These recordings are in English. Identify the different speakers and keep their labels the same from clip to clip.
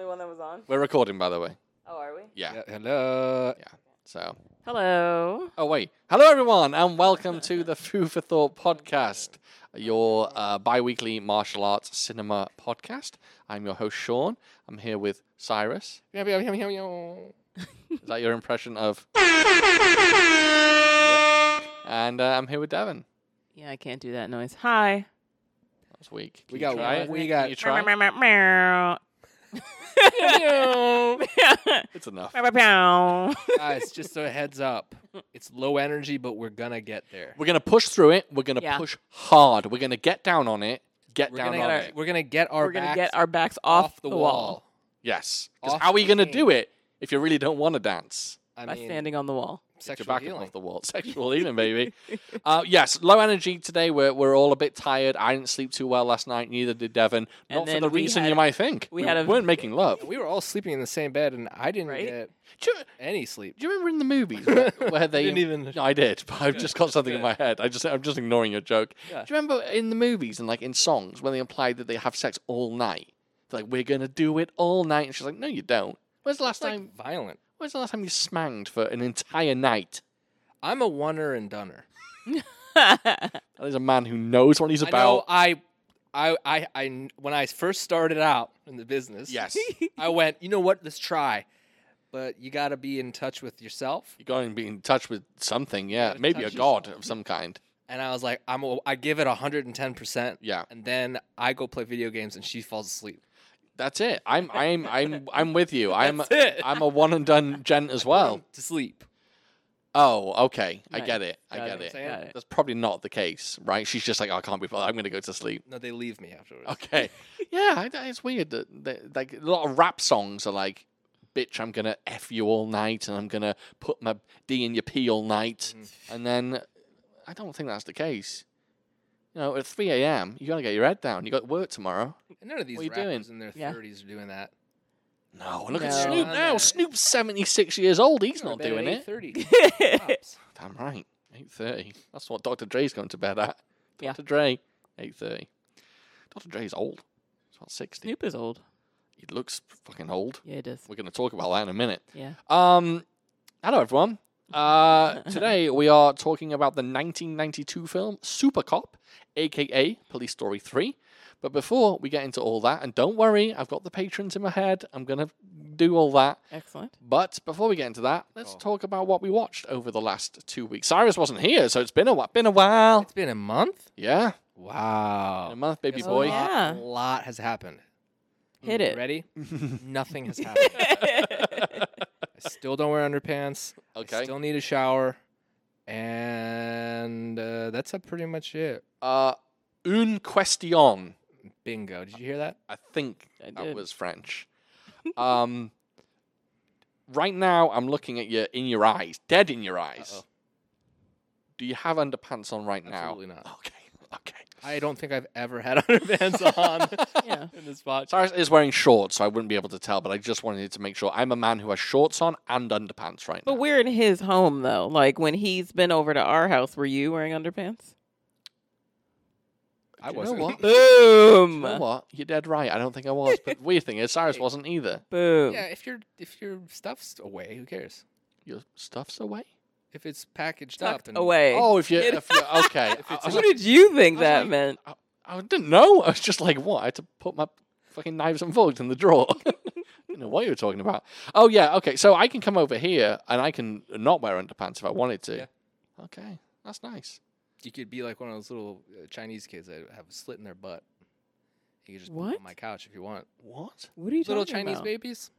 Speaker 1: on?
Speaker 2: We're recording, by the way.
Speaker 1: Oh, are we?
Speaker 2: Yeah.
Speaker 3: Yeah, Uh, hello.
Speaker 2: Yeah. So.
Speaker 1: Hello.
Speaker 2: Oh wait. Hello everyone, and welcome to the Food for Thought podcast, your uh, bi-weekly martial arts cinema podcast. I'm your host Sean. I'm here with Cyrus.
Speaker 3: Meow, meow, meow, meow, meow.
Speaker 2: Is that your impression of? And uh, I'm here with Devin.
Speaker 1: Yeah, I can't do that noise. Hi.
Speaker 2: That was weak. Can you
Speaker 3: We got
Speaker 2: try
Speaker 3: one.
Speaker 2: it?
Speaker 3: We
Speaker 2: Can
Speaker 3: got.
Speaker 2: you try. It's enough.
Speaker 3: Guys, just a heads up. It's low energy, but we're gonna get there.
Speaker 2: We're gonna push through it. We're gonna
Speaker 1: Yeah.
Speaker 2: push hard. We're gonna get down on it. Get
Speaker 3: We're
Speaker 2: down
Speaker 3: gonna,
Speaker 2: on
Speaker 1: our-
Speaker 2: it.
Speaker 3: we're gonna get our
Speaker 1: We're gonna
Speaker 3: backs
Speaker 1: get our backs
Speaker 3: off,
Speaker 1: off,
Speaker 3: the wall.
Speaker 1: wall,
Speaker 2: Yes. 'cause
Speaker 3: Off
Speaker 2: how are
Speaker 3: the
Speaker 2: you going to
Speaker 3: chain.
Speaker 2: do it if you really don't want to dance?
Speaker 3: I
Speaker 1: by
Speaker 3: mean,
Speaker 1: standing on the wall.
Speaker 2: Get your
Speaker 3: sexual
Speaker 2: back up
Speaker 3: healing.
Speaker 2: off the wall. Sexual healing, baby. Uh, yes, low energy today. We're, we're all a bit tired. I didn't sleep too well last night. Neither did Devon.
Speaker 1: And
Speaker 2: Not for
Speaker 1: then
Speaker 2: the
Speaker 1: we
Speaker 2: reason
Speaker 1: had-
Speaker 2: you might think.
Speaker 1: we had a-
Speaker 2: weren't making love.
Speaker 3: We were all sleeping in the same bed, and I didn't
Speaker 1: Right?
Speaker 3: get
Speaker 2: Do you,
Speaker 3: any sleep.
Speaker 2: do you remember in the movies where- where they
Speaker 3: didn't even.
Speaker 2: No, I did, but I've just got something in
Speaker 3: Good.
Speaker 2: my head. I just I'm just ignoring your joke.
Speaker 3: Yeah.
Speaker 2: Do you remember in the movies and like in songs when they implied that they have sex all night? They're like, we're gonna do it all night, and she's like, no, you don't. When's the last
Speaker 3: It's, like,
Speaker 2: time?
Speaker 3: violent.
Speaker 2: When's the last time you smanged for an entire night?
Speaker 3: I'm a oneer and dunner.
Speaker 2: That is a man who knows what he's
Speaker 3: I know.
Speaker 2: about.
Speaker 3: I, I, I, I, when I first started out in the business,
Speaker 2: Yes,
Speaker 3: I went. You know what? Let's try. But you got to be in touch with yourself.
Speaker 2: you're going to be in touch with something. Yeah,
Speaker 3: gotta
Speaker 2: maybe a
Speaker 3: touch
Speaker 2: god of some kind.
Speaker 3: And I was like, I'm. A, I give it 110. percent
Speaker 2: Yeah,
Speaker 3: And then I go play video games, and she falls asleep.
Speaker 2: that's it. I'm I'm I'm I'm with you. I'm
Speaker 3: That's it.
Speaker 2: I'm a one and done gent as well.
Speaker 3: to sleep.
Speaker 2: Oh, okay. I
Speaker 1: Nice.
Speaker 2: get it. I
Speaker 3: Got
Speaker 2: get
Speaker 3: it.
Speaker 2: it.
Speaker 3: Say it.
Speaker 1: Got it.
Speaker 2: That's probably not the case, right? She's just like, "Oh, I can't be bothered. I'm going to go to sleep.
Speaker 3: No, they leave me afterwards.
Speaker 2: Okay. yeah, I- I- it's weird that, that like a lot of rap songs are like, "Bitch, I'm going to f you all night, and I'm going to put my d in your p all night,"
Speaker 3: Mm.
Speaker 2: and then I don't think that's the case. You know, at 3 a.m., you got to get your head down. You got work tomorrow.
Speaker 3: And none of these
Speaker 2: What are you
Speaker 3: rappers
Speaker 2: doing?
Speaker 3: in their
Speaker 1: Yeah.
Speaker 3: 30s are doing that.
Speaker 2: No, look at
Speaker 1: No.
Speaker 2: Snoop
Speaker 3: No,
Speaker 2: now.
Speaker 3: no.
Speaker 2: Snoop's 76 years old. He's
Speaker 3: Go to
Speaker 2: not
Speaker 3: bed
Speaker 2: doing
Speaker 3: at
Speaker 2: it.
Speaker 3: 8:30. Pops.
Speaker 2: Damn right. Eight thirty. That's what Dr. Dre's going to bed at.
Speaker 1: Yeah.
Speaker 2: Dr. Dre, eight thirty. Dr. Dre's old. He's about sixty.
Speaker 1: Snoop is old.
Speaker 2: He looks fucking old.
Speaker 1: Yeah, it is.
Speaker 2: We're gonna talk about that in a minute.
Speaker 1: Yeah.
Speaker 2: Um hello everyone. Uh today we are talking about the nineteen ninety two film Super Cop, aka Police Story Three. But before we get into all that, and don't worry, I've got the patrons in my head. I'm gonna do all that.
Speaker 1: Excellent.
Speaker 2: But before we get into that, let's
Speaker 3: Oh.
Speaker 2: talk about what we watched over the last two weeks. Cyrus wasn't here, so it's been a while. Been a while.
Speaker 3: It's been a month.
Speaker 2: Yeah,
Speaker 3: Wow.
Speaker 2: been a month, baby
Speaker 1: Yes,
Speaker 2: boy.
Speaker 1: it has.
Speaker 3: A lot has happened.
Speaker 1: Hit it.
Speaker 3: Ready?
Speaker 2: Mm.
Speaker 3: Nothing has happened. I still don't wear underpants. I
Speaker 2: okay.
Speaker 3: still need a shower. And uh, that's uh, pretty much it.
Speaker 2: Uh, une question.
Speaker 3: Bingo. Did you hear that?
Speaker 2: I think
Speaker 1: I
Speaker 2: that
Speaker 1: did.
Speaker 2: was French. Um, right now I'm looking at you in your eyes, dead in your eyes.
Speaker 3: Uh-oh.
Speaker 2: Do you have underpants on right
Speaker 3: Absolutely
Speaker 2: now?
Speaker 3: not.
Speaker 2: Okay. Okay.
Speaker 3: I don't think I've ever had underpants on
Speaker 1: yeah.
Speaker 3: in this spot.
Speaker 2: Cyrus is wearing shorts, so I wouldn't be able to tell, but I just wanted to make sure I'm a man who has shorts on and underpants right
Speaker 1: But
Speaker 2: now.
Speaker 1: we're in his home though. Like when he's been over to our house, were you wearing underpants?
Speaker 3: I
Speaker 2: Do you know
Speaker 3: wasn't.
Speaker 2: what?
Speaker 1: Boom.
Speaker 2: You know what? You're dead right. I don't think I was. But weird thing is, Cyrus wasn't either.
Speaker 1: Boom.
Speaker 3: Yeah, if your if your stuff's away, who cares?
Speaker 2: Your stuff's away.
Speaker 3: If it's packaged
Speaker 1: Tucked
Speaker 3: up and
Speaker 1: away.
Speaker 2: Oh, if you,
Speaker 1: It-
Speaker 2: if you, okay. I, I
Speaker 1: What
Speaker 2: was like-
Speaker 1: did you think
Speaker 2: I was
Speaker 1: that
Speaker 2: like-
Speaker 1: meant?
Speaker 2: I didn't know. I was just like, what? I had to put my fucking knives and forks in the drawer. I don't know what you were talking about. Oh yeah, okay. So I can come over here and I can not wear underpants if I wanted to.
Speaker 3: Yeah.
Speaker 2: Okay, that's nice.
Speaker 3: you could be like one of those little uh, Chinese kids that have a slit in their butt. You could just poop
Speaker 1: What?
Speaker 3: on my couch if you want.
Speaker 2: What?
Speaker 1: What are you
Speaker 3: little
Speaker 1: talking
Speaker 3: Chinese
Speaker 1: about?
Speaker 3: babies,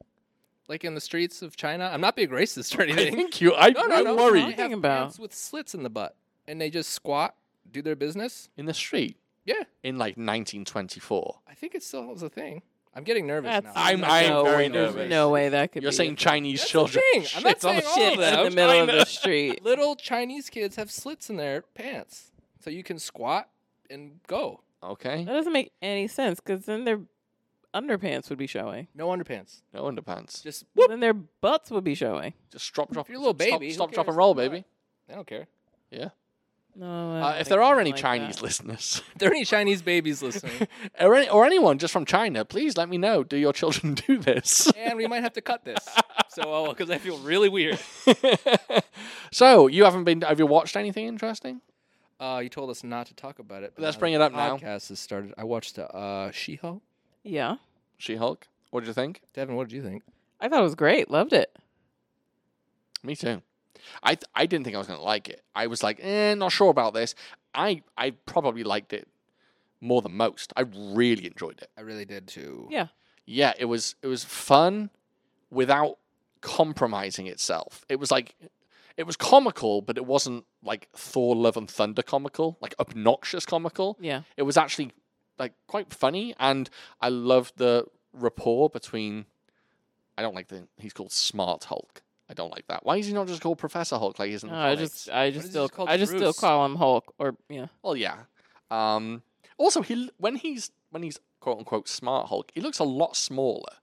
Speaker 3: like in the streets of China. I'm not being racist or
Speaker 2: I
Speaker 3: anything.
Speaker 2: think you. I
Speaker 3: No,
Speaker 2: no,
Speaker 3: no, no.
Speaker 2: am worried.
Speaker 1: Talking
Speaker 3: They have
Speaker 1: about-
Speaker 3: pants with slits in the butt, and they just squat, do their business.
Speaker 2: In the street
Speaker 3: Yeah,
Speaker 2: in like 1924.
Speaker 3: I think it still is a thing. I'm getting nervous
Speaker 1: That's-
Speaker 3: now.
Speaker 2: I'm-
Speaker 1: no
Speaker 2: I'm very
Speaker 1: way- there's
Speaker 2: nervous.
Speaker 1: No way that could
Speaker 2: You're
Speaker 1: be.
Speaker 2: saying
Speaker 1: a
Speaker 2: Chinese
Speaker 3: That's the
Speaker 2: children?
Speaker 3: thing. I'm not
Speaker 2: Shit on
Speaker 3: saying
Speaker 2: the
Speaker 3: all
Speaker 1: shit
Speaker 3: of that.
Speaker 1: in the
Speaker 2: China.
Speaker 1: middle of the street.
Speaker 3: little Chinese kids have slits in their pants, so you can squat and go.
Speaker 2: Okay,
Speaker 1: That doesn't make any sense because then their underpants would be showing.
Speaker 3: No underpants.
Speaker 2: no underpants.
Speaker 3: Just
Speaker 1: Well,
Speaker 3: whoop.
Speaker 1: Then their butts would be showing.
Speaker 2: Just drop, drop.
Speaker 3: you're a little
Speaker 2: stop-
Speaker 3: baby, who
Speaker 2: Stop, drop,
Speaker 3: cares?
Speaker 2: and roll,
Speaker 3: Why not?
Speaker 2: baby.
Speaker 3: I don't care.
Speaker 2: Yeah.
Speaker 1: No. I
Speaker 2: Uh,
Speaker 1: don't
Speaker 2: if
Speaker 1: think
Speaker 2: there are
Speaker 1: something
Speaker 2: any
Speaker 1: like
Speaker 2: Chinese
Speaker 1: that.
Speaker 2: listeners,
Speaker 3: If there are any Chinese babies listening,
Speaker 2: or, any, or anyone just from China, please let me know. Do your children do this?
Speaker 3: and we might have to cut this. So, because I feel really weird.
Speaker 2: so you haven't been? Have you watched anything interesting?
Speaker 3: Uh, you told us not to talk about it. but
Speaker 2: Let's
Speaker 3: now
Speaker 2: bring
Speaker 3: the
Speaker 2: it up now.
Speaker 3: Podcast has started. I watched uh, She-Hulk.
Speaker 1: yeah,
Speaker 2: She Hulk. What did you think?
Speaker 3: Devin, what did you think?
Speaker 1: I thought it was great. Loved it.
Speaker 2: Me too. I th- I didn't think I was going to like it. I was like, eh, not sure about this. I I probably liked it more than most. I really enjoyed it.
Speaker 3: I really did too.
Speaker 1: Yeah.
Speaker 2: Yeah, it was it was fun without compromising itself. It was like it was comical, but it wasn't like Thor Love and Thunder comical, like obnoxious comical.
Speaker 1: Yeah.
Speaker 2: It was actually like quite funny and I loved the rapport between I don't like the he's called Smart Hulk. I don't like that. Why is he not just called Professor Hulk like he is in the
Speaker 1: No, I
Speaker 2: comics?
Speaker 1: just, uh, I
Speaker 3: is
Speaker 1: just
Speaker 3: this
Speaker 1: still,
Speaker 3: called,
Speaker 1: I just still
Speaker 3: Bruce?
Speaker 1: call him Hulk or yeah.
Speaker 2: Well, yeah. Um, also, he l- when he's when he's quote unquote smart Hulk, he looks a lot smaller,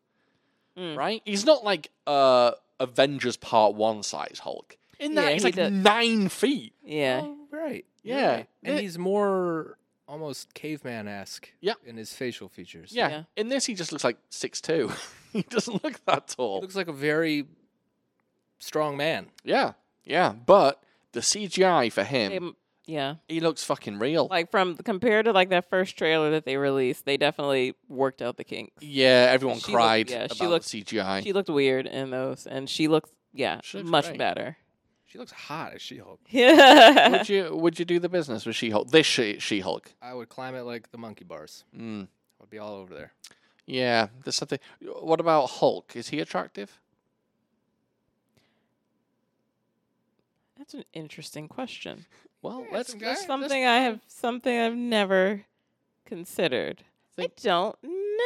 Speaker 1: Mm.
Speaker 2: right? He's not like uh, Avengers Part One size Hulk. In that,
Speaker 1: Yeah,
Speaker 2: he's
Speaker 1: he
Speaker 2: like
Speaker 1: does-
Speaker 2: nine feet.
Speaker 1: Yeah.
Speaker 3: Oh, right. You're
Speaker 2: Yeah.
Speaker 3: right. And
Speaker 2: Thi-
Speaker 3: he's more almost caveman esque
Speaker 2: Yeah.
Speaker 3: in his facial features.
Speaker 2: yeah.
Speaker 1: yeah.
Speaker 2: In this, he just looks like six two. he doesn't look that
Speaker 3: He
Speaker 2: tall.
Speaker 3: looks like a very strong man.
Speaker 2: yeah, yeah. But the CGI for him,
Speaker 1: They- yeah.
Speaker 2: he looks fucking real.
Speaker 1: Like from compared to like that first trailer that they released, they definitely worked out the kinks.
Speaker 2: yeah, everyone
Speaker 1: She looked-
Speaker 2: cried
Speaker 1: yeah, she
Speaker 2: about
Speaker 1: looked-
Speaker 2: the CGI.
Speaker 1: She looked weird in those, and she looks yeah
Speaker 2: She looks
Speaker 1: much
Speaker 2: great.
Speaker 1: better.
Speaker 3: She looks hot as She Hulk.
Speaker 1: Yeah.
Speaker 2: would you would you do the business with She Hulk? This She Hulk.
Speaker 3: I would climb it like the monkey bars.
Speaker 2: Mm.
Speaker 3: I would be all over there.
Speaker 2: Yeah, there's something. What about Hulk? Is he attractive?
Speaker 1: That's an interesting question.
Speaker 2: Well,
Speaker 3: Yeah,
Speaker 2: let's,
Speaker 3: some
Speaker 2: let's
Speaker 3: guy.
Speaker 1: Something I have something I've never considered.
Speaker 2: Think-
Speaker 1: I don't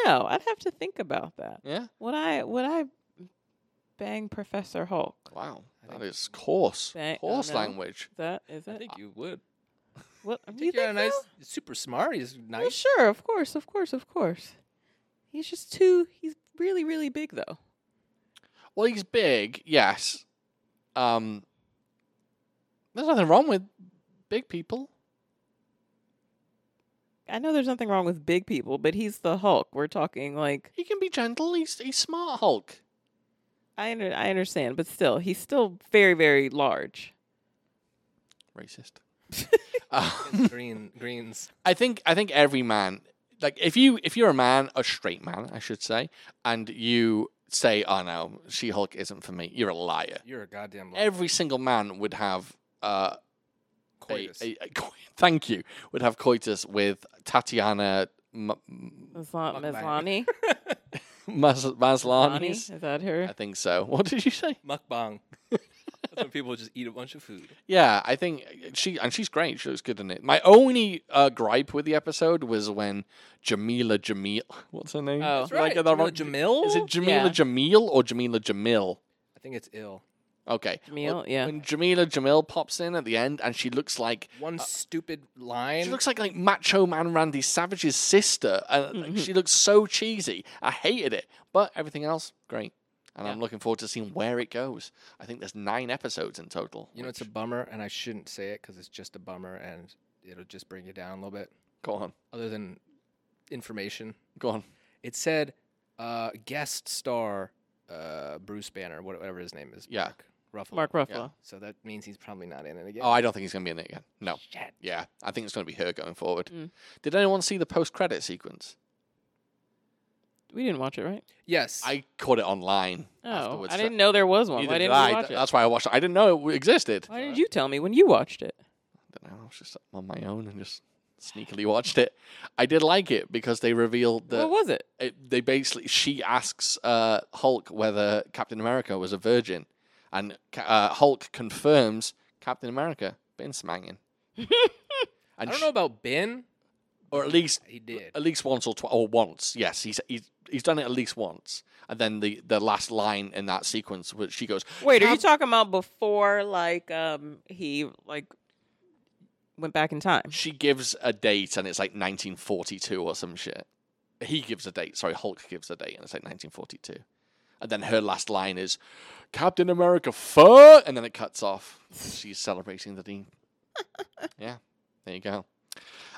Speaker 1: know. I'd have to think about that.
Speaker 2: Yeah.
Speaker 1: Would I would I bang Professor Hulk?
Speaker 2: Wow,
Speaker 3: I
Speaker 2: that
Speaker 3: think-
Speaker 2: is coarse,
Speaker 1: Bang- oh,
Speaker 2: coarse
Speaker 1: no.
Speaker 2: language.
Speaker 1: Is that is
Speaker 3: I
Speaker 1: it?
Speaker 3: think you would.
Speaker 1: What
Speaker 3: I
Speaker 1: do you
Speaker 3: think you're
Speaker 1: think?
Speaker 3: a nice,
Speaker 1: so?
Speaker 3: super smart. He's
Speaker 1: Well,
Speaker 3: nice.
Speaker 1: sure, of course, of course, of course. He's just too. He's really, really big though.
Speaker 2: Well, he's big, yes. Um, there's nothing wrong with big people.
Speaker 1: I know there's nothing wrong with big people, but he's the Hulk. We're talking like
Speaker 2: He can be gentle. He's he's smart Hulk.
Speaker 1: I under, I understand, but still, he's still very, very large.
Speaker 2: Racist. um,
Speaker 3: It's Green greens.
Speaker 2: I think I think every man like if you if you're a man, a straight man, I should say, and you say, "Oh no, She Hulk isn't for me," you're a liar.
Speaker 3: You're a goddamn liar.
Speaker 2: every single man would have uh, a-
Speaker 3: Coitus.
Speaker 2: a- a co- thank you would have coitus with Tatiana M- M-
Speaker 1: Maslan-
Speaker 3: Fuck back.
Speaker 1: Maslani,
Speaker 2: Mas-
Speaker 1: Maslani,
Speaker 2: Maslani's.
Speaker 1: is that her?
Speaker 2: I think so. What did you say?
Speaker 3: Mukbang. That's when people just eat a bunch of food.
Speaker 2: Yeah, I think she and she's great. She looks good in it. My only uh, gripe with the episode was when Jamila Jamil. What's her name?
Speaker 1: Oh.
Speaker 2: Did I get that
Speaker 3: Jamila
Speaker 2: wrong?
Speaker 3: Jamil?
Speaker 2: Is it Jamila
Speaker 1: Yeah.
Speaker 2: Jamil or Jamila Jamil?
Speaker 3: I think it's ill.
Speaker 2: Okay.
Speaker 1: Jamil, yeah.
Speaker 2: When Jamila Jamil pops in at the end and she looks like
Speaker 3: One stupid line.
Speaker 2: Uh, She looks like like Macho Man Randy Savage's sister, and like,
Speaker 1: Mhm.
Speaker 2: she looks so cheesy. I hated it, but everything else great, and I'm
Speaker 1: Yeah.
Speaker 2: looking forward to seeing where it goes. I think there's nine episodes in total.
Speaker 3: you know, it's a
Speaker 2: which-
Speaker 3: bummer, and I shouldn't say it because it's just a bummer, and it'll just bring you down a little bit.
Speaker 2: go on,
Speaker 3: Other than information,
Speaker 2: go on.
Speaker 3: it said uh, guest star uh, Bruce Banner, what- whatever his name is.
Speaker 2: Yeah.
Speaker 3: Mark Ruffalo.
Speaker 1: Mark Ruffalo.
Speaker 3: So that means he's probably not in it again.
Speaker 2: Oh, I don't think he's gonna be in it again. No,
Speaker 3: Shit.
Speaker 2: yeah, I think it's gonna be her going forward.
Speaker 1: Mm.
Speaker 2: Did anyone see the post-credit sequence?
Speaker 1: We didn't watch it, right?
Speaker 3: Yes.
Speaker 2: I caught it online
Speaker 1: Oh,
Speaker 2: afterwards.
Speaker 1: I
Speaker 2: so-
Speaker 1: didn't know there was one.
Speaker 2: Neither
Speaker 1: Why
Speaker 2: did
Speaker 1: didn't
Speaker 2: I.
Speaker 1: you watch
Speaker 2: That's why I watched it. I didn't know it existed.
Speaker 1: it? Why did you tell me when you watched it?
Speaker 2: don't know, I was just on my own and just sneakily watched it. I did like it because they revealed the
Speaker 1: what was it?
Speaker 2: it, they basically she asks uh, Hulk whether Captain America was a virgin, and Ca- uh, Hulk confirms Captain America been smanging,
Speaker 3: I
Speaker 2: and
Speaker 3: don't
Speaker 2: sh-
Speaker 3: know about Ben.
Speaker 2: or at least
Speaker 3: He did.
Speaker 4: uh,
Speaker 2: at least once or twice or once. Yes, he's he's he's done it at least once, and then the the last line in that sequence which she goes,
Speaker 1: Wait, are you
Speaker 2: Cap-
Speaker 1: talking about before like um he like went back in time?
Speaker 2: she gives a date and it's like 1942 or some shit. He gives a date. Sorry, Hulk gives a date and it's like 1942. And then her last line is Captain America fuck and then it cuts off. She's celebrating that he There you go.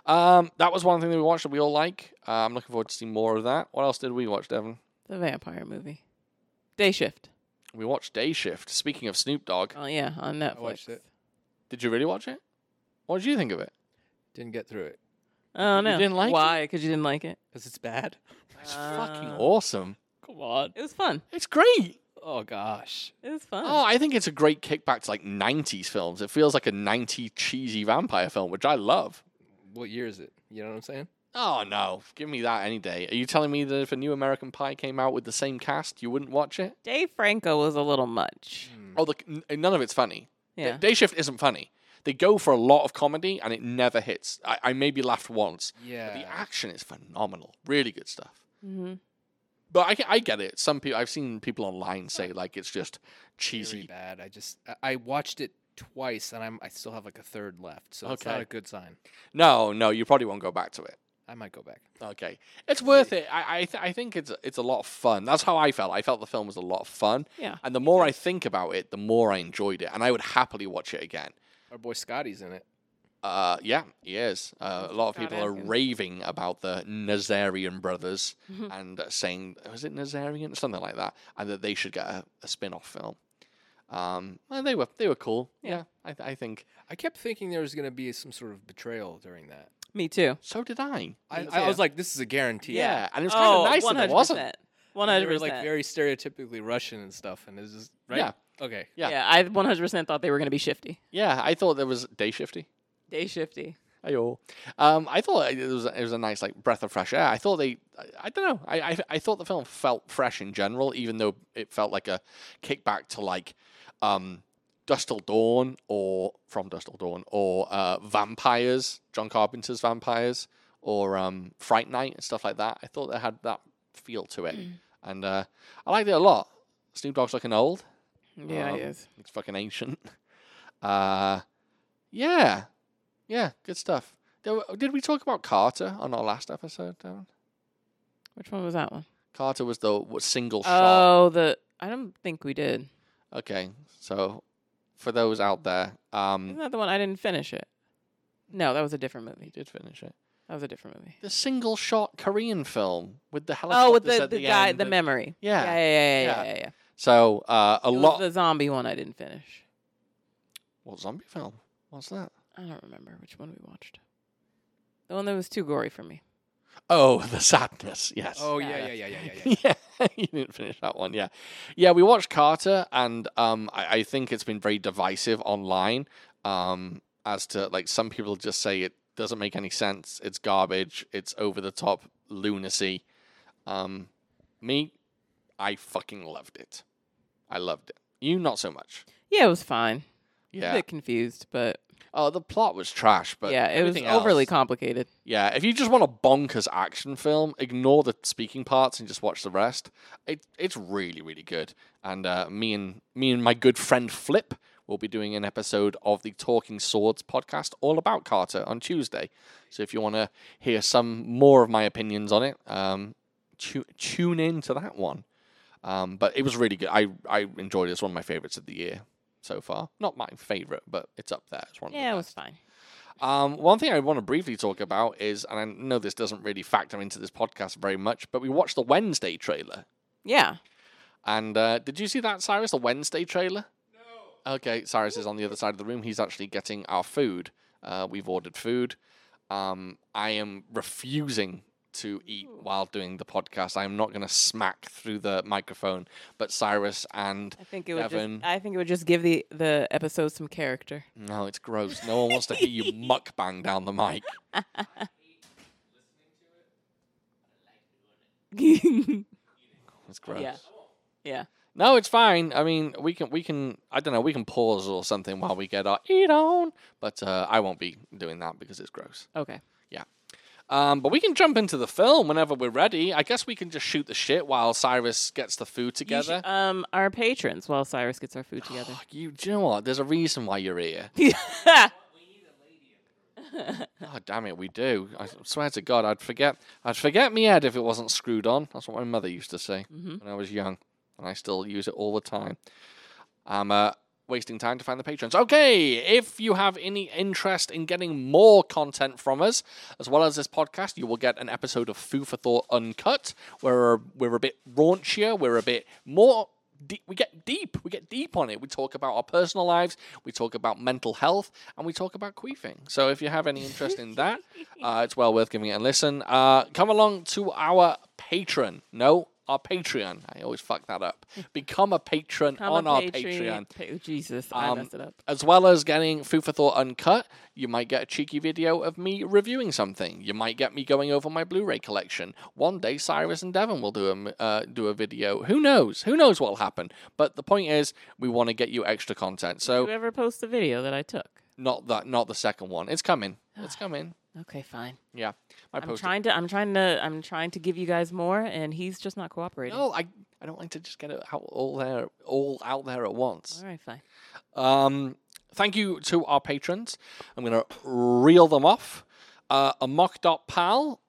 Speaker 2: Um, that was one thing that we watched that we all like. Uh, I'm looking forward to seeing more of that. What else did we watch, Devon?
Speaker 1: The vampire movie. Day Shift.
Speaker 2: We watched Day Shift. Speaking of Snoop Dogg,
Speaker 1: Oh yeah, on Netflix.
Speaker 4: watched it.
Speaker 2: did you really watch it? What did you think of it?
Speaker 4: Didn't get through it
Speaker 1: Oh
Speaker 2: You
Speaker 1: no.
Speaker 2: didn't like it?
Speaker 1: Why? Because you didn't like it.
Speaker 4: because it's bad.
Speaker 2: It's fucking
Speaker 1: Uh,
Speaker 2: awesome.
Speaker 4: Come on.
Speaker 1: It was fun.
Speaker 2: It's great.
Speaker 4: Oh gosh.
Speaker 1: It was fun.
Speaker 2: Oh, I think it's a great kickback to like 90s films. It feels like a 90 cheesy vampire film, which I love.
Speaker 4: What year is it? You know what I'm saying?
Speaker 2: Oh, no. Give me that any day. Are you telling me that if a new American Pie came out with the same cast, you wouldn't watch it?
Speaker 1: Dave Franco was a little much.
Speaker 4: Mm.
Speaker 2: Oh, the, n- none of it's funny. Day-
Speaker 1: Yeah.
Speaker 2: Day Shift isn't funny. They go for a lot of comedy and it never hits. I, I maybe laughed once. But
Speaker 4: Yeah.
Speaker 2: the action is phenomenal. Really good stuff.
Speaker 1: mm-hmm.
Speaker 2: But I, ge- I get it. Some people I've seen people online say like it's just
Speaker 4: Very
Speaker 2: cheesy.
Speaker 4: bad. I just I, I watched it twice and I'm I still have like a third left, so it's not
Speaker 2: Okay.
Speaker 4: a good sign.
Speaker 2: No, no, you probably won't go back to it.
Speaker 4: I might go back.
Speaker 2: Okay, it's worth it. I I, th- I think it's it's a lot of fun. That's how I felt. I felt the film was a lot of fun,
Speaker 1: Yeah.
Speaker 2: and the more I think about it, the more I enjoyed it, and I would happily watch it again.
Speaker 4: Our boy Scotty's in it.
Speaker 2: Uh, yeah, he is. Uh, a lot of
Speaker 1: Scott
Speaker 2: people are
Speaker 1: Adkins.
Speaker 2: raving about the Nazarian brothers and uh, saying, was it Nazarian? Something like that, and that they should get a, a spin off film. Um, well, they were they were cool. Yeah, I, th- I think
Speaker 4: I kept thinking there was gonna be some sort of betrayal during that.
Speaker 1: Me too.
Speaker 2: so. Did I?
Speaker 4: I,
Speaker 2: Me
Speaker 4: I was
Speaker 2: too.
Speaker 4: like, this is a guarantee.
Speaker 2: yeah, and it was kind of nice that it wasn't.
Speaker 1: One
Speaker 4: And
Speaker 1: "Oh, hundred
Speaker 4: They were like
Speaker 1: percent.
Speaker 4: very stereotypically Russian and stuff, and it's just right.
Speaker 2: Yeah.
Speaker 4: Okay.
Speaker 2: yeah.
Speaker 1: Yeah, I one hundred percent thought they were gonna be shifty.
Speaker 2: Yeah, I thought there was day shifty.
Speaker 1: Day shifty.
Speaker 2: Ayo. Um, I thought it was it was a nice like breath of fresh air. I thought they, I, I don't know, I, I I thought the film felt fresh in general, even though it felt like a kickback to like, um, Dust Till Dawn or from Dust Till Dawn or uh, Vampires, John Carpenter's Vampires or um Fright Night and stuff like that. I thought they had that feel to it, and uh, I liked it a lot. Snoop Dogg's looking old.
Speaker 1: Yeah,
Speaker 2: Um,
Speaker 1: he is.
Speaker 2: It's fucking ancient. Uh, yeah, yeah, good stuff. There were- Did we talk about Carter on our last episode? Darren?
Speaker 1: Which one was that one?
Speaker 2: Carter was the w- single shot.
Speaker 1: Oh, the I don't think we did.
Speaker 2: Okay, so for those out there,
Speaker 1: Isn't
Speaker 2: um,
Speaker 1: that the one I didn't finish it? No, that was a different
Speaker 2: we
Speaker 1: movie.
Speaker 2: did finish it.
Speaker 1: That was a different movie.
Speaker 2: The single shot Korean film with the helicopter.
Speaker 1: Oh, with the,
Speaker 2: at
Speaker 1: the
Speaker 2: the
Speaker 1: guy,
Speaker 2: end
Speaker 1: the
Speaker 2: and-
Speaker 1: memory.
Speaker 2: Yeah.
Speaker 1: yeah, yeah, yeah,
Speaker 2: Yeah.
Speaker 1: yeah. yeah, yeah.
Speaker 2: So uh, a
Speaker 1: It was
Speaker 2: lot.
Speaker 1: the zombie one I didn't finish.
Speaker 2: What zombie film? What's that?
Speaker 1: I don't remember which one we watched. The one that was too gory for me.
Speaker 2: Oh, the sadness. Yes.
Speaker 4: Oh
Speaker 1: Yeah,
Speaker 4: yeah, yeah, yeah,
Speaker 1: that's-
Speaker 4: yeah, yeah. yeah.
Speaker 2: yeah, you didn't finish that one. Yeah, yeah. We watched Carter, and um, I, I think it's been very divisive online. Um, as to like some people just say it doesn't make any sense. It's garbage. It's over the top lunacy. Um, me, I fucking loved it. I loved it. You not so much.
Speaker 1: Yeah, it was fine.
Speaker 2: Yeah.
Speaker 1: A bit confused, but,
Speaker 2: Oh, the plot was trash, but
Speaker 1: yeah, it was
Speaker 2: everything
Speaker 1: overly
Speaker 2: else-
Speaker 1: complicated.
Speaker 2: Yeah, if you just want a bonkers action film, ignore the speaking parts and just watch the rest. It it's really really good. And uh, me and me and my good friend Flip will be doing an episode of the Talking Swords podcast all about Carter on Tuesday. So if you want to hear some more of my opinions on it, um, tu- tune in to that one. Um, but it was really good. I I enjoyed it. It's one of my favorites of the year so far. Not my favorite, but it's up there. It's one. of the
Speaker 1: Yeah, it
Speaker 2: best.
Speaker 1: was fine.
Speaker 2: Um, one thing I want to briefly talk about is, and I know this doesn't really factor into this podcast very much, but we watched the Wednesday trailer.
Speaker 1: Yeah.
Speaker 2: And uh, did you see that, Cyrus? The Wednesday trailer? No. Okay, Cyrus is on the other side of the room. He's actually getting our food. Uh, we've ordered food. Um, I am refusing to eat while doing the podcast. I am not going to smack through the microphone. But Cyrus and
Speaker 1: I think it would
Speaker 2: Devin.
Speaker 1: just I think it would just give the the episode some character.
Speaker 2: no, it's gross. No one wants to hear you muckbang down the mic.
Speaker 1: yeah.
Speaker 2: It's gross.
Speaker 1: Yeah.
Speaker 2: No, it's fine. I mean, we can we can I don't know, we can pause or something while we get our eat on, but uh, I won't be doing that because it's gross.
Speaker 1: Okay.
Speaker 2: Um, but we can jump into the film whenever we're ready. I guess we can just shoot the shit while Cyrus gets the food
Speaker 1: You should-
Speaker 2: together.
Speaker 1: um our patrons while Cyrus gets our food together.
Speaker 2: Fuck you, do you know what? There's a reason why you're here. Oh damn it, we do. I swear to God, I'd forget. I'd forget me head if it wasn't screwed on. That's what my mother used to say when I was young, and I still use it all the time. Um, uh, wasting time to find the patrons. Okay, if you have any interest in getting more content from us, as well as this podcast, you will get an episode of Foo for Thought Uncut, where we're a bit raunchier, we're a bit more. Deep, we get deep. We get deep on it. We talk about our personal lives. We talk about mental health, and we talk about queefing. So if you have any interest in that, uh, it's well worth giving it a listen. Uh, come along to our patron. No, our Patreon. I always fuck that up. Become a patron
Speaker 1: I'm a
Speaker 2: on our
Speaker 1: Patreon.
Speaker 2: Patreon.
Speaker 1: Pa- oh, Jesus, I
Speaker 2: Um,
Speaker 1: messed it up.
Speaker 2: As well as getting Food for Thought Uncut, you might get a cheeky video of me reviewing something. You might get me going over my Blu-ray collection. One day, Cyrus and Devon will do a m- uh, do a video. Who knows? Who knows what'll happen? But the point is, we want to get you extra content. So
Speaker 1: Whoever posts the video that I took.
Speaker 2: not that, not the second one. It's coming. It's coming.
Speaker 1: Okay, fine.
Speaker 2: Yeah, I
Speaker 1: I'm
Speaker 2: posted.
Speaker 1: trying to. I'm trying to. I'm trying to give you guys more, and he's just not cooperating.
Speaker 2: No, I I don't like to just get it out all there all out there at once.
Speaker 1: All right, fine.
Speaker 2: Um, thank you to our patrons. I'm going to reel them off. Uh, Amok.pal,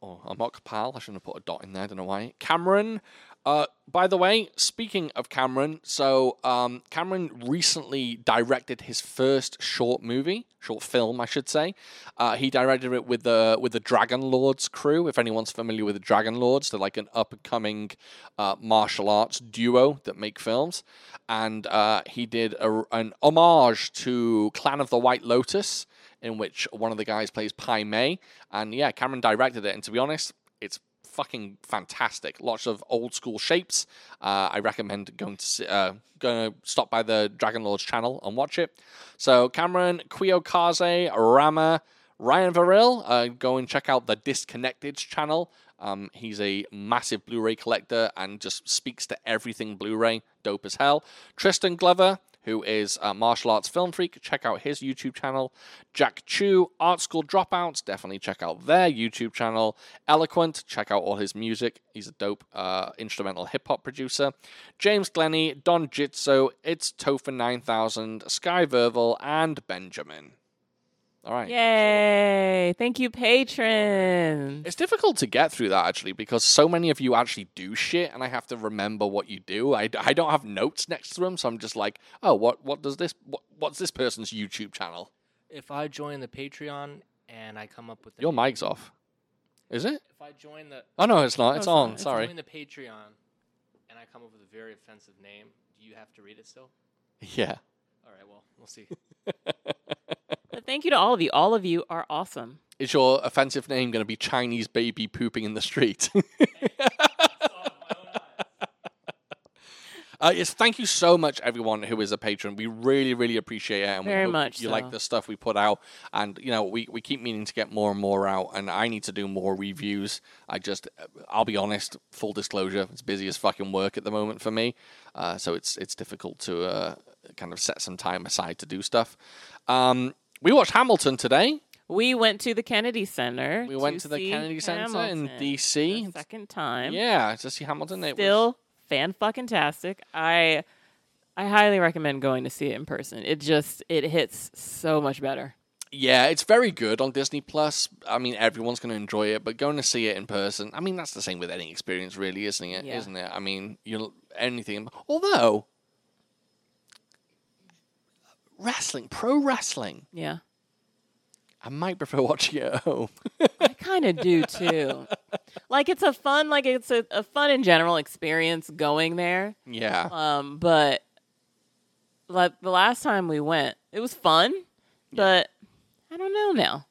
Speaker 2: or Amok.pal, I shouldn't have put a dot in there, I don't know why. Cameron. Uh, by the way, speaking of Cameron, so um, Cameron recently directed his first short movie, short film, I should say. Uh, he directed it with the with the Dragon Lords crew. If anyone's familiar with the Dragon Lords, they're like an up and coming uh, martial arts duo that make films and uh, he did a, an homage to Clan of the White Lotus, in which one of the guys plays Pai Mei. And yeah, Cameron directed it, and to be honest, it's fucking fantastic. Lots of old school shapes. Uh, I recommend going to see, uh, going to stop by the Dragon Lord's channel and watch it. So Cameron, Kuyo Kaze, Rama, Ryan Varil, uh, go and check out the Disconnected channel. Um, he's a massive Blu-ray collector and just speaks to everything Blu-ray. Dope as hell. Tristan Glover, who is a martial arts film freak, check out his YouTube channel. Jack Chu, Art School Dropouts, definitely check out their YouTube channel. Eloquent, check out all his music. He's a dope uh, instrumental hip hop producer. James Glennie, Don Jitso, It's Topher 9000, Sky Verval, and Benjamin. All right.
Speaker 1: Yay! Thank you, patrons.
Speaker 2: It's difficult to get through that actually because so many of you actually do shit, and I have to remember what you do. I, I don't have notes next to them, so I'm just like, oh, what what does this what, what's this person's YouTube channel?
Speaker 3: If I join the Patreon and I come up with the
Speaker 2: Your
Speaker 3: name-
Speaker 2: mic's off, is it?
Speaker 3: If I join the
Speaker 2: Oh no, it's not. It's
Speaker 1: it's
Speaker 2: on.
Speaker 1: not. It's
Speaker 2: Sorry.
Speaker 3: join the Patreon and I come up with a very offensive name, do you have to read it still?
Speaker 2: Yeah.
Speaker 3: All right, well, we'll see.
Speaker 1: But thank you to all of you. All of you are awesome.
Speaker 2: Is your offensive name going to be Chinese baby pooping in the street? Uh, yes, thank you so much, everyone who is a patron. We really, really appreciate it, and we
Speaker 1: Very
Speaker 2: hope
Speaker 1: much
Speaker 2: you like
Speaker 1: so.
Speaker 2: the stuff we put out. And you know, we, we keep meaning to get more and more out, and I need to do more reviews. I just, uh, I'll be honest, full disclosure, it's busy as fucking work at the moment for me, uh, so it's it's difficult to uh, kind of set some time aside to do stuff. Um, we watched Hamilton today.
Speaker 1: We went to the Kennedy Center.
Speaker 2: We went to the
Speaker 1: see
Speaker 2: Kennedy Center in
Speaker 1: Hamilton
Speaker 2: DC.
Speaker 1: the second time.
Speaker 2: Yeah, to see Hamilton. It was-
Speaker 1: still fan fucking tastic. I I highly recommend going to see it in person. It just it hits so much better.
Speaker 2: Yeah, it's very good on Disney Plus. I mean, everyone's going to enjoy it, but going to see it in person, I mean, that's the same with any experience, really, isn't it?
Speaker 1: Yeah.
Speaker 2: not it? I mean, you'll anything. Although, wrestling, pro wrestling,
Speaker 1: Yeah.
Speaker 2: I might prefer watching it at home.
Speaker 1: I kind of do too. Like it's a fun like it's a, a fun in general experience going there.
Speaker 2: yeah,
Speaker 1: Um but like the last time we went, it was fun, but I don't know now.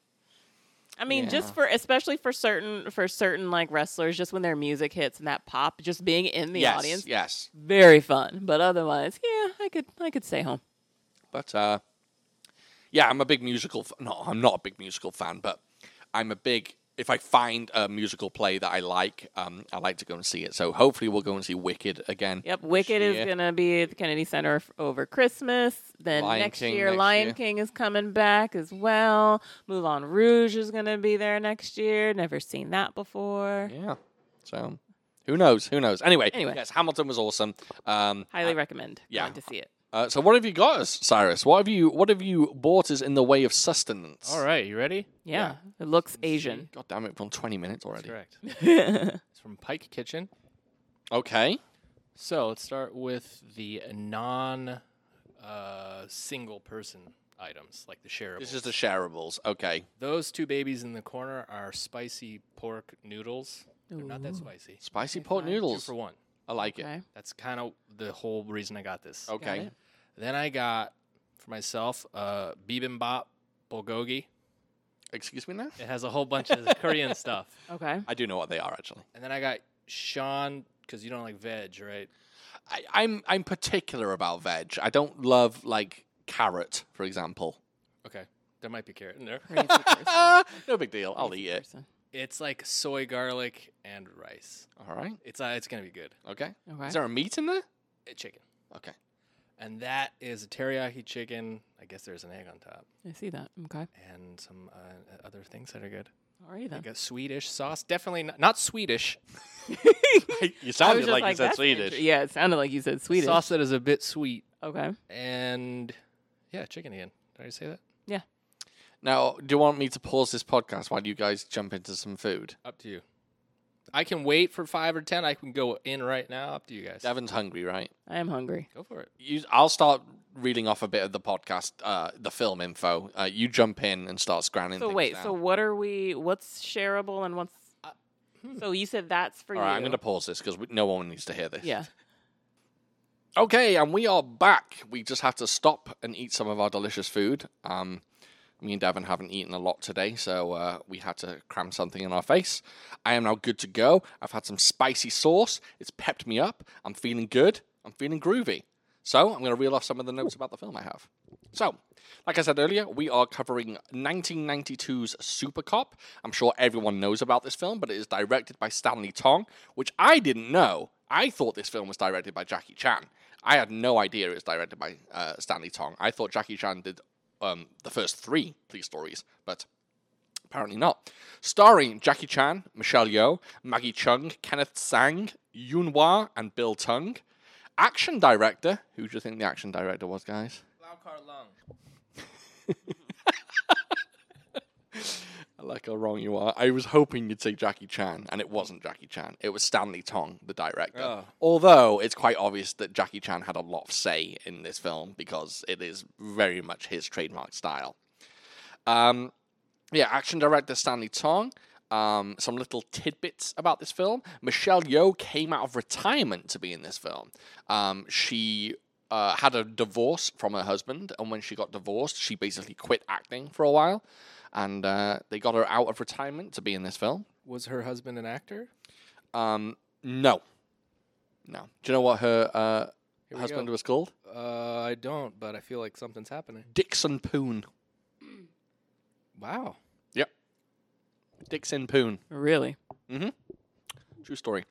Speaker 1: I mean,
Speaker 2: Yeah.
Speaker 1: just for especially for certain for certain like wrestlers, just when their music hits and that pop, just being in the
Speaker 2: yes,
Speaker 1: audience
Speaker 2: yes.
Speaker 1: very fun. But otherwise, yeah, I could I could stay home.
Speaker 2: But uh, yeah, I'm a big musical. F- no, I'm not a big musical fan, but I'm a big. If I find a musical play that I like, um, I like to go and see it. So hopefully, we'll go and see Wicked again.
Speaker 1: Yep,
Speaker 2: this
Speaker 1: Wicked
Speaker 2: year.
Speaker 1: is gonna be at the Kennedy Center f- over Christmas. Then
Speaker 2: Lion
Speaker 1: next
Speaker 2: King
Speaker 1: year,
Speaker 2: next
Speaker 1: Lion
Speaker 2: year.
Speaker 1: King is coming back as well. Moulin Rouge is gonna be there next year. Never seen that before.
Speaker 2: Yeah. So who knows? Who knows? Anyway,
Speaker 1: Anyway.
Speaker 2: yes, Hamilton was awesome. Um,
Speaker 1: Highly recommend.
Speaker 2: yeah.
Speaker 1: going to see it.
Speaker 2: uh, so what have you got us, Cyrus? What have you what have you bought us in the way of sustenance?
Speaker 3: All right, you ready?
Speaker 1: Yeah, it looks Asian.
Speaker 2: God damn it, we're on twenty minutes already.
Speaker 3: Correct.
Speaker 1: Ooh,
Speaker 3: It's from Pike Kitchen.
Speaker 2: Okay.
Speaker 3: So let's start with the non uh, uh, single person items, like the shareables.
Speaker 2: This is the shareables. Okay.
Speaker 3: Those two babies in the corner are spicy pork noodles. They're not that spicy.
Speaker 2: Spicy pork
Speaker 1: fine.
Speaker 3: Two
Speaker 2: noodles.
Speaker 3: for one.
Speaker 2: I like it.
Speaker 1: Okay.
Speaker 3: That's kind of the whole reason I got this.
Speaker 2: Okay.
Speaker 1: it.
Speaker 3: Then I got for myself uh, bibimbap bulgogi.
Speaker 2: Excuse me now?
Speaker 3: It has a whole bunch of Korean stuff.
Speaker 1: Okay.
Speaker 2: I do know what they are actually.
Speaker 3: And then I got Sean because you don't like veg, right?
Speaker 2: I, I'm I'm particular about veg. I don't love like carrot, for example.
Speaker 3: Okay, there might be carrot in there.
Speaker 1: Crazy person.
Speaker 2: Ah, no big deal. I'll eat it.
Speaker 1: person.
Speaker 3: It's like soy garlic and rice.
Speaker 2: All right.
Speaker 3: It's uh, it's gonna be good.
Speaker 2: Okay.
Speaker 1: Okay.
Speaker 2: Is there a meat in there?
Speaker 3: Uh, chicken.
Speaker 2: Okay.
Speaker 3: And that is a teriyaki chicken. I guess there's an egg on top
Speaker 1: I see that. Okay.
Speaker 3: and some uh, other things that are good.
Speaker 1: Alrighty then.
Speaker 3: Like a Swedish sauce. Definitely not, not Swedish.
Speaker 2: you
Speaker 1: I
Speaker 2: sounded
Speaker 1: was just
Speaker 2: like, you said
Speaker 1: "That's
Speaker 2: Swedish.
Speaker 1: inter- Yeah, it sounded like you said Swedish.
Speaker 3: Sauce that is a bit sweet.
Speaker 1: Okay.
Speaker 3: And yeah, chicken again. Did I say that?
Speaker 2: Now, do you want me to pause this podcast while you guys jump into some food?
Speaker 3: Up to you. I can wait for five or ten. I can go in right now. Up to you guys.
Speaker 2: Devin's hungry, right?
Speaker 1: I am hungry.
Speaker 3: Go for it.
Speaker 2: You, I'll start reading off a bit of the podcast, uh, the film info. Uh, you jump in and start scanning.
Speaker 1: So
Speaker 2: things
Speaker 1: wait,
Speaker 2: down.
Speaker 1: so what are we what's shareable and what's So you said that's for
Speaker 2: Uh, hmm. all
Speaker 1: you.
Speaker 2: right, I'm going to pause this because no one needs to hear this.
Speaker 1: Yeah.
Speaker 2: Okay, and we are back. We just had to stop and eat some of our delicious food. Um, me and Devin haven't eaten a lot today, so uh, we had to cram something in our face. I am now good to go. I've had some spicy sauce. It's pepped me up. I'm feeling good. I'm feeling groovy. So I'm going to reel off some of the notes about the film I have. So, like I said earlier, we are covering 1992's Super Cop. I'm sure everyone knows about this film, but it is directed by Stanley Tong, which I didn't know. I thought this film was directed by Jackie Chan. I had no idea it was directed by uh, Stanley Tong. I thought Jackie Chan did um, the first three police stories, but Apparently not. Starring Jackie Chan, Michelle Yeoh, Maggie Chung, Kenneth Sang, Yun Wah, and Bill Tung. Action director. Who do you think the action director was, guys?
Speaker 3: Lau Kar Lung.
Speaker 2: I like how wrong you are. I was hoping you'd say Jackie Chan, and it wasn't Jackie Chan. It was Stanley Tong, the director.
Speaker 3: Oh.
Speaker 2: Although it's quite obvious that Jackie Chan had a lot of say in this film because it is very much his trademark style. Um, yeah, action director Stanley Tong. Um, some little tidbits about this film. Michelle Yeoh came out of retirement to be in this film. Um, she uh, had a divorce from her husband, and when she got divorced, she basically quit acting for a while, and uh, they got her out of retirement to be in this film.
Speaker 3: Was her husband an actor?
Speaker 2: Um, no, no. Do you know what her uh,
Speaker 3: we
Speaker 2: husband
Speaker 3: go.
Speaker 2: was called?
Speaker 3: Uh, I don't, but I feel like something's happening.
Speaker 2: Dixon Poon.
Speaker 3: Wow.
Speaker 2: Yep. Dixon Poon.
Speaker 1: Really?
Speaker 2: True story.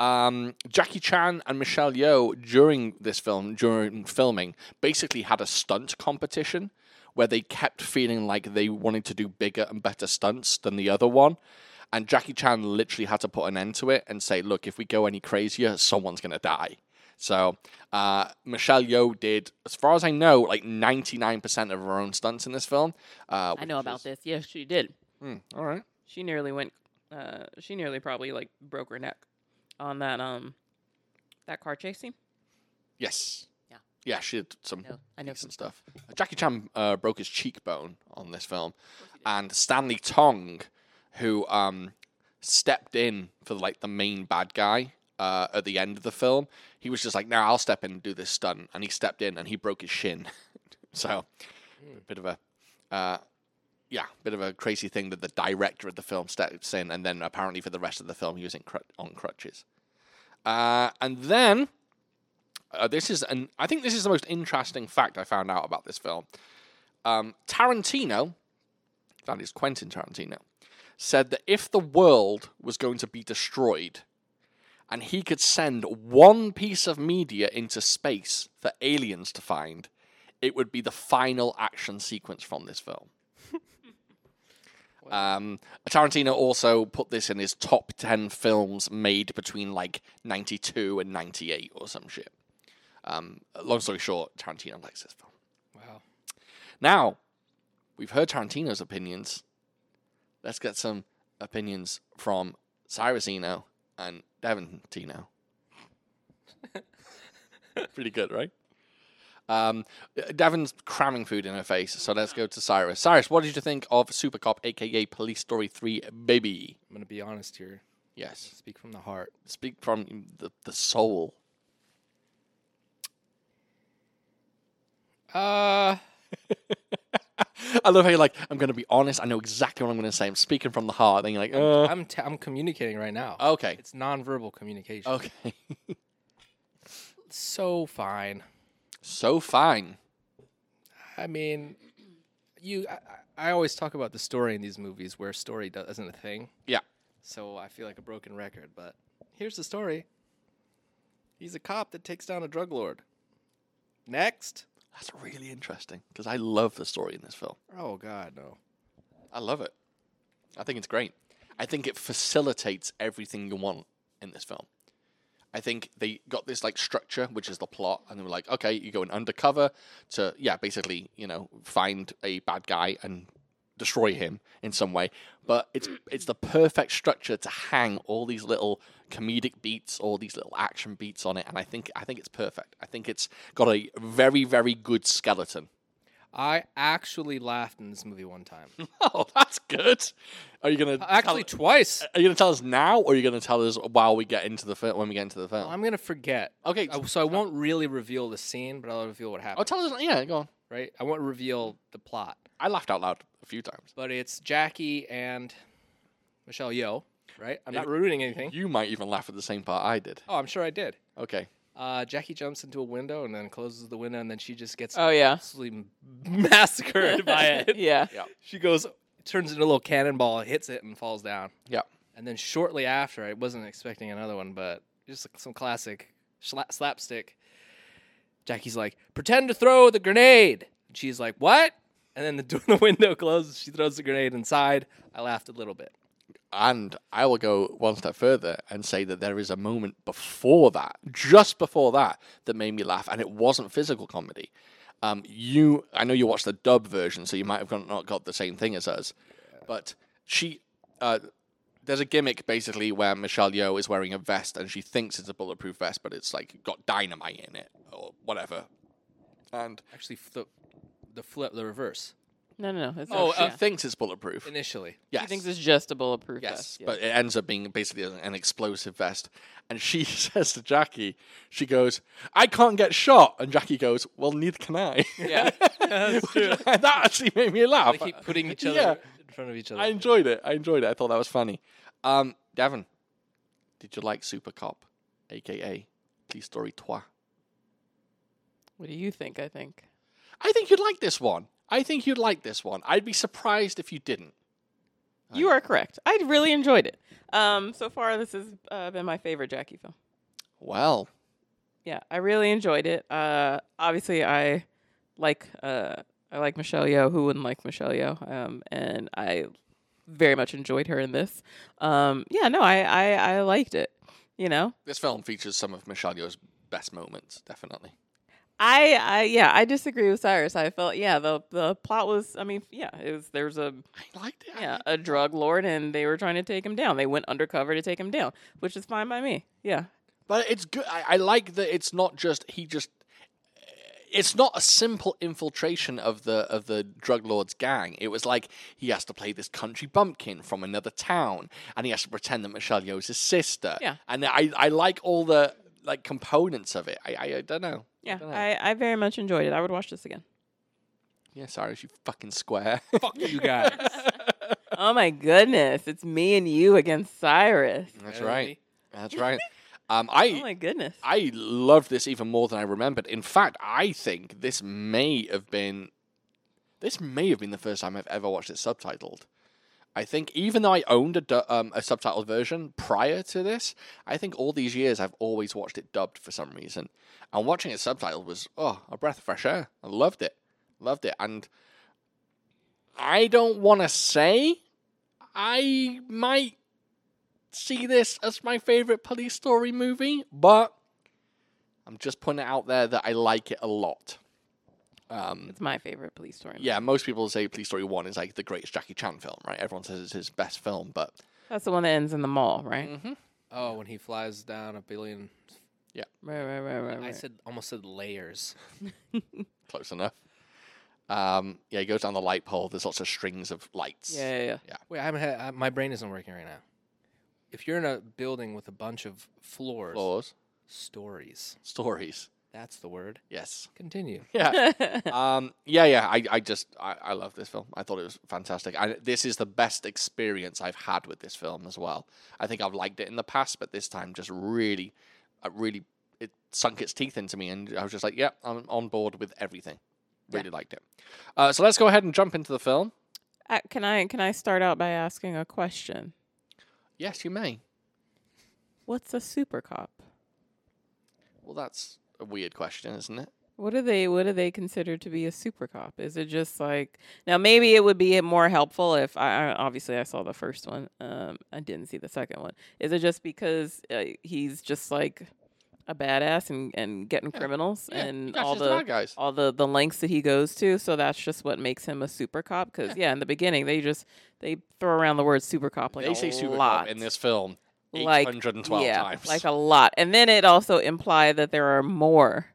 Speaker 2: Um, Jackie Chan and Michelle Yeoh during this film, during filming, basically had a stunt competition where they kept feeling like they wanted to do bigger and better stunts than the other one. And Jackie Chan literally had to put an end to it and say, look, if we go any crazier, someone's going to die. So uh, Michelle Yeoh did, as far as I know, like 99% of her own stunts in this film. Uh,
Speaker 1: I know about this. Yes, she did.
Speaker 2: Hmm, all right.
Speaker 1: She nearly went uh she nearly probably like broke her neck on that um that car chase scene.
Speaker 2: Yes.
Speaker 1: Yeah.
Speaker 2: Yeah, she did some
Speaker 1: No, I know some
Speaker 2: decent stuff. Jackie Chan uh, broke his cheekbone on this film, and Stanley Tong, who um, stepped in for like the main bad guy uh, at the end of the film, he was just like, "Now I'll step in and do this stunt," and he stepped in and he broke his shin. so, a bit of a. Uh, yeah, bit of a crazy thing that the director of the film steps in, and then apparently for the rest of the film he was in cru- on crutches. Uh, and then uh, this is an I think this is the most interesting fact I found out about this film. Um, Tarantino, that is Quentin Tarantino, said that if the world was going to be destroyed, and he could send one piece of media into space for aliens to find, it would be the final action sequence from this film. Um, Tarantino also put this in his top 10 films made between like 92 and 98 or some shit. Um, long story short, Tarantino likes this film.
Speaker 3: Wow.
Speaker 2: Now, we've heard Tarantino's opinions. Let's get some opinions from Cyrus Eno and Devin Tino. Pretty good, right? Um, Davin's cramming food in her face, so let's go to Cyrus. Cyrus, what did you think of Super Cop, aka Police Story 3 Baby?
Speaker 3: I'm gonna be honest here.
Speaker 2: Yes.
Speaker 3: Speak from the heart.
Speaker 2: Speak from the, the soul.
Speaker 3: Uh
Speaker 2: I love how you're like, I'm going to be honest. I know exactly what I'm going to say. I'm speaking from the heart. Then you're like, uh,
Speaker 3: I'm t- I'm communicating right now.
Speaker 2: okay.
Speaker 3: It's nonverbal communication.
Speaker 2: Uh, Okay.
Speaker 3: So fine.
Speaker 2: So fine.
Speaker 3: I mean, you. I, I I always talk about the story in these movies where story do- isn't a thing.
Speaker 2: Yeah.
Speaker 3: So I feel like a broken record, but here's the story. He's a cop that takes down a drug lord. Next.
Speaker 2: That's really interesting because I love the story in this film.
Speaker 3: Oh God, no.
Speaker 2: I love it. I think it's great. I think it facilitates everything you want in this film. I think they got this like structure, which is the plot, and they were like, okay, you go in undercover to yeah, basically, you know, find a bad guy and destroy him in some way. But it's it's the perfect structure to hang all these little comedic beats, all these little action beats on it, and I think I think it's perfect. I think it's got a very, very good skeleton.
Speaker 3: I actually laughed in this movie one time.
Speaker 2: Oh, that's good. Are you gonna
Speaker 3: actually,
Speaker 2: tell-
Speaker 3: twice.
Speaker 2: Are you going to tell us now, or are you going to tell us while we get into the film? When we get into the film,
Speaker 3: I'm gonna forget.
Speaker 2: okay.
Speaker 3: I- So I won't really reveal the scene, but I'll reveal what
Speaker 2: oh,
Speaker 3: happened.
Speaker 2: tell us. Yeah, go on.
Speaker 3: Right? I won't reveal the plot,
Speaker 2: I laughed out loud a few times.
Speaker 3: but it's Jackie and Michelle Yeoh. Right? I'm not ruining anything.
Speaker 2: You might even laugh at the same part I did.
Speaker 3: Oh, I'm sure I did.
Speaker 2: Okay.
Speaker 3: Uh, Jackie jumps into a window and then closes the window, and then she just gets
Speaker 1: Oh yeah.
Speaker 3: absolutely massacred by it.
Speaker 1: yeah.
Speaker 3: She goes, turns into a little cannonball, hits it, and falls down.
Speaker 2: Yeah.
Speaker 3: And then shortly after, I wasn't expecting another one, but just like some classic shla- slapstick. Jackie's like, pretend to throw the grenade. And she's like, what? And then the, door, the window closes. She throws the grenade inside. I laughed a little bit.
Speaker 2: And I will go one step further and say that there is a moment before that, just before that, that made me laugh, and it wasn't physical comedy. Um, you, I know you watched the dub version, so you might have got, not got the same thing as us, but she, uh, there's a gimmick basically where Michelle Yeoh is wearing a vest and she thinks it's a bulletproof vest, but it's like got dynamite in it or whatever. And
Speaker 3: Actually, flip, the flip, the reverse
Speaker 1: No, no, no. It's
Speaker 2: oh,
Speaker 1: not,
Speaker 2: uh,
Speaker 1: yeah.
Speaker 2: thinks it's bulletproof.
Speaker 3: initially.
Speaker 2: Yes.
Speaker 1: She thinks it's just a bulletproof
Speaker 2: Yes,
Speaker 1: vest. yeah.
Speaker 2: but it ends up being basically an- an explosive vest. And she says to Jackie, she goes, I can't get shot. And Jackie goes, Well, neither can I.
Speaker 1: yeah.
Speaker 2: that actually made me laugh.
Speaker 3: They keep putting each other
Speaker 2: Yeah.
Speaker 3: in front of each other.
Speaker 2: I enjoyed it. I enjoyed it. I thought that was funny. Um, Davin, did you like Super Cop, aka Police Story 3?
Speaker 1: What do you think? I think.
Speaker 2: I think you'd like this one. I think you'd like this one. I'd be surprised if you didn't.
Speaker 1: You are correct. I really enjoyed it. Um, so far, this has uh, been my favorite Jackie film.
Speaker 2: Well,
Speaker 1: Yeah, I really enjoyed it. Uh, obviously, I like uh, I like Michelle Yeoh. Who wouldn't like Michelle Yeoh? Um, and I very much enjoyed her in this. Um, yeah, no, I, I I liked it. You know,
Speaker 2: this film features some of Michelle Yeoh's best moments, definitely.
Speaker 1: I, I yeah, I disagree with Cyrus. I felt yeah, the the plot was. I mean, yeah, it was there's a
Speaker 2: I liked it. I
Speaker 1: yeah a drug lord, and they were trying to take him down. They went undercover to take him down, which is fine by me. Yeah,
Speaker 2: But it's good. I, I like that it's not just he just. It's not a simple infiltration of the of the drug lord's gang. It was like he has to play this country bumpkin from another town, and he has to pretend that Michelle Yeoh's his sister.
Speaker 1: Yeah.
Speaker 2: and I I like all the like components of it. I I, I don't know.
Speaker 1: yeah,
Speaker 2: dunno.
Speaker 1: I, I very much enjoyed it. I would watch this again.
Speaker 2: Yeah, sorry, you fucking square.
Speaker 3: Fuck you guys.
Speaker 1: Oh my goodness, it's me and you against Cyrus.
Speaker 2: That's
Speaker 3: Yeah,
Speaker 2: right.
Speaker 3: me.
Speaker 2: That's right. Um, I
Speaker 1: Oh my goodness.
Speaker 2: I love this even more than I remembered. In fact, I think this may have been this may have been the first time I've ever watched it subtitled. I think even though I owned a du- um, a subtitled version prior to this, I think all these years I've always watched it dubbed for some reason. And watching it subtitled was oh a breath of fresh air. I loved it, loved it. And I don't want to say I might see this as my favorite police story movie, but I'm just putting it out there that I like it a lot. Um,
Speaker 1: it's my favorite police story.
Speaker 2: yeah, most people say Police Story 1 is like the greatest Jackie Chan film, right? Everyone says it's his best film, but
Speaker 1: That's the one that ends in the mall, right?
Speaker 3: Oh, when he flies down a billion
Speaker 1: Right, right, right, right. right.
Speaker 3: I said almost said layers.
Speaker 2: Close enough. Um, yeah, he goes down the light pole. There's lots of strings of lights.
Speaker 1: yeah, yeah, yeah.
Speaker 3: Wait, I haven't had I, my brain isn't working right now. If you're in a building with a bunch of floors,
Speaker 2: Floors.
Speaker 3: stories.
Speaker 2: Stories.
Speaker 3: That's the word.
Speaker 2: Yes.
Speaker 3: Continue.
Speaker 2: Yeah. um, yeah, yeah. I, I just, I, I love this film. I thought it was fantastic. I, this is the best experience I've had with this film as well. I think I've liked it in the past, but this time just really, I really, it sunk its teeth into me, and I was just like, yeah, I'm on board with everything. Really liked it. Uh, so let's go ahead and jump into the film.
Speaker 1: Uh, can I can I start out by asking a question?
Speaker 2: Yes, you may.
Speaker 1: What's a super cop?
Speaker 2: Well, that's a weird question, isn't it?
Speaker 1: What are they what do they consider to be a super cop? Is it just like now maybe it would be more helpful if I I- obviously I saw the first one. Um I didn't see the second one. Is it just because uh, he's just like a badass and and getting criminals
Speaker 2: Yeah,
Speaker 1: and
Speaker 2: Gosh,
Speaker 1: all
Speaker 2: it's
Speaker 1: the
Speaker 2: bad guys.
Speaker 1: all the the lengths that he goes to so that's just what makes him a super cop because yeah. in the beginning they just they throw around the word super cop like
Speaker 2: they
Speaker 1: a
Speaker 2: say super
Speaker 1: lot
Speaker 2: cop in this film
Speaker 1: Like,
Speaker 2: 812
Speaker 1: yeah,
Speaker 2: times.
Speaker 1: like oh, a lot and then it also implied that there are more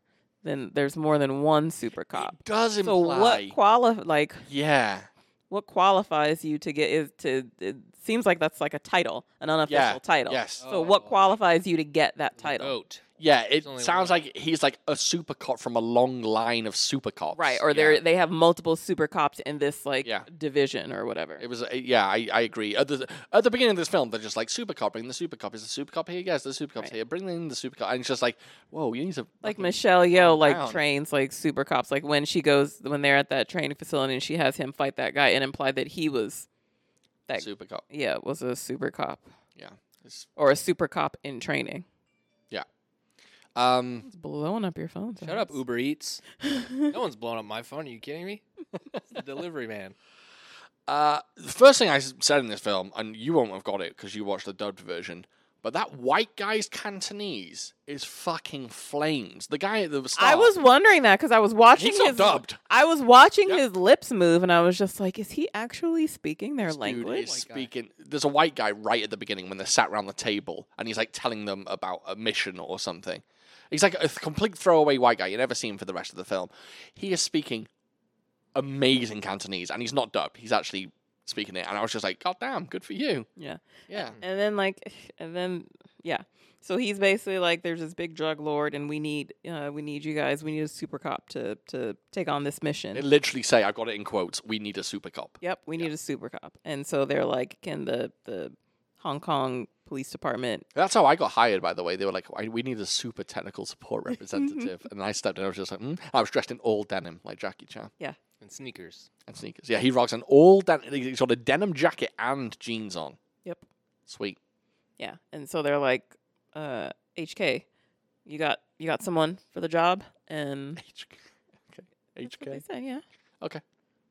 Speaker 1: than there's more than one super cop
Speaker 2: It does
Speaker 1: so
Speaker 2: imply.
Speaker 1: what quali- like
Speaker 2: yeah.
Speaker 1: what qualifies you to get is to it seems like that's like a title an unofficial
Speaker 2: Yeah,
Speaker 1: title
Speaker 2: Yes. Oh.
Speaker 1: so what qualifies you to get that title
Speaker 3: Goat.
Speaker 2: Yeah, it
Speaker 3: only
Speaker 2: sounds
Speaker 3: one.
Speaker 2: like he's like a super cop from a long line of super cops.
Speaker 1: right or
Speaker 2: yeah.
Speaker 1: they're they have multiple super cops in this like
Speaker 2: Yeah.
Speaker 1: division or whatever
Speaker 2: It was uh, yeah, I, I agree. At the, at the beginning of this film, they're just like super cop, bring the super cop. Is the super cop here? Yes, the super cop's
Speaker 1: Right.
Speaker 2: here. Bring in the super cop, and it's just like, whoa, you need to
Speaker 1: like
Speaker 2: fucking-
Speaker 1: Michelle Yeoh like
Speaker 2: down.
Speaker 1: trains like super cops like when she goes when they're at that training facility and she has him fight that guy and implied that he was that
Speaker 2: super cop.
Speaker 1: yeah was a super cop
Speaker 2: Yeah, It's-
Speaker 1: or a super cop in training
Speaker 2: um,
Speaker 1: it's blowing up your phone
Speaker 3: Shut up, Uber Eats. no one's blowing up my phone. Are you kidding me? It's the delivery man.
Speaker 2: Uh, the first thing I s- said in this film, and you won't have got it because you watched the dubbed version, but that white guy's Cantonese is fucking flames. The guy at the start.
Speaker 1: I was wondering that because I was watching
Speaker 2: He's not
Speaker 1: his
Speaker 2: dubbed.
Speaker 1: I was watching
Speaker 2: Yeah.
Speaker 1: his lips move and I was just like, is he actually speaking their
Speaker 2: This dude
Speaker 1: language?
Speaker 2: is speaking. There's a white guy right at the beginning when they're sat around the table, and he's like telling them about a mission or something. He's like a th- complete throwaway white guy. You never see him for the rest of the film. He is speaking amazing Cantonese, and he's not dubbed. He's actually speaking it, and I was just like, God damn, good for you.
Speaker 1: Yeah.
Speaker 2: Yeah.
Speaker 3: Mm,
Speaker 1: And then like, and then yeah. So he's basically like, there's this big drug lord, and we need, uh, we need you guys. We need a super cop to to take on this mission.
Speaker 2: They literally say, I've got it in quotes, we need a super cop.
Speaker 1: yep, we need a super cop. And so they're like, can the the Hong Kong police department?
Speaker 2: That's how I got hired, by the way. They were like, "I- we need a super technical support representative. and I stepped in, I was just like, mm. I was dressed in all denim, like Jackie Chan,
Speaker 3: And sneakers.
Speaker 2: and sneakers. Yeah, he rocks an all denim, he's got a denim jacket and jeans on.
Speaker 1: Yep.
Speaker 2: Sweet.
Speaker 1: Yeah. And so they're like, uh, HK, you got you got someone for the job, and
Speaker 2: HK. Okay.
Speaker 1: that's what they
Speaker 2: HK.
Speaker 1: said, yeah.
Speaker 2: Okay.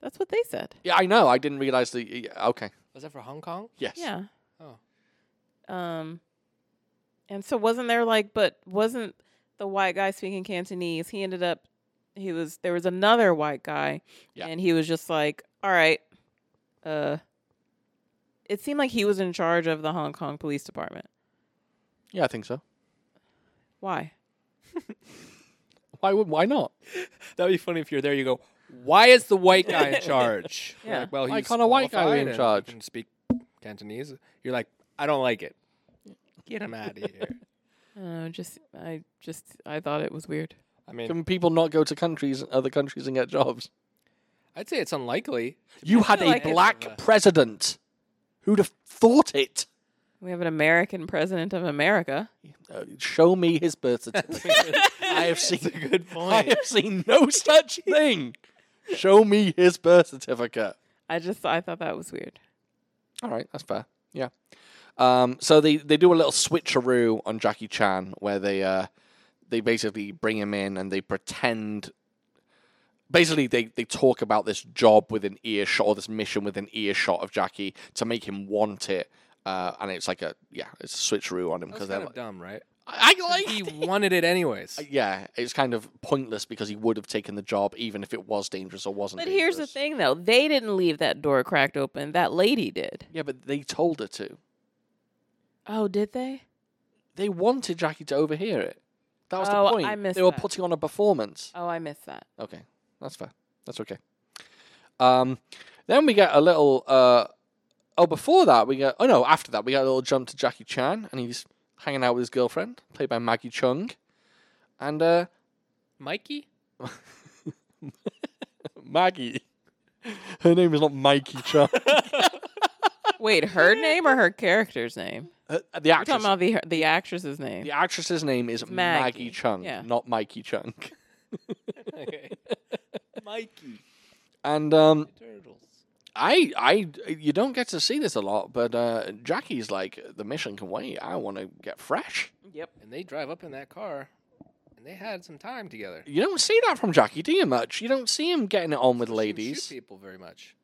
Speaker 1: That's what they said.
Speaker 2: Yeah, I know. I didn't realize the. yeah, Okay.
Speaker 3: Was that for Hong Kong?
Speaker 2: Yes.
Speaker 1: Yeah.
Speaker 3: Oh.
Speaker 1: Um and so wasn't there like but wasn't the white guy speaking Cantonese? He ended up he was there was another white guy
Speaker 2: Yeah.
Speaker 1: and he was just like, "All right, uh it seemed like he was in charge of the Hong Kong Police Department.
Speaker 2: Yeah, I think so.
Speaker 1: Why?
Speaker 2: Why would? Why not?
Speaker 4: That would be funny if you're there. You go, why is the white guy in charge? You're
Speaker 1: Yeah.
Speaker 4: Like, well,
Speaker 2: Why
Speaker 4: he's
Speaker 2: can't a white guy be
Speaker 4: qualified
Speaker 2: in
Speaker 4: and he
Speaker 2: charge?"
Speaker 4: Can speak Cantonese. You're like, I don't like it. Get him out of here.
Speaker 1: Uh, just I just I thought it was weird.
Speaker 4: I mean,
Speaker 2: Can people not go to countries, other countries, and get jobs?
Speaker 4: I'd say it's unlikely.
Speaker 2: You had
Speaker 1: feel
Speaker 2: a
Speaker 1: like it's
Speaker 2: black
Speaker 3: a-
Speaker 2: president. Who'd have thought it?
Speaker 1: We have an American president of America.
Speaker 2: Uh, show me his birth certificate. I have seen
Speaker 4: a good
Speaker 2: I
Speaker 4: point.
Speaker 2: have seen no such thing. Show me his birth certificate.
Speaker 1: I just I thought that was weird.
Speaker 2: All right, that's fair. Yeah. Um, so they, they do a little switcheroo on Jackie Chan where they uh, they basically bring him in and they pretend. Basically, they, they talk about this job with an earshot or this mission with an earshot of Jackie to make him want it. Uh, and it's like a yeah, it's a switcheroo on him
Speaker 3: That's
Speaker 2: because they're
Speaker 3: kind
Speaker 2: like,
Speaker 3: of dumb, right?
Speaker 2: I, I like
Speaker 3: He wanted it anyways.
Speaker 2: yeah, it's kind of pointless because he would have taken the job even if it was dangerous or wasn't.
Speaker 1: But here's the
Speaker 2: dangerous.
Speaker 1: thing though. They didn't leave that door cracked open. That lady did.
Speaker 2: Yeah, but they told her to.
Speaker 1: Oh, did they?
Speaker 2: They wanted Jackie to overhear it. That was
Speaker 1: Oh,
Speaker 2: the point.
Speaker 1: I missed
Speaker 2: they were
Speaker 1: that.
Speaker 2: putting on a performance.
Speaker 1: Oh, I missed that.
Speaker 2: Okay, that's fair. That's okay. Um, then we get a little. Uh, oh, before that we get. Oh no, after that we get a little jump to Jackie Chan, and he's hanging out with his girlfriend, played by Maggie Chung, and uh,
Speaker 3: Mikey?
Speaker 2: Maggie. Her name is not Mikey Chan.
Speaker 1: Wait, her name or her character's name?
Speaker 2: Uh, the
Speaker 1: We're talking
Speaker 2: actress.
Speaker 1: about the the actress's name.
Speaker 2: The actress's name is Maggie,
Speaker 1: Maggie,
Speaker 2: Chung,
Speaker 1: yeah.
Speaker 2: not Mikey Chung.
Speaker 3: Mikey.
Speaker 2: And um,
Speaker 3: Turtles.
Speaker 2: I, I, you don't get to see this a lot, but uh, Jackie's like, the mission can wait. I want to get fresh.
Speaker 1: Yep.
Speaker 3: And they drive up in that car and they had some time together.
Speaker 2: You don't see that from Jackie, do you? Much. You don't see him getting it on with
Speaker 3: She didn't shoot
Speaker 2: ladies.
Speaker 3: people very much.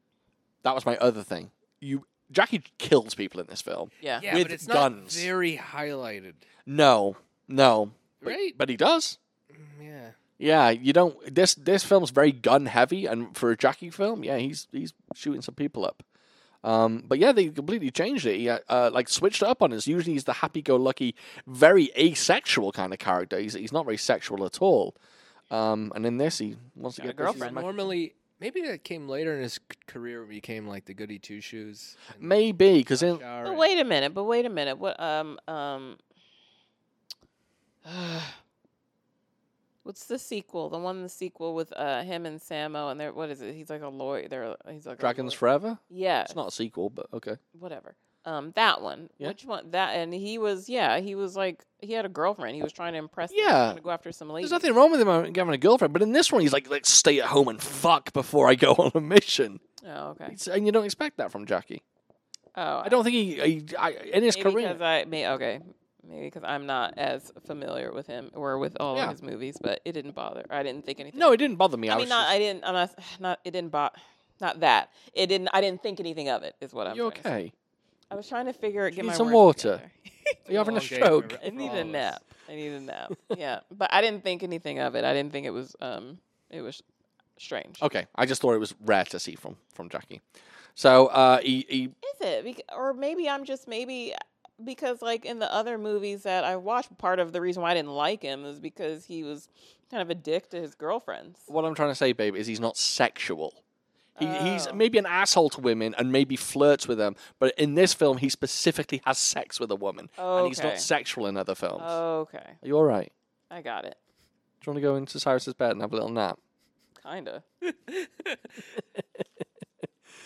Speaker 2: That was my other thing. You, Jackie kills people in this film.
Speaker 1: Yeah.
Speaker 3: Yeah,
Speaker 2: With
Speaker 3: but it's
Speaker 2: guns.
Speaker 3: not very highlighted.
Speaker 2: No, no, but-
Speaker 3: Right?
Speaker 2: but he does.
Speaker 3: Mm, Yeah.
Speaker 2: Yeah, you don't. This this film's very gun heavy, and for a Jackie film, yeah, he's he's shooting some people up. Um, but yeah, they completely changed it. He uh, uh, like switched it up on us. Usually, he's the happy-go-lucky, very asexual kind of character. He's he's not very sexual at all. Um, and in this, he wants to
Speaker 1: Got a
Speaker 2: get this- he's
Speaker 1: girlfriend.
Speaker 2: ma-
Speaker 3: Normally, maybe that came later in his c- career when he became like the goody two shoes. and
Speaker 2: Maybe because in
Speaker 3: Shower
Speaker 1: But
Speaker 3: and-
Speaker 1: wait a minute. But wait a minute. What um um. What's the sequel? The one, the sequel with uh him and Samo, and they're what is it? He's like a lawyer. They're he's like
Speaker 2: Dragons
Speaker 1: A lawyer.
Speaker 2: Forever,
Speaker 1: yeah,
Speaker 2: it's not a sequel, but okay.
Speaker 1: whatever. Um, that one.
Speaker 2: Yeah.
Speaker 1: Which one? That and he was yeah. He was like he had a girlfriend. He was trying to impress. them, he was
Speaker 2: Yeah.
Speaker 1: trying to go after some lady.
Speaker 2: There's nothing wrong with him uh, having a girlfriend, but in this one, he's like, like stay at home and fuck before I go on a mission.
Speaker 1: Oh okay.
Speaker 2: It's- and you don't expect that from Jackie.
Speaker 1: Oh,
Speaker 2: I don't think he, he I, in his
Speaker 1: maybe
Speaker 2: career.
Speaker 1: because I may okay. Maybe because I'm not as familiar with him or with all
Speaker 2: Yeah.
Speaker 1: of his movies, but it didn't bother. I didn't think anything.
Speaker 2: No, it didn't bother me. I,
Speaker 1: I
Speaker 2: was
Speaker 1: mean, not.
Speaker 2: just-
Speaker 1: I didn't. I'm not. Not. It didn't bother. Not that. It didn't. I didn't think anything of it. Is what I'm.
Speaker 2: you
Speaker 1: trying to say.
Speaker 2: okay?
Speaker 1: I was trying to figure. Get
Speaker 2: need
Speaker 1: my
Speaker 2: some
Speaker 1: words
Speaker 2: water.
Speaker 1: together.
Speaker 2: Are you having a
Speaker 3: Long day for
Speaker 2: stroke?
Speaker 3: every-
Speaker 1: I
Speaker 3: for
Speaker 1: need
Speaker 3: all
Speaker 1: a
Speaker 3: of us.
Speaker 1: nap. I need a nap. yeah, but I didn't think anything of it. I didn't think it was. Um, it was strange.
Speaker 2: Okay, I just thought it was rare to see from from Jackie. So uh, he, he
Speaker 1: Is it? Bec- or maybe I'm just maybe because like in the other movies that I watched, part of the reason why I didn't like him is because he was kind of a dick to his girlfriends.
Speaker 2: what I'm trying to say, babe, is he's not sexual. He, He's
Speaker 1: Oh.
Speaker 2: maybe an asshole to women and maybe flirts with them, but in this film, he specifically has sex with a woman, and he's
Speaker 1: Oh, Okay. Oh.
Speaker 2: not sexual in other films.
Speaker 1: Okay,
Speaker 2: Are you all right?
Speaker 1: I got it.
Speaker 2: Do you want to go into Cyrus's bed and have a little nap?
Speaker 1: Kinda.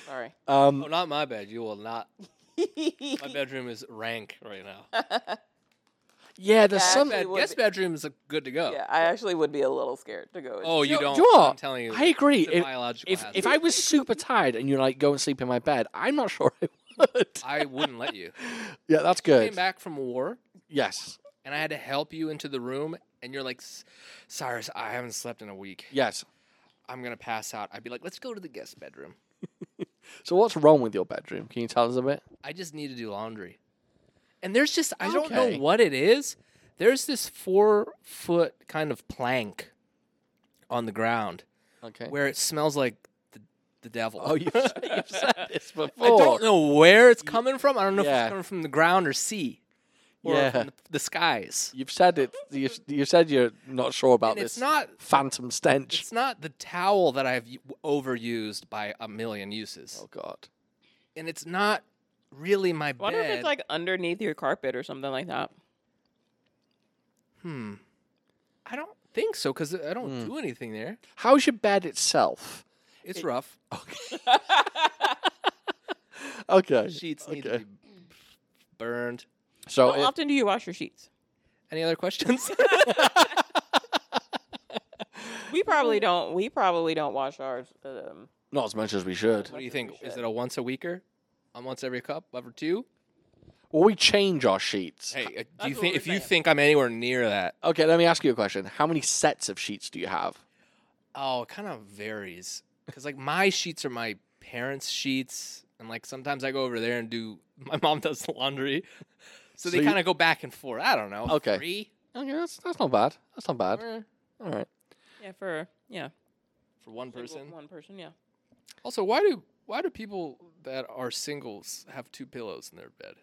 Speaker 1: Sorry.
Speaker 2: Um,
Speaker 3: Oh, not my bed. You will not. My bedroom is rank right now.
Speaker 2: yeah, there's
Speaker 1: Yeah,
Speaker 2: some.
Speaker 1: actually,
Speaker 3: Bed,
Speaker 1: would
Speaker 3: guest
Speaker 1: be-
Speaker 3: bedroom's are good to go.
Speaker 1: Yeah, I actually would be a little scared to go.
Speaker 3: Oh, you,
Speaker 2: know-
Speaker 3: don't.
Speaker 2: do you know
Speaker 3: I'm
Speaker 2: what?
Speaker 3: telling you.
Speaker 2: I agree.
Speaker 3: It's a
Speaker 2: If-
Speaker 3: biological
Speaker 2: If if
Speaker 3: hazard.
Speaker 2: I was super tired and you're like go and sleep in my bed, I'm not sure I would.
Speaker 3: I wouldn't let you.
Speaker 2: Yeah, that's
Speaker 3: Came
Speaker 2: good.
Speaker 3: back from war,
Speaker 2: Yes,
Speaker 3: and I had to help you into the room, and you're like, "S- Cyrus, I haven't slept in a week.
Speaker 2: yes.
Speaker 3: I'm gonna pass out. I'd be like, let's go to the guest bedroom.
Speaker 2: So what's wrong with your bedroom? Can you tell us a bit?
Speaker 3: I just need to do laundry. And there's just I don't know
Speaker 2: Okay.
Speaker 3: what it is. There's this four foot kind of plank on the ground
Speaker 2: Okay.
Speaker 3: where it smells like the, the devil.
Speaker 2: Oh, you've, you've said this before.
Speaker 3: I don't know where it's coming from. I don't know if
Speaker 2: Yeah.
Speaker 3: it's coming from the ground or sea or
Speaker 2: Yeah.
Speaker 3: from the, the skies.
Speaker 2: You've said it. You've, you said you're not sure about
Speaker 3: And
Speaker 2: this
Speaker 3: it's not
Speaker 2: phantom stench.
Speaker 3: it's not the towel that I've u- overused by a million uses.
Speaker 2: Oh God.
Speaker 3: And it's not really my
Speaker 1: I wonder if
Speaker 3: bed.
Speaker 1: it's like underneath your carpet or something like that.
Speaker 3: hmm. I don't think so cuz I don't do anything there.
Speaker 2: How's your bed itself?
Speaker 3: It's rough.
Speaker 2: Okay.
Speaker 3: Sheets need
Speaker 2: Okay.
Speaker 3: to be burned.
Speaker 2: So
Speaker 1: How
Speaker 2: Oh, it-
Speaker 1: often do you wash your sheets?
Speaker 3: Any other questions?
Speaker 1: We probably don't. We probably don't wash ours. Um,
Speaker 2: not as much as we should.
Speaker 3: what do you think? Is it a once a weeker? A once every cup, every two?
Speaker 2: Well, we change our sheets.
Speaker 3: Hey, uh, do
Speaker 1: That's
Speaker 3: you
Speaker 1: what
Speaker 3: think
Speaker 1: we're
Speaker 3: if you
Speaker 1: saying.
Speaker 3: think I'm anywhere near that?
Speaker 2: Okay, let me ask you a question. How many sets of sheets do you have?
Speaker 3: Oh, it kind of varies. Cause like my sheets are my parents' sheets, and like sometimes I go over there and do. My mom does the laundry,
Speaker 2: So
Speaker 3: so, they
Speaker 2: you-
Speaker 3: kind of go back and forth. I don't know.
Speaker 2: Okay.
Speaker 3: three
Speaker 2: Okay, that's, that's not bad. That's not bad.
Speaker 3: eh,
Speaker 2: All right.
Speaker 1: yeah, for yeah,
Speaker 3: for one
Speaker 1: like,
Speaker 3: person.
Speaker 1: One person. Yeah.
Speaker 3: Also, why do why do people that are singles have two pillows in their bed?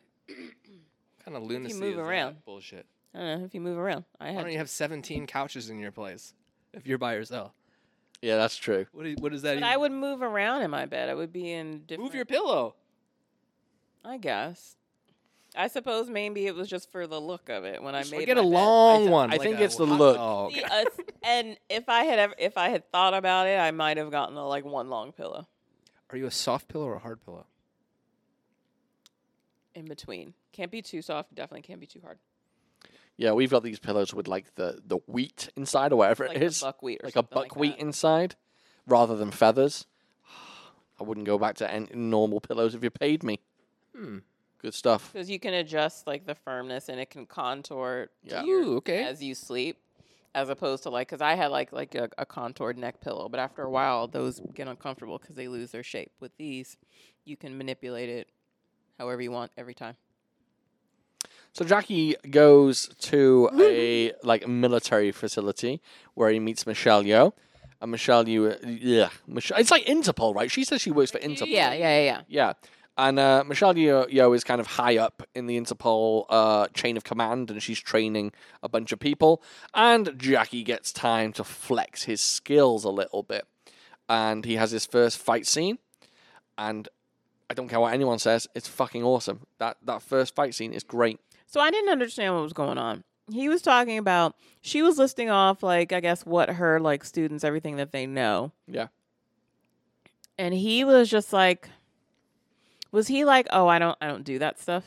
Speaker 3: kind of lunacy.
Speaker 1: move
Speaker 3: is that
Speaker 1: around.
Speaker 3: bullshit.
Speaker 1: I don't know if you move around. I
Speaker 3: Why
Speaker 1: had
Speaker 3: don't you have 17 couches in your place if you're by yourself?
Speaker 2: Yeah, that's true.
Speaker 3: What, is, what is that?
Speaker 1: But
Speaker 3: Even?
Speaker 1: I would move around in my bed. I would be in different.
Speaker 3: Move your pillow.
Speaker 1: I guess. I suppose maybe it was just for the look of it when I
Speaker 3: Just
Speaker 1: made
Speaker 3: get a
Speaker 1: my bed.
Speaker 3: long one.
Speaker 2: I
Speaker 3: like
Speaker 2: think
Speaker 3: a
Speaker 2: it's the
Speaker 3: hot
Speaker 2: look.
Speaker 3: dog.
Speaker 1: See, uh, and if I had ever, if I had thought about it, I might have gotten a, like one long pillow
Speaker 3: Are you a soft pillow or a hard pillow?
Speaker 1: in between. Can't be too soft. Definitely can't be too hard.
Speaker 2: Yeah, we've got these pillows with like the, the wheat inside or whatever
Speaker 1: Like
Speaker 2: it
Speaker 1: the
Speaker 2: is,
Speaker 1: buckwheat or
Speaker 2: like a
Speaker 1: something like
Speaker 2: buckwheat
Speaker 1: that.
Speaker 2: inside, rather than feathers. I wouldn't go back to any normal pillows if you paid me.
Speaker 1: Hmm.
Speaker 2: Good stuff.
Speaker 1: Because you can adjust like the firmness and it can contour
Speaker 2: Yeah.
Speaker 3: Ooh, okay.
Speaker 1: as you sleep, as opposed to like because I had like like a, a contoured neck pillow, but after a while those get uncomfortable because they lose their shape. With these, you can manipulate it however you want every time.
Speaker 2: So Jackie goes to a like military facility where he meets Michelle Yeoh. And Michelle Yeoh, yeah, Michelle, it's like Interpol, right? She says she works for Interpol.
Speaker 1: Yeah, yeah, yeah.
Speaker 2: Yeah. And uh, Michelle Yeoh Yeoh is kind of high up in the Interpol uh, chain of command, and she's training a bunch of people. And Jackie gets time to flex his skills a little bit. And he has his first fight scene. And I don't care what anyone says, it's fucking awesome. That, that first fight scene is great.
Speaker 1: So I didn't understand what was going on. He was talking about she was listing off like I guess what her like students everything that they know.
Speaker 2: Yeah.
Speaker 1: And he was just like was he like, "Oh, I don't I don't do that stuff."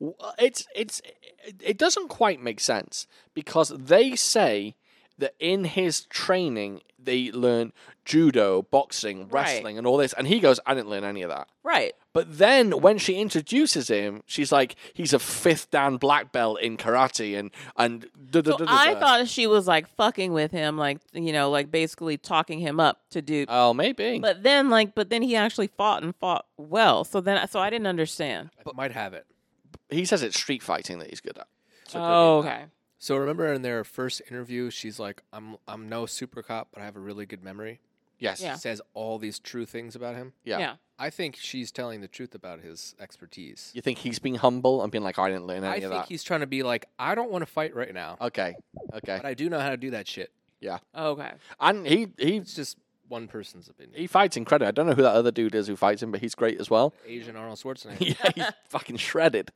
Speaker 2: W- uh, it's it's it- it doesn't quite make sense because they say that in his training they learn judo, boxing,
Speaker 1: Right.
Speaker 2: wrestling, and all this, and he goes, "I didn't learn any of that."
Speaker 1: Right.
Speaker 2: But then when she introduces him, she's like, "He's a fifth dan black belt in karate," and and da, da,
Speaker 1: So
Speaker 2: da, da,
Speaker 1: I
Speaker 2: da.
Speaker 1: thought she was like fucking with him, like you know, like basically talking him up to do.
Speaker 2: oh, maybe,
Speaker 1: but then, like, but then he actually fought and fought well. So then, so I didn't understand.
Speaker 3: I might have it.
Speaker 2: he says it's street fighting that he's good at. So good.
Speaker 1: Oh, okay.
Speaker 3: So remember in their first interview, she's like, "I'm I'm no super cop, but I have a really good memory."
Speaker 2: yes,
Speaker 1: Yeah.
Speaker 3: Says all these true things about him.
Speaker 2: yeah.
Speaker 1: Yeah.
Speaker 3: I think she's telling the truth about his expertise.
Speaker 2: You think he's being humble and being like, "I didn't learn any
Speaker 3: I
Speaker 2: of
Speaker 3: think
Speaker 2: that."
Speaker 3: he's trying to be like, "I don't want to fight right now,
Speaker 2: Okay, okay,
Speaker 3: but I do know how to do that shit."
Speaker 1: Oh, Okay.
Speaker 2: and he he
Speaker 3: It's just one person's opinion.
Speaker 2: He fights incredible. I don't know who that other dude is who fights him, but he's great as well.
Speaker 3: Asian Arnold Schwarzenegger.
Speaker 2: yeah, he's fucking shredded.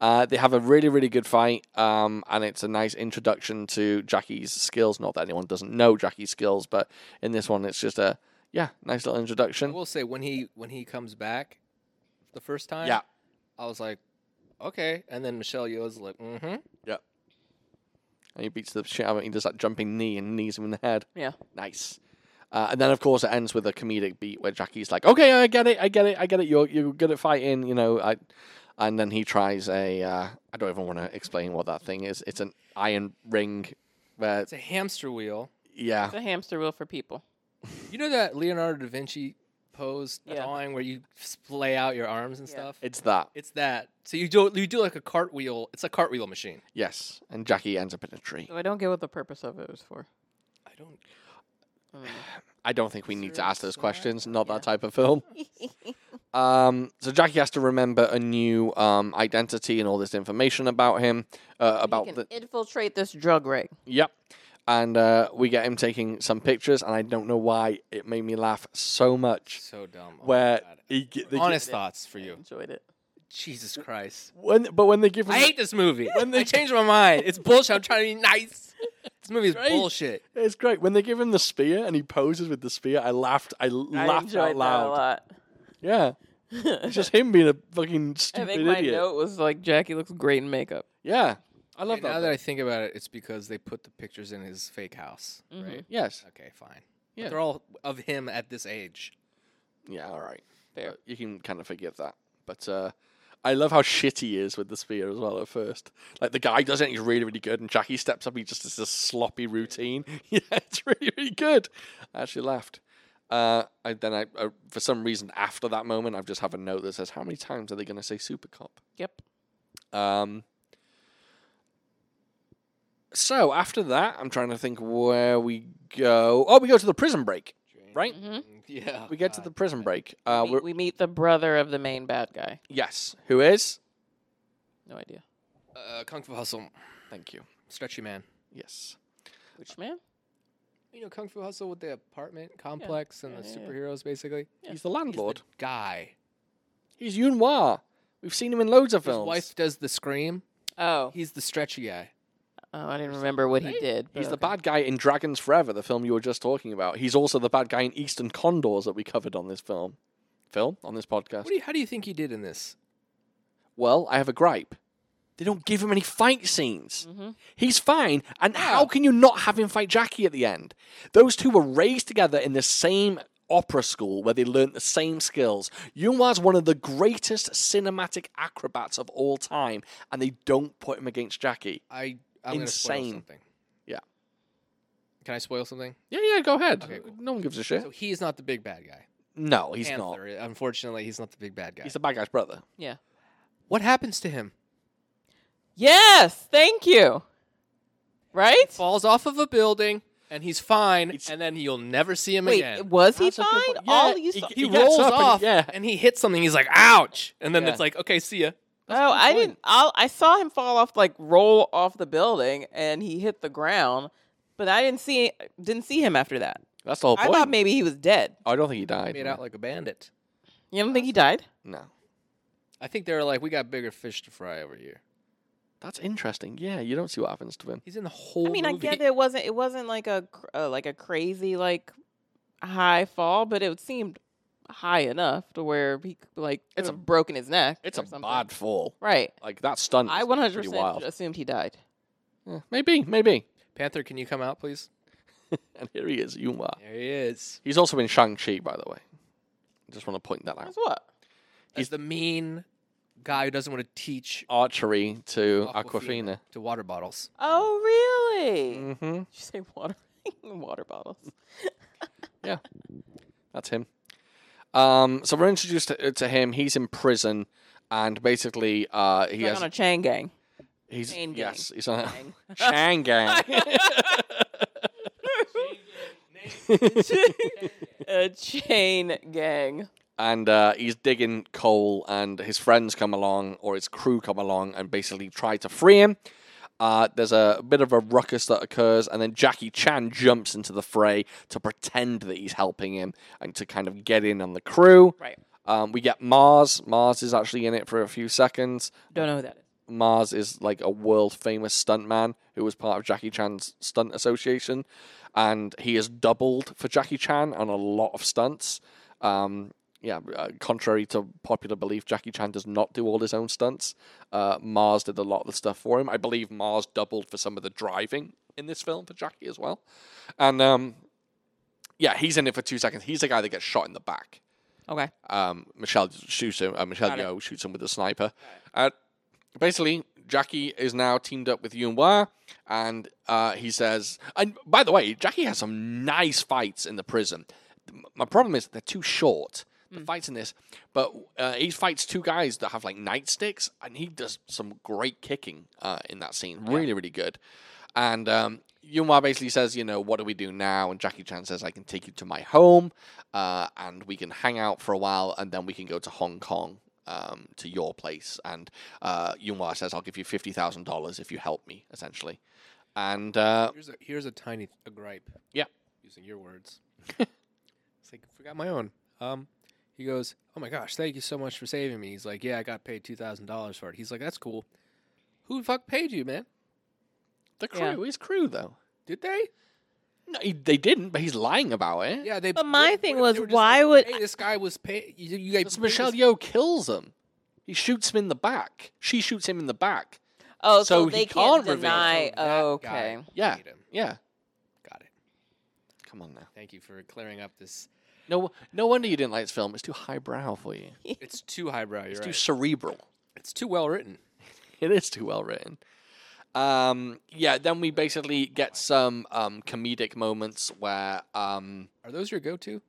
Speaker 2: Uh, they have a really, really good fight, um, and it's a nice introduction to Jackie's skills. Not that anyone doesn't know Jackie's skills, but in this one, it's just a yeah, nice little
Speaker 3: I
Speaker 2: introduction.
Speaker 3: will say when he when he comes back, the first time,
Speaker 2: Yeah,
Speaker 3: I was like, "Okay," and then Michelle Yeoh's like, "Mm-hmm."
Speaker 2: and he beats the shit out of him. He does that jumping knee and knees him in the head.
Speaker 1: Yeah.
Speaker 2: Nice. Uh, and then, of course, it ends with a comedic beat where Jackie's like, "Okay, I get it, I get it, I get it. You're you're good at fighting, you know." I, and then he tries a. Uh, I don't even want to explain what that thing is. It's an iron ring, where
Speaker 3: It's a hamster wheel.
Speaker 2: yeah,
Speaker 1: It's a hamster wheel for people.
Speaker 3: You know that Leonardo da Vinci pose
Speaker 1: Yeah.
Speaker 3: drawing where you splay out your arms and
Speaker 1: Yeah.
Speaker 3: stuff?
Speaker 2: it's that.
Speaker 3: It's that. So you do you do like a cartwheel. It's a cartwheel machine.
Speaker 2: Yes, and Jackie ends up in a tree.
Speaker 1: So I don't get what the purpose of it was for.
Speaker 3: I don't.
Speaker 1: I don't know.
Speaker 2: I don't think we need to ask those
Speaker 3: Seriously?
Speaker 2: questions. Not that type of film. um, so Jackie has to remember a new um, identity and all this information about him, uh, about
Speaker 1: you
Speaker 2: the
Speaker 1: can infiltrate this drug ring.
Speaker 2: Yep. And uh, we get him taking some pictures, and I don't know why it made me laugh so much.
Speaker 3: So dumb. Oh my
Speaker 2: Where
Speaker 3: God.
Speaker 2: he, gi- they gi-
Speaker 3: honest thoughts for you.
Speaker 1: Enjoyed it.
Speaker 3: Jesus Christ.
Speaker 2: when, but when they give him,
Speaker 3: I hate this movie. I changed my mind. It's bullshit. I'm trying to be nice. This movie is
Speaker 2: Right.
Speaker 3: bullshit.
Speaker 2: it's great when they give him the spear and he poses with the spear. I laughed, I
Speaker 1: I
Speaker 2: laughed
Speaker 1: enjoyed
Speaker 2: out loud. Yeah,
Speaker 1: that a lot.
Speaker 2: it's just him being a fucking
Speaker 1: I
Speaker 2: stupid
Speaker 1: think my
Speaker 2: idiot.
Speaker 1: note was like, Jackie looks great in makeup.
Speaker 2: Yeah, I love
Speaker 3: Okay,
Speaker 2: that.
Speaker 3: now that
Speaker 2: bit.
Speaker 3: I think about it, it's because they put the pictures in his fake house, right?
Speaker 2: yes.
Speaker 3: Okay, fine.
Speaker 2: Yeah.
Speaker 3: But they're all of him at this age.
Speaker 2: Yeah. All right.
Speaker 1: Fair.
Speaker 2: But you can kind of forgive that, but. uh I love how shitty he is with the spear as well at first. Like the guy does it, he's really, really good, and Jackie steps up, he just does this sloppy routine. Yeah, it's really, really good. I actually laughed. Uh, I, then I, I, for some reason, after that moment, I just have a note that says, "How many times are they going to say super cop?"
Speaker 1: Yep.
Speaker 2: Um, so after that, I'm trying to think where we go. Oh, we go to the prison break, right?
Speaker 1: hmm
Speaker 3: Yeah.
Speaker 2: We get to the prison break. Uh,
Speaker 1: we,
Speaker 2: we're,
Speaker 1: we meet the brother of the main bad guy.
Speaker 2: yes, who is?
Speaker 1: No idea.
Speaker 3: uh, Kung Fu Hustle.
Speaker 2: Thank you.
Speaker 3: Stretchy man.
Speaker 2: Yes.
Speaker 1: Which man?
Speaker 3: You know Kung Fu Hustle with the apartment complex and
Speaker 1: Yeah,
Speaker 3: the
Speaker 1: yeah, yeah.
Speaker 3: superheroes, basically.
Speaker 1: Yeah.
Speaker 2: He's the landlord.
Speaker 3: Guy.
Speaker 2: He's Yun Hua. We've seen him in loads of
Speaker 3: His
Speaker 2: films.
Speaker 3: wife does the scream.
Speaker 1: Oh,
Speaker 3: He's the stretchy guy.
Speaker 1: oh, I didn't remember what he did.
Speaker 2: He's the
Speaker 1: but okay.
Speaker 2: bad guy in Dragons Forever, the film you were just talking about. He's also the bad guy in Eastern Condors that we covered on this film. Film? On this podcast.
Speaker 3: What do you, how do you think he did in this?
Speaker 2: Well, I have a gripe. They don't give him any fight scenes.
Speaker 1: Mhm.
Speaker 2: He's fine. And how can you not have him fight Jackie at the end? Those two were raised together in the same opera school where they learnt the same skills. Yunwa's one of the greatest cinematic acrobats of all time, and they don't put him against Jackie.
Speaker 3: I I'm going to spoil
Speaker 2: Insane.
Speaker 3: something.
Speaker 2: Yeah.
Speaker 3: Can I spoil something?
Speaker 2: Yeah, yeah, go ahead.
Speaker 3: Okay, cool.
Speaker 2: No one gives a shit.
Speaker 3: So he's not the big bad guy.
Speaker 2: no, he's not.
Speaker 3: Panther, Unfortunately, he's not the big bad guy.
Speaker 2: He's the bad guy's brother.
Speaker 1: Yeah.
Speaker 3: what happens to him?
Speaker 1: Yes. Thank you. Right?
Speaker 3: Falls off of a building and he's fine
Speaker 2: It's-
Speaker 3: and then you'll never see him
Speaker 1: Wait,
Speaker 3: again.
Speaker 1: was he
Speaker 2: That's a
Speaker 1: fine?
Speaker 2: good point. Yeah,
Speaker 1: All you
Speaker 2: he-
Speaker 1: saw-
Speaker 2: uh, he
Speaker 3: He,
Speaker 2: gets
Speaker 3: rolls
Speaker 2: up and-
Speaker 3: off and,
Speaker 2: yeah.
Speaker 3: he hits something. He's like, ouch. And then
Speaker 2: Yeah.
Speaker 3: it's like, okay, see ya.
Speaker 1: Oh, I didn't. I'll, I saw him fall off, like roll off the building, and he hit the ground. But I didn't see didn't see him after that.
Speaker 2: That's the whole
Speaker 1: I
Speaker 2: point.
Speaker 1: thought maybe he was dead.
Speaker 2: I don't think he died.
Speaker 3: Made out like a bandit.
Speaker 1: You don't think he died?
Speaker 2: No.
Speaker 3: I think they were like, we got bigger fish to fry over here.
Speaker 2: That's interesting. Yeah, you don't see what happens to him.
Speaker 3: He's in the whole
Speaker 1: I mean, I
Speaker 3: movie.
Speaker 1: get it wasn't it wasn't like a cr- uh, like a crazy like high fall, but it seemed high enough to where he could, like
Speaker 2: It's
Speaker 1: it's
Speaker 2: a-
Speaker 1: have broken his neck.
Speaker 2: It's
Speaker 1: or
Speaker 2: a
Speaker 1: something.
Speaker 2: bad fall.
Speaker 1: right.
Speaker 2: Like that stunt.
Speaker 1: I
Speaker 2: is
Speaker 1: 100
Speaker 2: pretty wild.
Speaker 1: percent assumed he died.
Speaker 2: Yeah, Eh, maybe, maybe.
Speaker 3: Panther, can you come out, please?
Speaker 2: And here he is, Yuma.
Speaker 3: There he is.
Speaker 2: He's also in Shang Chi, by the way. I just want to point that out.
Speaker 1: That's what.
Speaker 3: He's the mean guy who doesn't want to teach
Speaker 2: Archery to Aquafina.
Speaker 3: Aquafina. to water bottles.
Speaker 1: Oh, really? Did
Speaker 2: Mm-hmm.
Speaker 1: you say water water bottles?
Speaker 2: That's him. Um, so we're introduced to, to him. He's in prison, and basically, uh, he
Speaker 1: He's like
Speaker 2: has
Speaker 1: on a chain gang.
Speaker 2: he's
Speaker 1: chain gang.
Speaker 2: yes, he's on a
Speaker 1: Gang.
Speaker 2: Shang Gang.
Speaker 1: a chain gang.
Speaker 2: and uh, he's digging coal, and his friends come along, or his crew come along, and basically try to free him. Uh, there's a bit of a ruckus that occurs, and then Jackie Chan jumps into the fray to pretend that he's helping him and to kind of get in on the crew.
Speaker 1: Right.
Speaker 2: Um, we get Mars. Mars is actually in it for a few seconds.
Speaker 1: Don't know who that is.
Speaker 2: Mars is like a world famous stuntman who was part of Jackie Chan's stunt association, and he has doubled for Jackie Chan on a lot of stunts. Um, yeah, uh, contrary to popular belief, Jackie Chan does not do all his own stunts. Uh, Mars did a lot of the stuff for him. I believe Mars doubled for some of the driving in this film for Jackie as well. And um, yeah, he's in it for two seconds. He's the guy that gets shot in the back
Speaker 1: Okay.
Speaker 2: um, Michelle shoots him. Uh, Michelle
Speaker 1: Got it.
Speaker 2: Yeoh shoots him with a sniper. Uh, basically, Jackie is now teamed up with Yuen Wah, and uh, he says. And by the way, Jackie has some nice fights in the prison. M- My problem is they're too short. The fights in this, but uh, he fights two guys that have like nightsticks, and he does some great kicking uh, in that scene. Really, really good. And um, Yunwa basically says, you know, what do we do now? And Jackie Chan says, I can take you to my home uh, and we can hang out for a while and then we can go to Hong Kong um, to your place. And uh, Yunwa says, I'll give you $50,000 if you help me, essentially. And uh,
Speaker 3: Here's a here's a tiny a gripe.
Speaker 2: Yeah.
Speaker 3: Using your words. it's like forgot my own. Um he goes, Oh my gosh, thank you so much for saving me. He's like, Yeah, I got paid two thousand dollars for it. He's like, That's cool. Who the fuck paid you, man?
Speaker 2: the
Speaker 1: Yeah.
Speaker 2: crew, his crew, though.
Speaker 3: Did they?
Speaker 2: No, he, they didn't, but he's lying about it.
Speaker 3: Yeah, they
Speaker 1: But my
Speaker 3: what-
Speaker 1: thing
Speaker 3: what if
Speaker 1: was,
Speaker 3: they were just
Speaker 1: why
Speaker 3: like,
Speaker 1: would-
Speaker 3: hey, this guy was paid? You, you guys,
Speaker 2: It's Michelle Yeoh kills him. He shoots him in the back. She shoots him in the back.
Speaker 1: Oh,
Speaker 2: So
Speaker 1: so,
Speaker 2: he
Speaker 1: they
Speaker 2: can't
Speaker 1: can't,
Speaker 2: reveal.
Speaker 1: deny.
Speaker 3: So that
Speaker 1: okay.
Speaker 3: guy-
Speaker 2: Yeah.
Speaker 3: Hate him.
Speaker 2: Yeah.
Speaker 3: Got it.
Speaker 2: Come on now.
Speaker 3: Thank you for clearing up this.
Speaker 2: No, no wonder you didn't like this film. It's too highbrow for you.
Speaker 3: It's too highbrow. You're
Speaker 2: It's
Speaker 3: right.
Speaker 2: too cerebral.
Speaker 3: it's too well written.
Speaker 2: It is too well written. Um, yeah, then we basically get some um, comedic moments where. Um,
Speaker 3: Are those your go-to?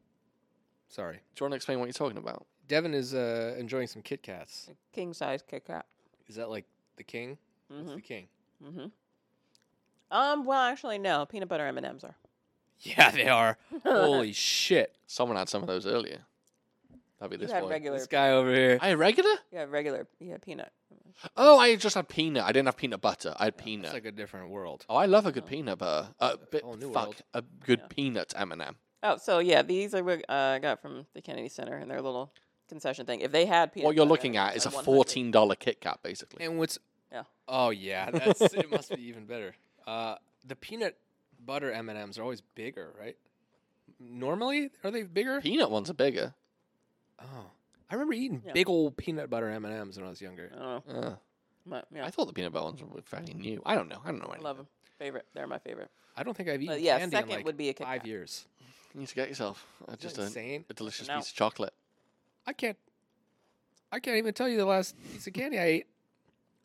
Speaker 3: Sorry,
Speaker 2: do you want to explain what you're talking about?
Speaker 3: Devin is uh, enjoying some Kit Kats.
Speaker 1: King size kick out.
Speaker 3: Is that like the king? What's the king?
Speaker 1: Mm-hmm. Um. Well, actually, no. Peanut butter M and M's are.
Speaker 3: Yeah, they are. Holy shit!
Speaker 2: Someone had some of those earlier. That'd be
Speaker 1: You
Speaker 2: this
Speaker 1: had
Speaker 2: one.
Speaker 1: regular.
Speaker 4: This guy over here.
Speaker 2: I had regular?
Speaker 1: You had regular. You had peanut.
Speaker 2: Oh, I just had peanut. I didn't have peanut butter. I had peanut.
Speaker 3: It's like a different world.
Speaker 2: oh, I love a good peanut butter. Uh, bi-
Speaker 3: whole new
Speaker 2: fuck,
Speaker 3: world.
Speaker 2: a good
Speaker 1: Yeah.
Speaker 2: peanut M&M. M and m
Speaker 1: Oh, so yeah, these are what uh, I got from the Kennedy Center and their little concession thing. If they had peanut,
Speaker 2: What you're
Speaker 1: butter,
Speaker 2: looking at is a
Speaker 1: 100.
Speaker 2: fourteen dollar Kit Kat, basically.
Speaker 3: And what's
Speaker 1: Yeah.
Speaker 3: Oh yeah, that's it. Must be even better. Uh, the peanut butter M and M's are always bigger, right? Normally, are they bigger?
Speaker 2: Peanut ones are bigger.
Speaker 3: oh, I remember eating
Speaker 1: Yeah.
Speaker 3: big old peanut butter M and M's when I was younger.
Speaker 1: I don't know.
Speaker 2: Uh,
Speaker 1: But, yeah,
Speaker 2: I thought the peanut butter ones were fairly new. I don't know. I don't know.
Speaker 1: I
Speaker 2: Anything.
Speaker 1: love them. Favorite. They're my favorite.
Speaker 3: I don't think I've eaten
Speaker 1: But yeah,
Speaker 3: candy in
Speaker 1: second
Speaker 3: like
Speaker 1: would be a Kit
Speaker 3: five
Speaker 1: Kat.
Speaker 3: years.
Speaker 2: You need to get yourself uh,
Speaker 3: Just
Speaker 2: just a,
Speaker 3: insane.
Speaker 2: a delicious
Speaker 1: No.
Speaker 2: piece of chocolate.
Speaker 3: I can't. I can't even tell you the last piece of candy I ate.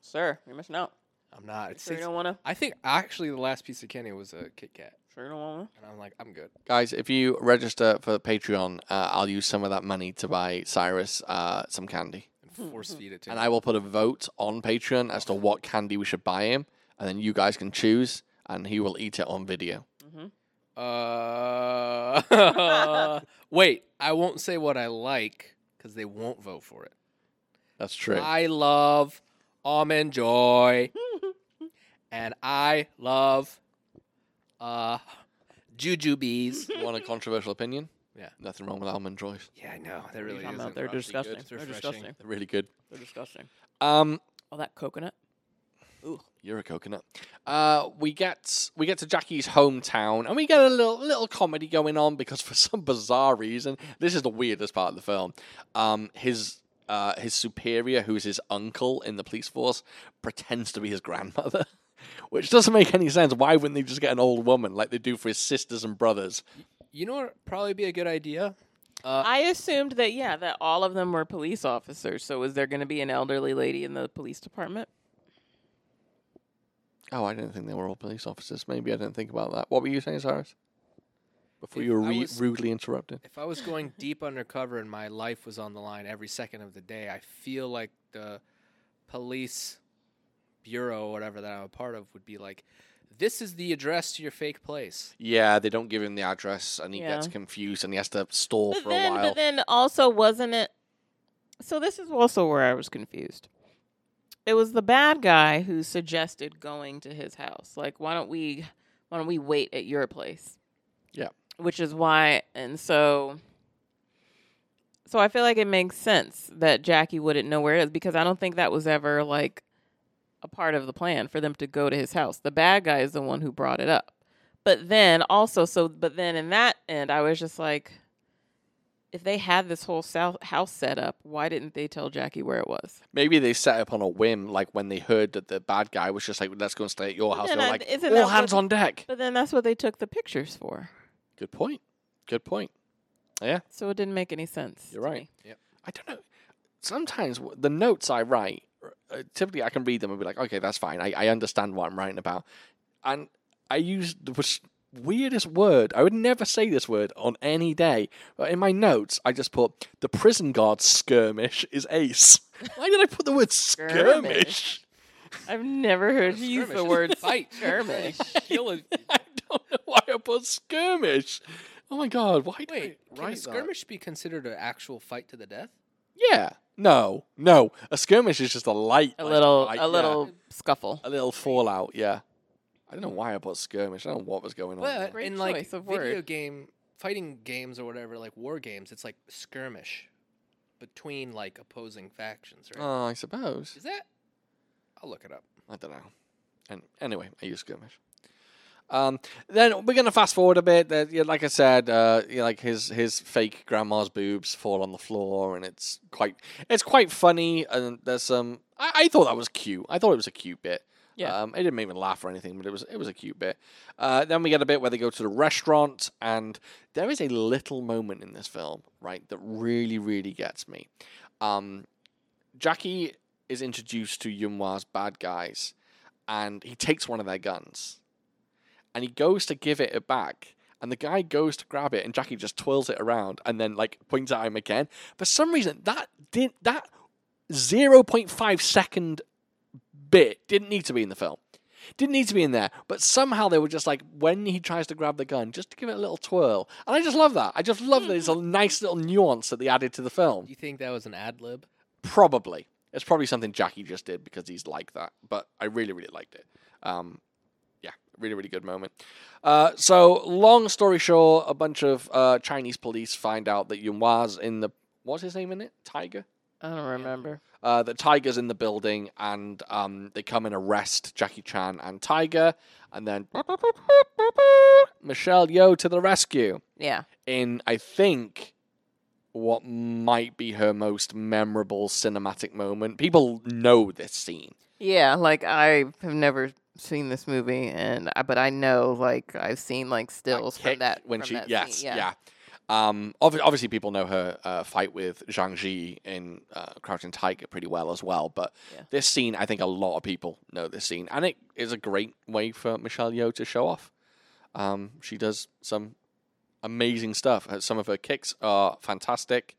Speaker 1: Sir, you must know.
Speaker 3: I'm not.
Speaker 1: You
Speaker 3: It's,
Speaker 1: sure you
Speaker 3: it's-
Speaker 1: don't want to?
Speaker 3: I think actually the last piece of candy was a Kit Kat,
Speaker 1: Sure you don't want
Speaker 3: and I'm like, I'm good.
Speaker 2: Guys, if you register for Patreon, uh, I'll use some of that money to buy Cyrus uh, some candy.
Speaker 3: And force feed it to
Speaker 2: And
Speaker 3: him.
Speaker 2: I will put a vote on Patreon as to what candy we should buy him. And then you guys can choose, and he will eat it on video.
Speaker 3: Uh, wait, I won't say what I like because they won't vote for it.
Speaker 2: That's true.
Speaker 3: I love almond joy, and I love uh jujubes.
Speaker 2: You want a controversial opinion?
Speaker 3: Yeah.
Speaker 2: Nothing wrong with almond joys.
Speaker 3: yeah, I know that
Speaker 1: to?
Speaker 3: really
Speaker 1: What are you talking
Speaker 3: is.
Speaker 1: about? They're
Speaker 2: actually good.
Speaker 1: disgusting.
Speaker 3: It's
Speaker 1: They're
Speaker 3: refreshing.
Speaker 1: disgusting.
Speaker 2: They're really good.
Speaker 1: They're disgusting.
Speaker 2: Um,
Speaker 1: All that coconut.
Speaker 2: you're a coconut. Uh, we get we get to Jackie's hometown, and we get a little little comedy going on because for some bizarre reason, this is the weirdest part of the film. Um, his uh, his superior, who is his uncle in the police force, pretends to be his grandmother, which doesn't make any sense. Why wouldn't they just get an old woman like they do for his sisters and brothers?
Speaker 3: You know what? would Probably be a good idea.
Speaker 1: I assumed that yeah, that all of them were police officers. So was there going to be an elderly lady in the police department?
Speaker 2: Oh, I didn't think they were all police officers. Maybe I didn't think about that. What were you saying, Cyrus? Before
Speaker 3: If
Speaker 2: you were
Speaker 3: I
Speaker 2: re-
Speaker 3: was-
Speaker 2: rudely interrupted.
Speaker 3: If I was going deep undercover and my life was on the line every second of the day, I feel like the police bureau, or whatever that I'm a part of, would be like, "This is the address to your fake place."
Speaker 2: Yeah, they don't give him the address, and he
Speaker 1: Yeah.
Speaker 2: gets confused, and he has to stall
Speaker 1: But
Speaker 2: for
Speaker 1: then,
Speaker 2: a
Speaker 1: but
Speaker 2: while.
Speaker 1: then also wasn't it? So this is also where I was confused. It was the bad guy who suggested going to his house. Like, why don't we, why don't we wait at your place?
Speaker 2: Yeah.
Speaker 1: Which is why, and so, so I feel like it makes sense that Jackie wouldn't know where it is because I don't think that was ever like a part of the plan for them to go to his house. The bad guy is the one who brought it up. But then also, so, but then in that end, I was just like, if they had this whole sou- house set up, why didn't they tell Jackie where it was?
Speaker 2: Maybe they set up on a whim, like when they heard that the bad guy was just like, "Let's go and stay at your
Speaker 1: But
Speaker 2: house."
Speaker 1: then
Speaker 2: They're
Speaker 1: I-
Speaker 2: like,
Speaker 1: isn't that
Speaker 2: "All
Speaker 1: what-
Speaker 2: hands on deck."
Speaker 1: But then that's what they took the pictures for.
Speaker 2: Good point. Good point.
Speaker 1: So it didn't make any sense.
Speaker 2: You're
Speaker 1: to
Speaker 2: right.
Speaker 1: me.
Speaker 2: I don't know. Sometimes w- the notes I write, uh, typically I can read them and be like, okay, that's fine. I, I understand what I'm writing about. And I use the wes- weirdest word. I would never say this word on any day. But in my notes, I just put the prison guard skirmish is ace. Why did I put the word skirmish?
Speaker 1: Skirmish. I've never heard you use the
Speaker 3: Skirmish.
Speaker 1: word
Speaker 3: Fight.
Speaker 1: skirmish.
Speaker 3: Kill a-
Speaker 2: I don't know why I put skirmish. Oh my god, why did
Speaker 3: Wait,
Speaker 2: I
Speaker 3: can
Speaker 2: write
Speaker 3: a
Speaker 2: that?
Speaker 3: skirmish be considered an actual fight to the death?
Speaker 2: Yeah. No, no. A skirmish is just a light.
Speaker 1: A
Speaker 2: like,
Speaker 1: little,
Speaker 2: fight,
Speaker 1: a
Speaker 2: yeah.
Speaker 1: little scuffle.
Speaker 2: a little fallout. Yeah, I don't know why I put skirmish. I don't know what was going on.
Speaker 3: But
Speaker 1: Great
Speaker 3: in like
Speaker 1: choice of
Speaker 3: video
Speaker 1: word.
Speaker 3: game fighting games or whatever, like war games, it's like skirmish between like opposing factions, right?
Speaker 2: oh, I suppose
Speaker 3: Is that? I'll look it up.
Speaker 2: I don't know. And anyway, I use skirmish. Um, then we're gonna fast forward a bit. That yeah, like I said, uh, you know, like his his fake grandma's boobs fall on the floor, and it's quite it's quite funny. And there's some I, I thought that was cute. I thought it was a cute bit.
Speaker 1: Yeah.
Speaker 2: Um, it didn't make me laugh or anything, but it was it was a cute bit. Uh, then we get a bit where they go to the restaurant, and there is a little moment in this film, right, that really really gets me. Um, Jackie is introduced to Yunhwa's bad guys, and he takes one of their guns, and he goes to give it back. And the guy goes to grab it, and Jackie just twirls it around, and then like points at him again. For some reason, that did that zero point five second bit didn't need to be in the film. Didn't need to be in there, but somehow they were just like when he tries to grab the gun, just to give it a little twirl, and I just love that. I just love that it's a nice little nuance that they added to the film.
Speaker 3: You think that was an ad lib?
Speaker 2: Probably it's probably something Jackie just did because he's like that, but I really really liked it. Um, yeah, really really good moment. Uh, so long story short, a bunch of uh, Chinese police find out that Yunwa's in the what's his name in it Tiger.
Speaker 1: I don't remember.
Speaker 2: Uh, the Tiger's in the building, and um, they come and arrest Jackie Chan and Tiger, and then Michelle Yeoh to the rescue.
Speaker 1: Yeah.
Speaker 2: In I think what might be her most memorable cinematic moment. People know this scene.
Speaker 1: Yeah, like I have never seen this movie, and I, but I know like I've seen like stills
Speaker 2: kick
Speaker 1: from that
Speaker 2: when
Speaker 1: from
Speaker 2: she
Speaker 1: that scene,
Speaker 2: yes yeah. Um, obvi- obviously, people know her uh, fight with Zhang Ji in uh, Crouching Tiger pretty well as well. But
Speaker 1: Yeah.
Speaker 2: this scene, I think a lot of people know this scene, and it is a great way for Michelle Yeoh to show off. Um, she does some amazing stuff. Her- Some of her kicks are fantastic.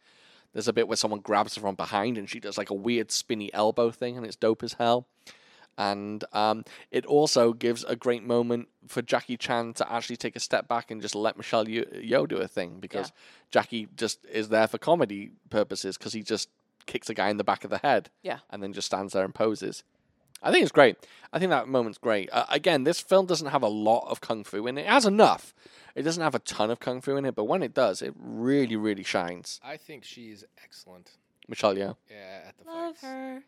Speaker 2: There's a bit where someone grabs her from behind, and she does like a weird spinny elbow thing, and it's dope as hell. And um, it also gives a great moment for Jackie Chan to actually take a step back and just let Michelle Yo, Yeoh do a thing because Jackie just is there for comedy purposes because he just kicks a guy in the back of the head,
Speaker 1: Yeah.
Speaker 2: and then just stands there and poses. I think it's great. I think that moment's great. Uh, again, this film doesn't have a lot of kung fu in it. It has enough. It doesn't have a ton of kung fu in it, but when it does, it really, really shines.
Speaker 3: I think she's excellent.
Speaker 2: Michelle Yeoh,
Speaker 3: Yeah, at the fights.
Speaker 1: her.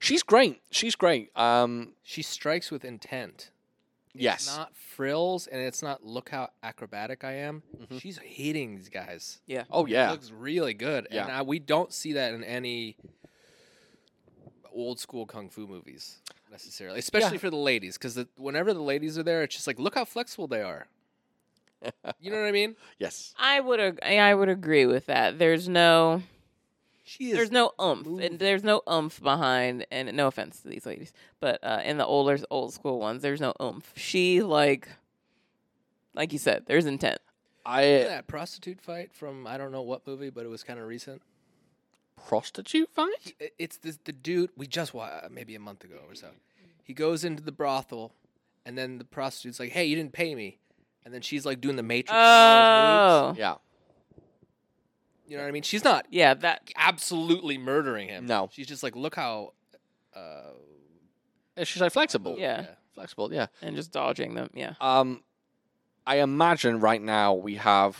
Speaker 2: she's great. She's great. Um,
Speaker 3: She strikes with intent.
Speaker 2: yes,
Speaker 3: Not frills, and it's not look how acrobatic I am.
Speaker 2: Mhm.
Speaker 3: She's hitting these guys.
Speaker 1: Yeah.
Speaker 2: Oh yeah.
Speaker 3: looks really good,
Speaker 2: Yeah.
Speaker 3: and I, we don't see that in any old school kung fu movies necessarily, especially for the ladies, because the, whenever the ladies are there, it's just like look how flexible they are. you know what I mean?
Speaker 2: yes.
Speaker 1: I would ag- I would agree with that. There's no
Speaker 3: She
Speaker 1: there's
Speaker 3: is.
Speaker 1: no umph
Speaker 3: moving.
Speaker 1: and there's no umph behind and no offense to these ladies, but uh, in the older old school ones, there's no umph. She like like you said, there's intent.
Speaker 2: I uh,
Speaker 3: that prostitute fight from I don't know what movie, but it was kind of recent.
Speaker 2: prostitute fight.
Speaker 3: I- It's this, the dude we just watched maybe a month ago or so. He goes into the brothel, and then the prostitute's like, "Hey, you didn't pay me," and then she's like doing the Matrix. and all those moves.
Speaker 1: Oh.
Speaker 2: Yeah.
Speaker 3: you know what I mean? She's not
Speaker 1: Yeah, that
Speaker 3: absolutely murdering him.
Speaker 2: No.
Speaker 3: she's just like, look how. Uh,
Speaker 2: Yeah, She's like flexible.
Speaker 1: Yeah.
Speaker 2: Flexible. Yeah.
Speaker 1: and just dodging them. Yeah.
Speaker 2: Um, I imagine right now we have.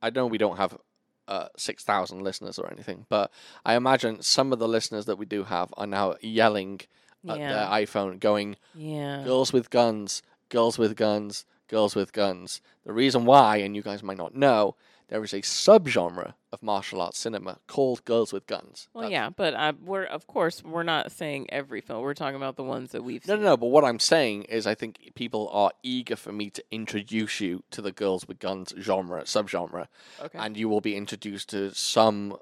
Speaker 2: I know we don't have uh, six thousand listeners or anything, but I imagine some of the listeners that we do have are now yelling at
Speaker 1: yeah.
Speaker 2: their iPhone, going
Speaker 1: yeah.
Speaker 2: "Girls with guns, girls with guns, girls with guns." The reason why, and you guys might not know, there is a subgenre of martial arts cinema called girls with guns.
Speaker 1: Well,
Speaker 2: That's-
Speaker 1: yeah, but uh, we're of course we're not saying every film. We're talking about the ones that we've
Speaker 2: No,
Speaker 1: seen.
Speaker 2: no, no. But what I'm saying is, I think people are eager for me to introduce you to the girls with guns genre, subgenre,
Speaker 1: Okay.
Speaker 2: and you will be introduced to some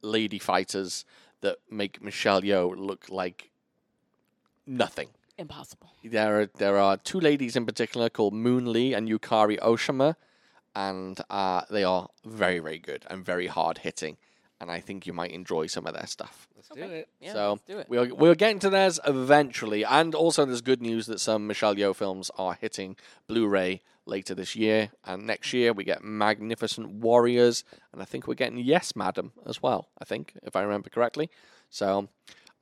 Speaker 2: lady fighters that make Michelle Yeoh look like nothing.
Speaker 1: Impossible.
Speaker 2: There are there are two ladies in particular called Moon Lee and Yukari Oshima, and uh, they are very very good and very hard hitting, and I think you might enjoy some of their stuff.
Speaker 3: let's
Speaker 1: Okay.
Speaker 3: do it.
Speaker 1: Yeah,
Speaker 2: So,
Speaker 1: let's do it.
Speaker 2: We'll, we'll get into theirs eventually. And also, there's good news that some Michelle Yeoh films are hitting Blu ray later this year. And next year, we get Magnificent Warriors. And I think we're getting Yes, Madam as well, I think, if I remember correctly. So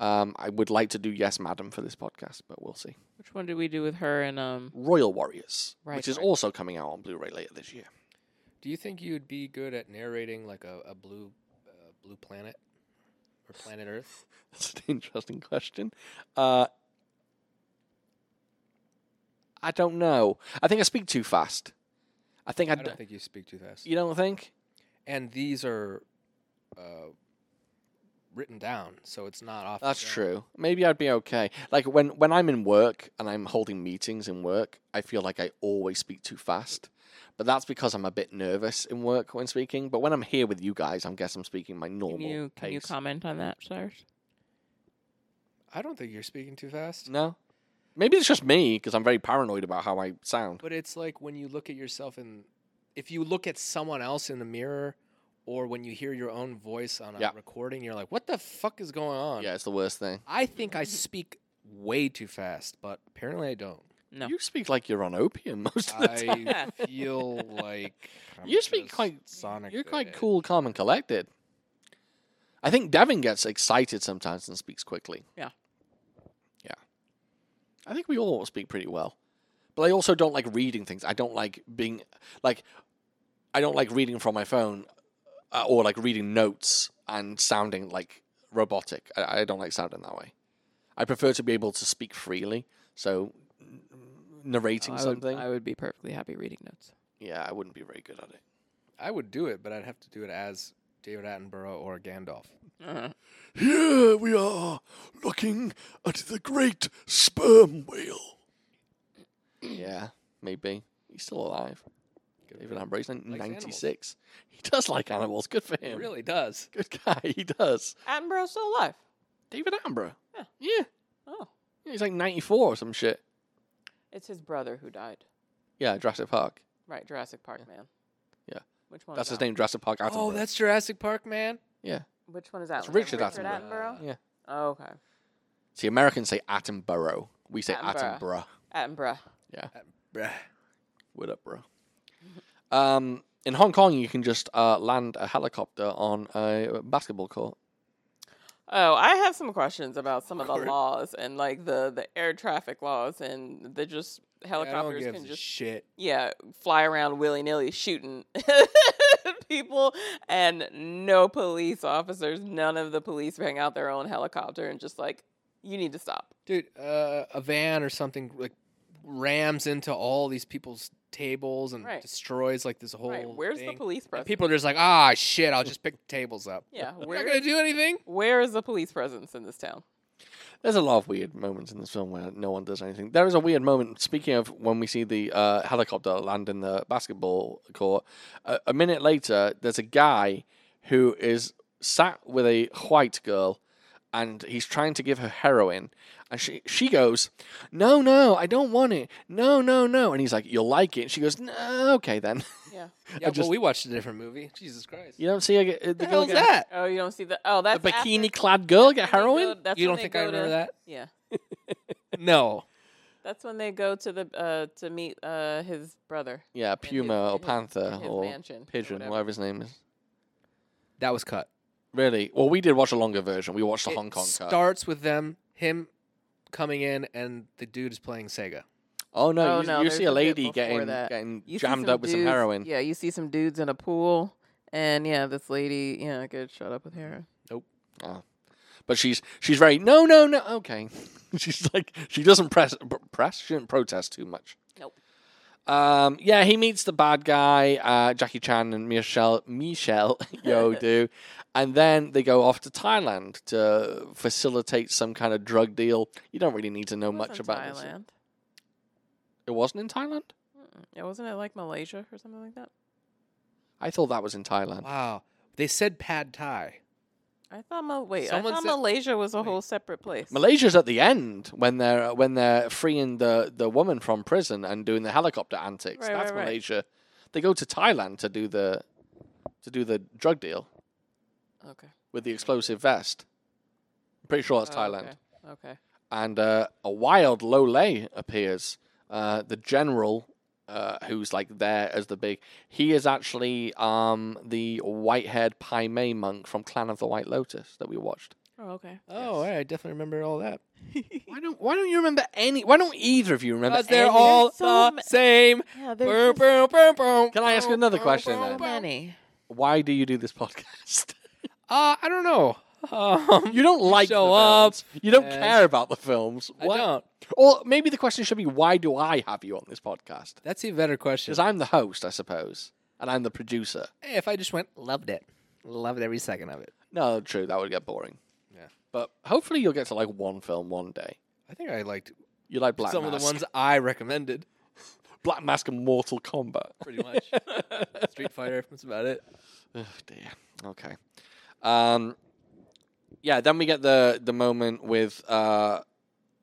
Speaker 2: um, I would like to do Yes, Madam for this podcast, but we'll see.
Speaker 1: Which one did we do with her and um?
Speaker 2: Royal Warriors,
Speaker 1: Right,
Speaker 2: which is
Speaker 1: right.
Speaker 2: also coming out on Blu ray later this year.
Speaker 3: Do you think you'd be good at narrating like a, a blue, uh, blue planet, or planet Earth?
Speaker 2: That's an interesting question. Uh, I don't know. I think I speak too fast. I think I,
Speaker 3: I
Speaker 2: d-
Speaker 3: don't think you speak too fast.
Speaker 2: You don't think?
Speaker 3: And these are uh, written down, so it's not off. the
Speaker 2: That's
Speaker 3: dome.
Speaker 2: true. Maybe I'd be okay. Like when when I'm in work and I'm holding meetings in work, I feel like I always speak too fast. But that's because I'm a bit nervous in work when speaking. But when I'm here with you guys, I guess I'm speaking my normal
Speaker 1: Can you can you
Speaker 2: pace.
Speaker 1: comment on that, Cyrus?
Speaker 3: I don't think you're speaking too fast.
Speaker 2: no, maybe it's just me because I'm very paranoid about how I sound.
Speaker 3: But it's like when you look at yourself in, if you look at someone else in the mirror, or when you hear your own voice on a
Speaker 2: Yeah.
Speaker 3: recording, you're like, "What the fuck is going on?"
Speaker 2: Yeah, it's the worst thing.
Speaker 3: I think I speak way too fast, but apparently I don't.
Speaker 1: No.
Speaker 2: You speak like you're on opium most of the time.
Speaker 3: I feel like I'm
Speaker 2: You speak
Speaker 3: just
Speaker 2: quite-
Speaker 3: Sonic.
Speaker 2: You're quite
Speaker 3: it.
Speaker 2: cool, calm, and collected. I think Devin gets excited sometimes and speaks quickly.
Speaker 1: Yeah.
Speaker 2: Yeah. I think we all speak pretty well. But I also don't like reading things. I don't like being like I don't like reading from my phone uh, or like reading notes and sounding like robotic. I, I don't like sounding that way. I prefer to be able to speak freely. So n- narrating
Speaker 1: Oh, I would,
Speaker 2: something,
Speaker 1: I would be perfectly happy reading notes.
Speaker 2: yeah, I wouldn't be very good at it.
Speaker 3: I would do it, but I'd have to do it as David Attenborough or Gandalf.
Speaker 1: Uh-huh.
Speaker 2: Here we are, looking at the great sperm whale. yeah, maybe. He's still alive. David Ambrose,
Speaker 3: animals.
Speaker 2: 96. He does like animals. Good for
Speaker 3: It
Speaker 2: him.
Speaker 3: really does.
Speaker 2: Good guy. He does.
Speaker 1: Attenborough's still alive.
Speaker 2: David Attenborough.
Speaker 1: Yeah.
Speaker 2: Yeah.
Speaker 1: Oh,
Speaker 2: Yeah, He's like 94 or some shit.
Speaker 1: it's his brother who died.
Speaker 2: Yeah, Jurassic Park.
Speaker 1: Right, Jurassic Park man.
Speaker 2: Yeah.
Speaker 1: Which one?
Speaker 2: That's
Speaker 1: is
Speaker 2: his
Speaker 1: At-
Speaker 2: name, Jurassic Park Attenborough.
Speaker 3: Oh, that's Jurassic Park, man.
Speaker 2: Yeah.
Speaker 1: Which one is that?
Speaker 2: It's
Speaker 1: one?
Speaker 2: Richard
Speaker 3: Attenborough.
Speaker 2: Yeah.
Speaker 1: Oh, okay.
Speaker 2: See, Americans say Attenborough. We say
Speaker 1: Attenborough.
Speaker 2: Attenborough.
Speaker 1: Attenborough.
Speaker 3: Bruh.
Speaker 2: What up, bro? Um, in Hong Kong, you can just uh, land a helicopter on a basketball court.
Speaker 1: Oh, I have some questions about some of the laws and like the the air traffic laws and the just helicopters
Speaker 3: I don't
Speaker 1: can
Speaker 3: give a
Speaker 1: just
Speaker 3: shit.
Speaker 1: yeah fly around willy nilly shooting people and no police officers. None of the police bring out their own helicopter and just like you need to stop.
Speaker 3: Dude, uh, a van or something like rams into all these people's tables and
Speaker 1: Right.
Speaker 3: destroys like this whole
Speaker 1: Right? Where's the
Speaker 3: thing.
Speaker 1: police
Speaker 3: And
Speaker 1: presence?
Speaker 3: people are just like, ah, shit, I'll just pick the tables up.
Speaker 1: yeah,
Speaker 3: We're not
Speaker 1: where
Speaker 3: gonna do anything.
Speaker 1: where is the police presence in this town?
Speaker 2: There's a lot of weird moments in this film where no one does anything. There is a weird moment. Speaking of when we see the uh, helicopter land in the basketball court, a, a minute later, there's a guy who is sat with a white girl, and he's trying to give her heroin, and she she goes, "No, no, I don't want it. No, no, no." And he's like, "You'll like it." And she goes, "No, okay then."
Speaker 1: Yeah.
Speaker 3: Yeah,
Speaker 2: just-
Speaker 3: well, we watched a different movie. Jesus Christ.
Speaker 2: You don't see a, the,
Speaker 3: the
Speaker 2: girl
Speaker 3: hell's
Speaker 2: get-
Speaker 3: that?
Speaker 1: Oh, you don't see the oh that's
Speaker 2: the
Speaker 1: after-
Speaker 2: bikini clad girl get
Speaker 1: that's when they
Speaker 2: heroin?
Speaker 1: go- that's
Speaker 3: you
Speaker 1: when
Speaker 3: don't
Speaker 1: they
Speaker 3: think
Speaker 1: go
Speaker 3: I remember
Speaker 1: to-
Speaker 3: that?
Speaker 1: Yeah.
Speaker 3: No.
Speaker 1: That's when they go to the uh, to meet uh, his brother,
Speaker 2: Yeah,
Speaker 1: his-
Speaker 2: puma or
Speaker 1: and his-
Speaker 2: panther
Speaker 1: his
Speaker 2: or
Speaker 1: mansion, or
Speaker 2: pigeon,
Speaker 1: whatever.
Speaker 2: whatever his name is.
Speaker 3: That was cut.
Speaker 2: Really? Well, we did watch a longer version. We watched the
Speaker 3: It
Speaker 2: Hong Kong cut.
Speaker 3: starts with them, him coming in, and the dude is playing Sega.
Speaker 2: Oh no,
Speaker 1: Oh,
Speaker 2: you,
Speaker 1: no,
Speaker 2: you
Speaker 1: there's
Speaker 2: see a
Speaker 1: a bit
Speaker 2: lady
Speaker 1: before
Speaker 2: getting
Speaker 1: that.
Speaker 2: getting
Speaker 1: You see
Speaker 2: jammed up with some
Speaker 1: dudes-
Speaker 2: heroin.
Speaker 1: Yeah, you see some dudes in a pool, and yeah, this lady, yeah, gets shot up with heroin.
Speaker 2: But she's she's very no no no okay. she's like she doesn't press pr- press. She didn't protest too much.
Speaker 1: Nope.
Speaker 2: Um, yeah, he meets the bad guy, uh, Jackie Chan and Michelle Michelle Yo do, and then they go off to Thailand to facilitate some kind of drug deal. You don't really need to know
Speaker 1: It was
Speaker 2: much
Speaker 1: in
Speaker 2: about this.
Speaker 1: Thailand.
Speaker 2: It wasn't in Thailand.
Speaker 1: Mm-mm. Yeah, wasn't it like Malaysia or something like that?
Speaker 2: I thought that was in Thailand.
Speaker 3: Wow. They said pad thai.
Speaker 1: I thought Ma- wait,
Speaker 3: Someone
Speaker 1: I thought
Speaker 3: said-
Speaker 1: Malaysia was a whole separate place.
Speaker 2: Malaysia's at the end when they're when they're freeing the, the woman from prison and doing the helicopter antics.
Speaker 1: Right,
Speaker 2: That's
Speaker 1: right, right.
Speaker 2: Malaysia. They go to Thailand to do the to do the drug deal
Speaker 1: okay,
Speaker 2: with the explosive vest. I'm pretty sure it's
Speaker 1: Oh,
Speaker 2: Thailand.
Speaker 1: Okay. okay.
Speaker 2: And uh, a wild Lole appears. Uh, the general uh, who's like there as the big he is actually um, the white haired Pai Mei monk from Clan of the White Lotus that we watched.
Speaker 1: Oh, okay.
Speaker 3: Oh, I definitely remember all that.
Speaker 2: Why don't Why don't you remember any? Why don't either of you remember?
Speaker 3: Because they're
Speaker 2: any-
Speaker 3: all
Speaker 1: so
Speaker 3: the
Speaker 1: ma-
Speaker 3: same.
Speaker 1: Yeah,
Speaker 3: Boom,
Speaker 1: there's just
Speaker 3: boom, boom, boom.
Speaker 2: Can I ask another question
Speaker 1: so
Speaker 2: then?
Speaker 1: many.
Speaker 2: Why do you do this podcast?
Speaker 3: Uh, I don't know. Um,
Speaker 2: You don't like
Speaker 3: show
Speaker 2: the
Speaker 3: up
Speaker 2: films. You don't
Speaker 3: and-
Speaker 2: care about the films.
Speaker 3: I
Speaker 2: Why-
Speaker 3: don't.
Speaker 2: Or maybe the question should be, why do I have you on this podcast?
Speaker 3: That's a better question.
Speaker 2: Because I'm the host, I suppose, and I'm the producer.
Speaker 3: Hey, if I just went, loved it. Loved every second of it.
Speaker 2: No, true. That would get boring.
Speaker 3: Yeah.
Speaker 2: But hopefully, you'll get to like one film one day.
Speaker 3: I think I liked
Speaker 2: You like Black
Speaker 3: some
Speaker 2: Mask,
Speaker 3: of the ones I recommended,
Speaker 2: Black Mask and Mortal Kombat.
Speaker 3: pretty much. Street Fighter, that's about it.
Speaker 2: Oh dear. Okay. Um, yeah. Then we get the the moment with uh,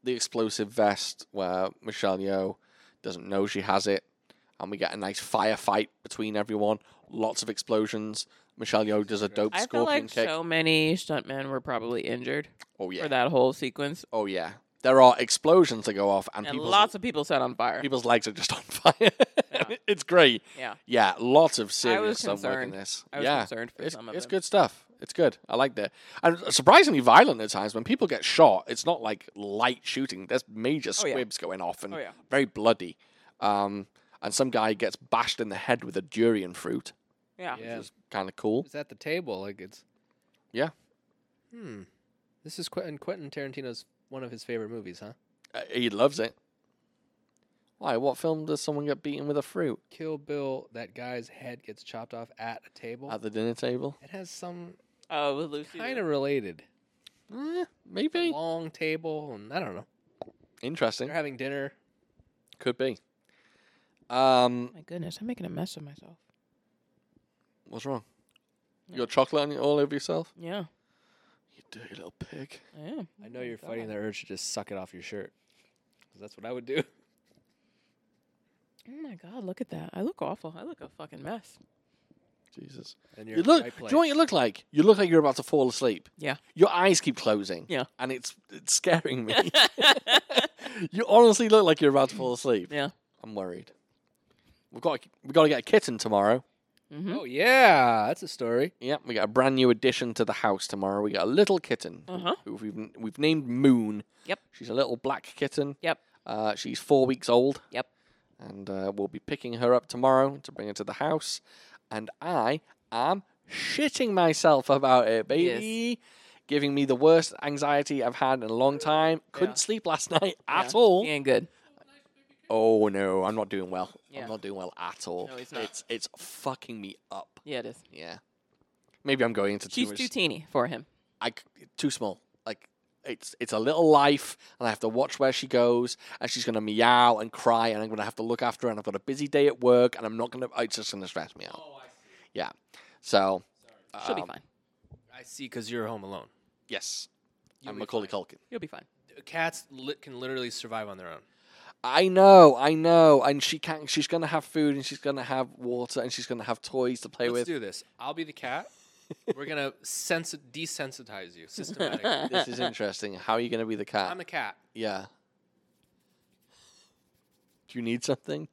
Speaker 2: the explosive vest where Michelle Yeoh doesn't know she has it, and we get a nice firefight between everyone. Lots of explosions. Michelle Yeoh does a dope
Speaker 1: I feel
Speaker 2: scorpion
Speaker 1: like
Speaker 2: kick.
Speaker 1: so many stuntmen were probably injured
Speaker 2: Oh yeah.
Speaker 1: for that whole sequence.
Speaker 2: Oh yeah. there are explosions that go off and,
Speaker 1: and
Speaker 2: people's,
Speaker 1: lots of people set on fire.
Speaker 2: people's legs are just on fire. it's great.
Speaker 1: yeah,
Speaker 2: Yeah, lots of serious
Speaker 1: was
Speaker 2: stuff work in
Speaker 1: concerned.
Speaker 2: this.
Speaker 1: I was
Speaker 2: yeah,
Speaker 1: concerned for
Speaker 2: it's,
Speaker 1: some of
Speaker 2: it's
Speaker 1: them.
Speaker 2: good stuff. It's good. I like that. And surprisingly violent at times. When people get shot, it's not like light shooting. There's major
Speaker 1: yeah.
Speaker 2: squibs going off and
Speaker 1: Oh, yeah.
Speaker 2: very bloody. Um, and some guy gets bashed in the head with a durian fruit,
Speaker 1: yeah.
Speaker 3: Yeah.
Speaker 2: which is kind of cool.
Speaker 3: It's at the table. Like it's.
Speaker 2: Yeah.
Speaker 3: Hmm. This is Quentin, Quentin Tarantino's one of his favorite movies, huh?
Speaker 2: Uh, he loves it. Why? What film does someone get beaten with a fruit
Speaker 3: Kill Bill. That guy's head gets chopped off at a table.
Speaker 2: at the dinner table?
Speaker 3: it has some
Speaker 1: Oh, with Lucy.
Speaker 3: kind of related.
Speaker 2: Eh,
Speaker 3: A
Speaker 2: maybe.
Speaker 3: long table, and I don't know.
Speaker 2: Interesting.
Speaker 3: They're having dinner.
Speaker 2: Could be. Um,
Speaker 1: My goodness, I'm making a mess of myself.
Speaker 2: what's wrong? You got chocolate on you all over yourself?
Speaker 1: Yeah,
Speaker 2: You dirty little pig.
Speaker 1: I am.
Speaker 3: I know you're fighting the urge to just suck it off your shirt. 'Cause that's what I would do.
Speaker 1: Oh my god, look at that! I look awful. I look a fucking mess.
Speaker 2: Jesus.
Speaker 3: And
Speaker 2: You
Speaker 3: you're in the
Speaker 2: look.
Speaker 3: right
Speaker 2: do you know what
Speaker 3: place.
Speaker 2: you look like? You look like you're about to fall asleep.
Speaker 1: Yeah.
Speaker 2: Your eyes keep closing.
Speaker 1: Yeah.
Speaker 2: And it's it's scaring me. you honestly look like you're about to fall asleep.
Speaker 1: Yeah.
Speaker 2: I'm worried. We've got we got to get a kitten tomorrow.
Speaker 1: Mm-hmm.
Speaker 3: Oh yeah, that's a story.
Speaker 2: Yep, we got a brand new addition to the house tomorrow. We got a little kitten
Speaker 1: Uh-huh.
Speaker 2: who we've we've named Moon.
Speaker 1: Yep.
Speaker 2: She's a little black kitten.
Speaker 1: Yep.
Speaker 2: Uh, she's four weeks old.
Speaker 1: Yep.
Speaker 2: And uh, we'll be picking her up tomorrow to bring her to the house. And I am shitting myself about it, baby. Giving me the worst anxiety I've had in a long time. Couldn't
Speaker 1: Yeah.
Speaker 2: sleep last night at
Speaker 1: Yeah.
Speaker 2: all.
Speaker 1: He ain't good.
Speaker 2: Oh no, I'm not doing well.
Speaker 1: Yeah.
Speaker 2: I'm not doing well at all.
Speaker 1: No, he's not.
Speaker 2: It's it's fucking me up.
Speaker 1: Yeah, it is.
Speaker 2: Yeah. Maybe I'm going into
Speaker 1: She's
Speaker 2: too much.
Speaker 1: too teeny for him.
Speaker 2: I c- too small. Like it's it's a little life, and I have to watch where she goes, and she's gonna meow and cry, and I'm gonna have to look after her, and I've got a busy day at work, and I'm not gonna. It's just gonna stress me out. Oh, I see. Yeah. So.
Speaker 1: She'll be
Speaker 2: um,
Speaker 1: fine.
Speaker 3: I see, because you're home alone.
Speaker 2: Yes.
Speaker 3: You'll
Speaker 2: I'm
Speaker 3: be
Speaker 2: Macaulay Culkin.
Speaker 1: You'll be fine.
Speaker 3: Cats li- can literally survive on their own.
Speaker 2: I know, I know, and she can't. She's gonna have food, and she's gonna have water, and she's gonna have toys to play
Speaker 3: Let's
Speaker 2: with.
Speaker 3: do this. I'll be the cat. We're gonna sense desensitize you systematically.
Speaker 2: This is interesting. How are you gonna be the cat?
Speaker 3: I'm a cat.
Speaker 2: Yeah. Do you need something?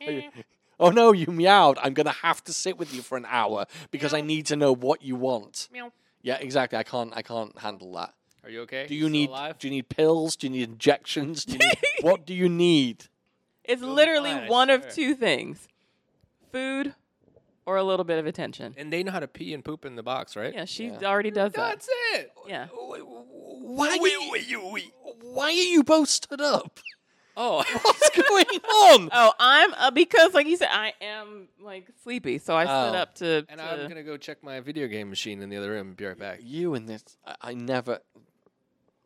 Speaker 2: Are you- oh no, you meowed. I'm gonna have to sit with you for an hour because I need to know what you want.
Speaker 1: Meow.
Speaker 2: Yeah, exactly. I can't. I can't handle that.
Speaker 3: Are you okay?
Speaker 2: Do you
Speaker 3: Still
Speaker 2: need?
Speaker 3: alive?
Speaker 2: Do you need pills? Do you need injections? Do you need, what do you need?
Speaker 1: It's
Speaker 3: be
Speaker 1: literally
Speaker 3: fine, I
Speaker 1: one of
Speaker 3: swear.
Speaker 1: two things: food or a little bit of attention.
Speaker 3: And they know how to pee and poop in the box, right?
Speaker 1: Yeah, she
Speaker 2: Yeah.
Speaker 1: already does that.
Speaker 3: That's it.
Speaker 1: Yeah.
Speaker 2: Why? Are you, why are you both stood up?
Speaker 3: Oh,
Speaker 2: What's going on?
Speaker 1: Oh, I'm uh, because like you said, I am like sleepy, so I stood
Speaker 2: Oh.
Speaker 1: up to.
Speaker 3: and
Speaker 1: to-
Speaker 3: I'm gonna go check my video game machine in the other room and be right back.
Speaker 2: You and this. I, I never.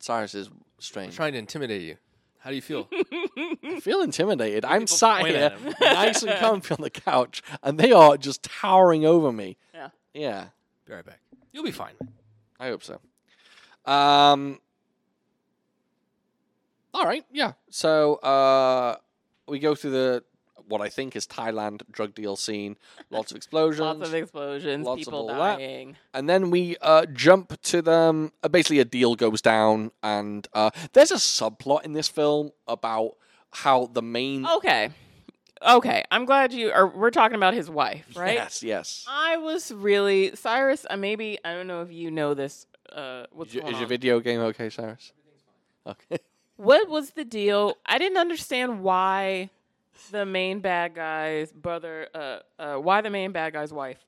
Speaker 2: Cyrus is
Speaker 3: I'm
Speaker 2: strange.
Speaker 3: trying to intimidate you. How do you feel?
Speaker 2: I feel intimidated. I'm sat
Speaker 3: point
Speaker 2: here
Speaker 3: at
Speaker 2: nice and comfy on the couch, and they are just towering over me.
Speaker 1: Yeah.
Speaker 2: Yeah.
Speaker 3: be right back. You'll be fine.
Speaker 2: I hope so. Um. All right. Yeah. So uh, we go through the what I think is Thailand drug deal scene. Lots of explosions.
Speaker 1: lots of explosions,
Speaker 2: lots of all
Speaker 1: people
Speaker 2: that.
Speaker 1: dying.
Speaker 2: and then we uh, jump to them. Uh, basically, a deal goes down, and uh, there's a subplot in this film about how the main.
Speaker 1: Okay, okay. I'm glad you are. We're talking about his wife, right? Uh,
Speaker 2: Yes. Yes.
Speaker 1: I was really Cyrus. Uh, maybe I don't know if you know this. Uh, what's
Speaker 2: Is your,
Speaker 1: going
Speaker 2: is your
Speaker 1: on.
Speaker 2: video game okay, Cyrus? Okay.
Speaker 1: What was the deal? I didn't understand why the main bad guy's brother, uh, uh, why the main bad guy's wife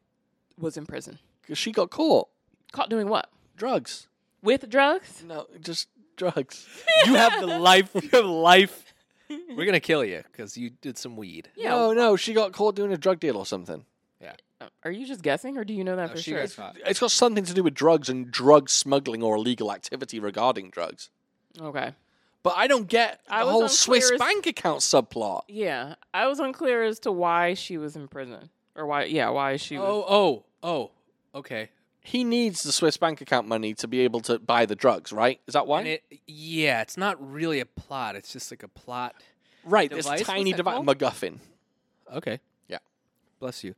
Speaker 1: was in prison.
Speaker 2: 'Cause she got caught.
Speaker 1: Caught doing what?
Speaker 2: Drugs.
Speaker 1: With drugs?
Speaker 2: No, just drugs.
Speaker 3: You have the life. You have life. We're gonna kill you because you did some weed.
Speaker 1: Yeah.
Speaker 2: No, no, she got caught doing a drug deal or something.
Speaker 1: Uh, Are you just guessing, or do you know that
Speaker 3: No,
Speaker 1: for
Speaker 3: she
Speaker 1: sure?
Speaker 3: got caught.
Speaker 2: It's got something to do with drugs and drug smuggling or illegal activity regarding drugs.
Speaker 1: Okay.
Speaker 2: But I don't get the
Speaker 1: I was
Speaker 2: whole
Speaker 1: unclear
Speaker 2: Swiss
Speaker 1: as-
Speaker 2: bank account subplot.
Speaker 1: Yeah, I was unclear as to why she was in prison, or why, yeah, why she was.
Speaker 3: Oh, oh, oh. Okay.
Speaker 2: He needs the Swiss bank account money to be able to buy the drugs, right? Is that why?
Speaker 3: And it, yeah, it's not really a plot. It's just like a plot.
Speaker 2: right,
Speaker 3: device,
Speaker 2: this tiny
Speaker 3: what's that
Speaker 2: device,
Speaker 3: called?
Speaker 2: MacGuffin.
Speaker 3: Okay.
Speaker 2: Yeah.
Speaker 3: Bless you.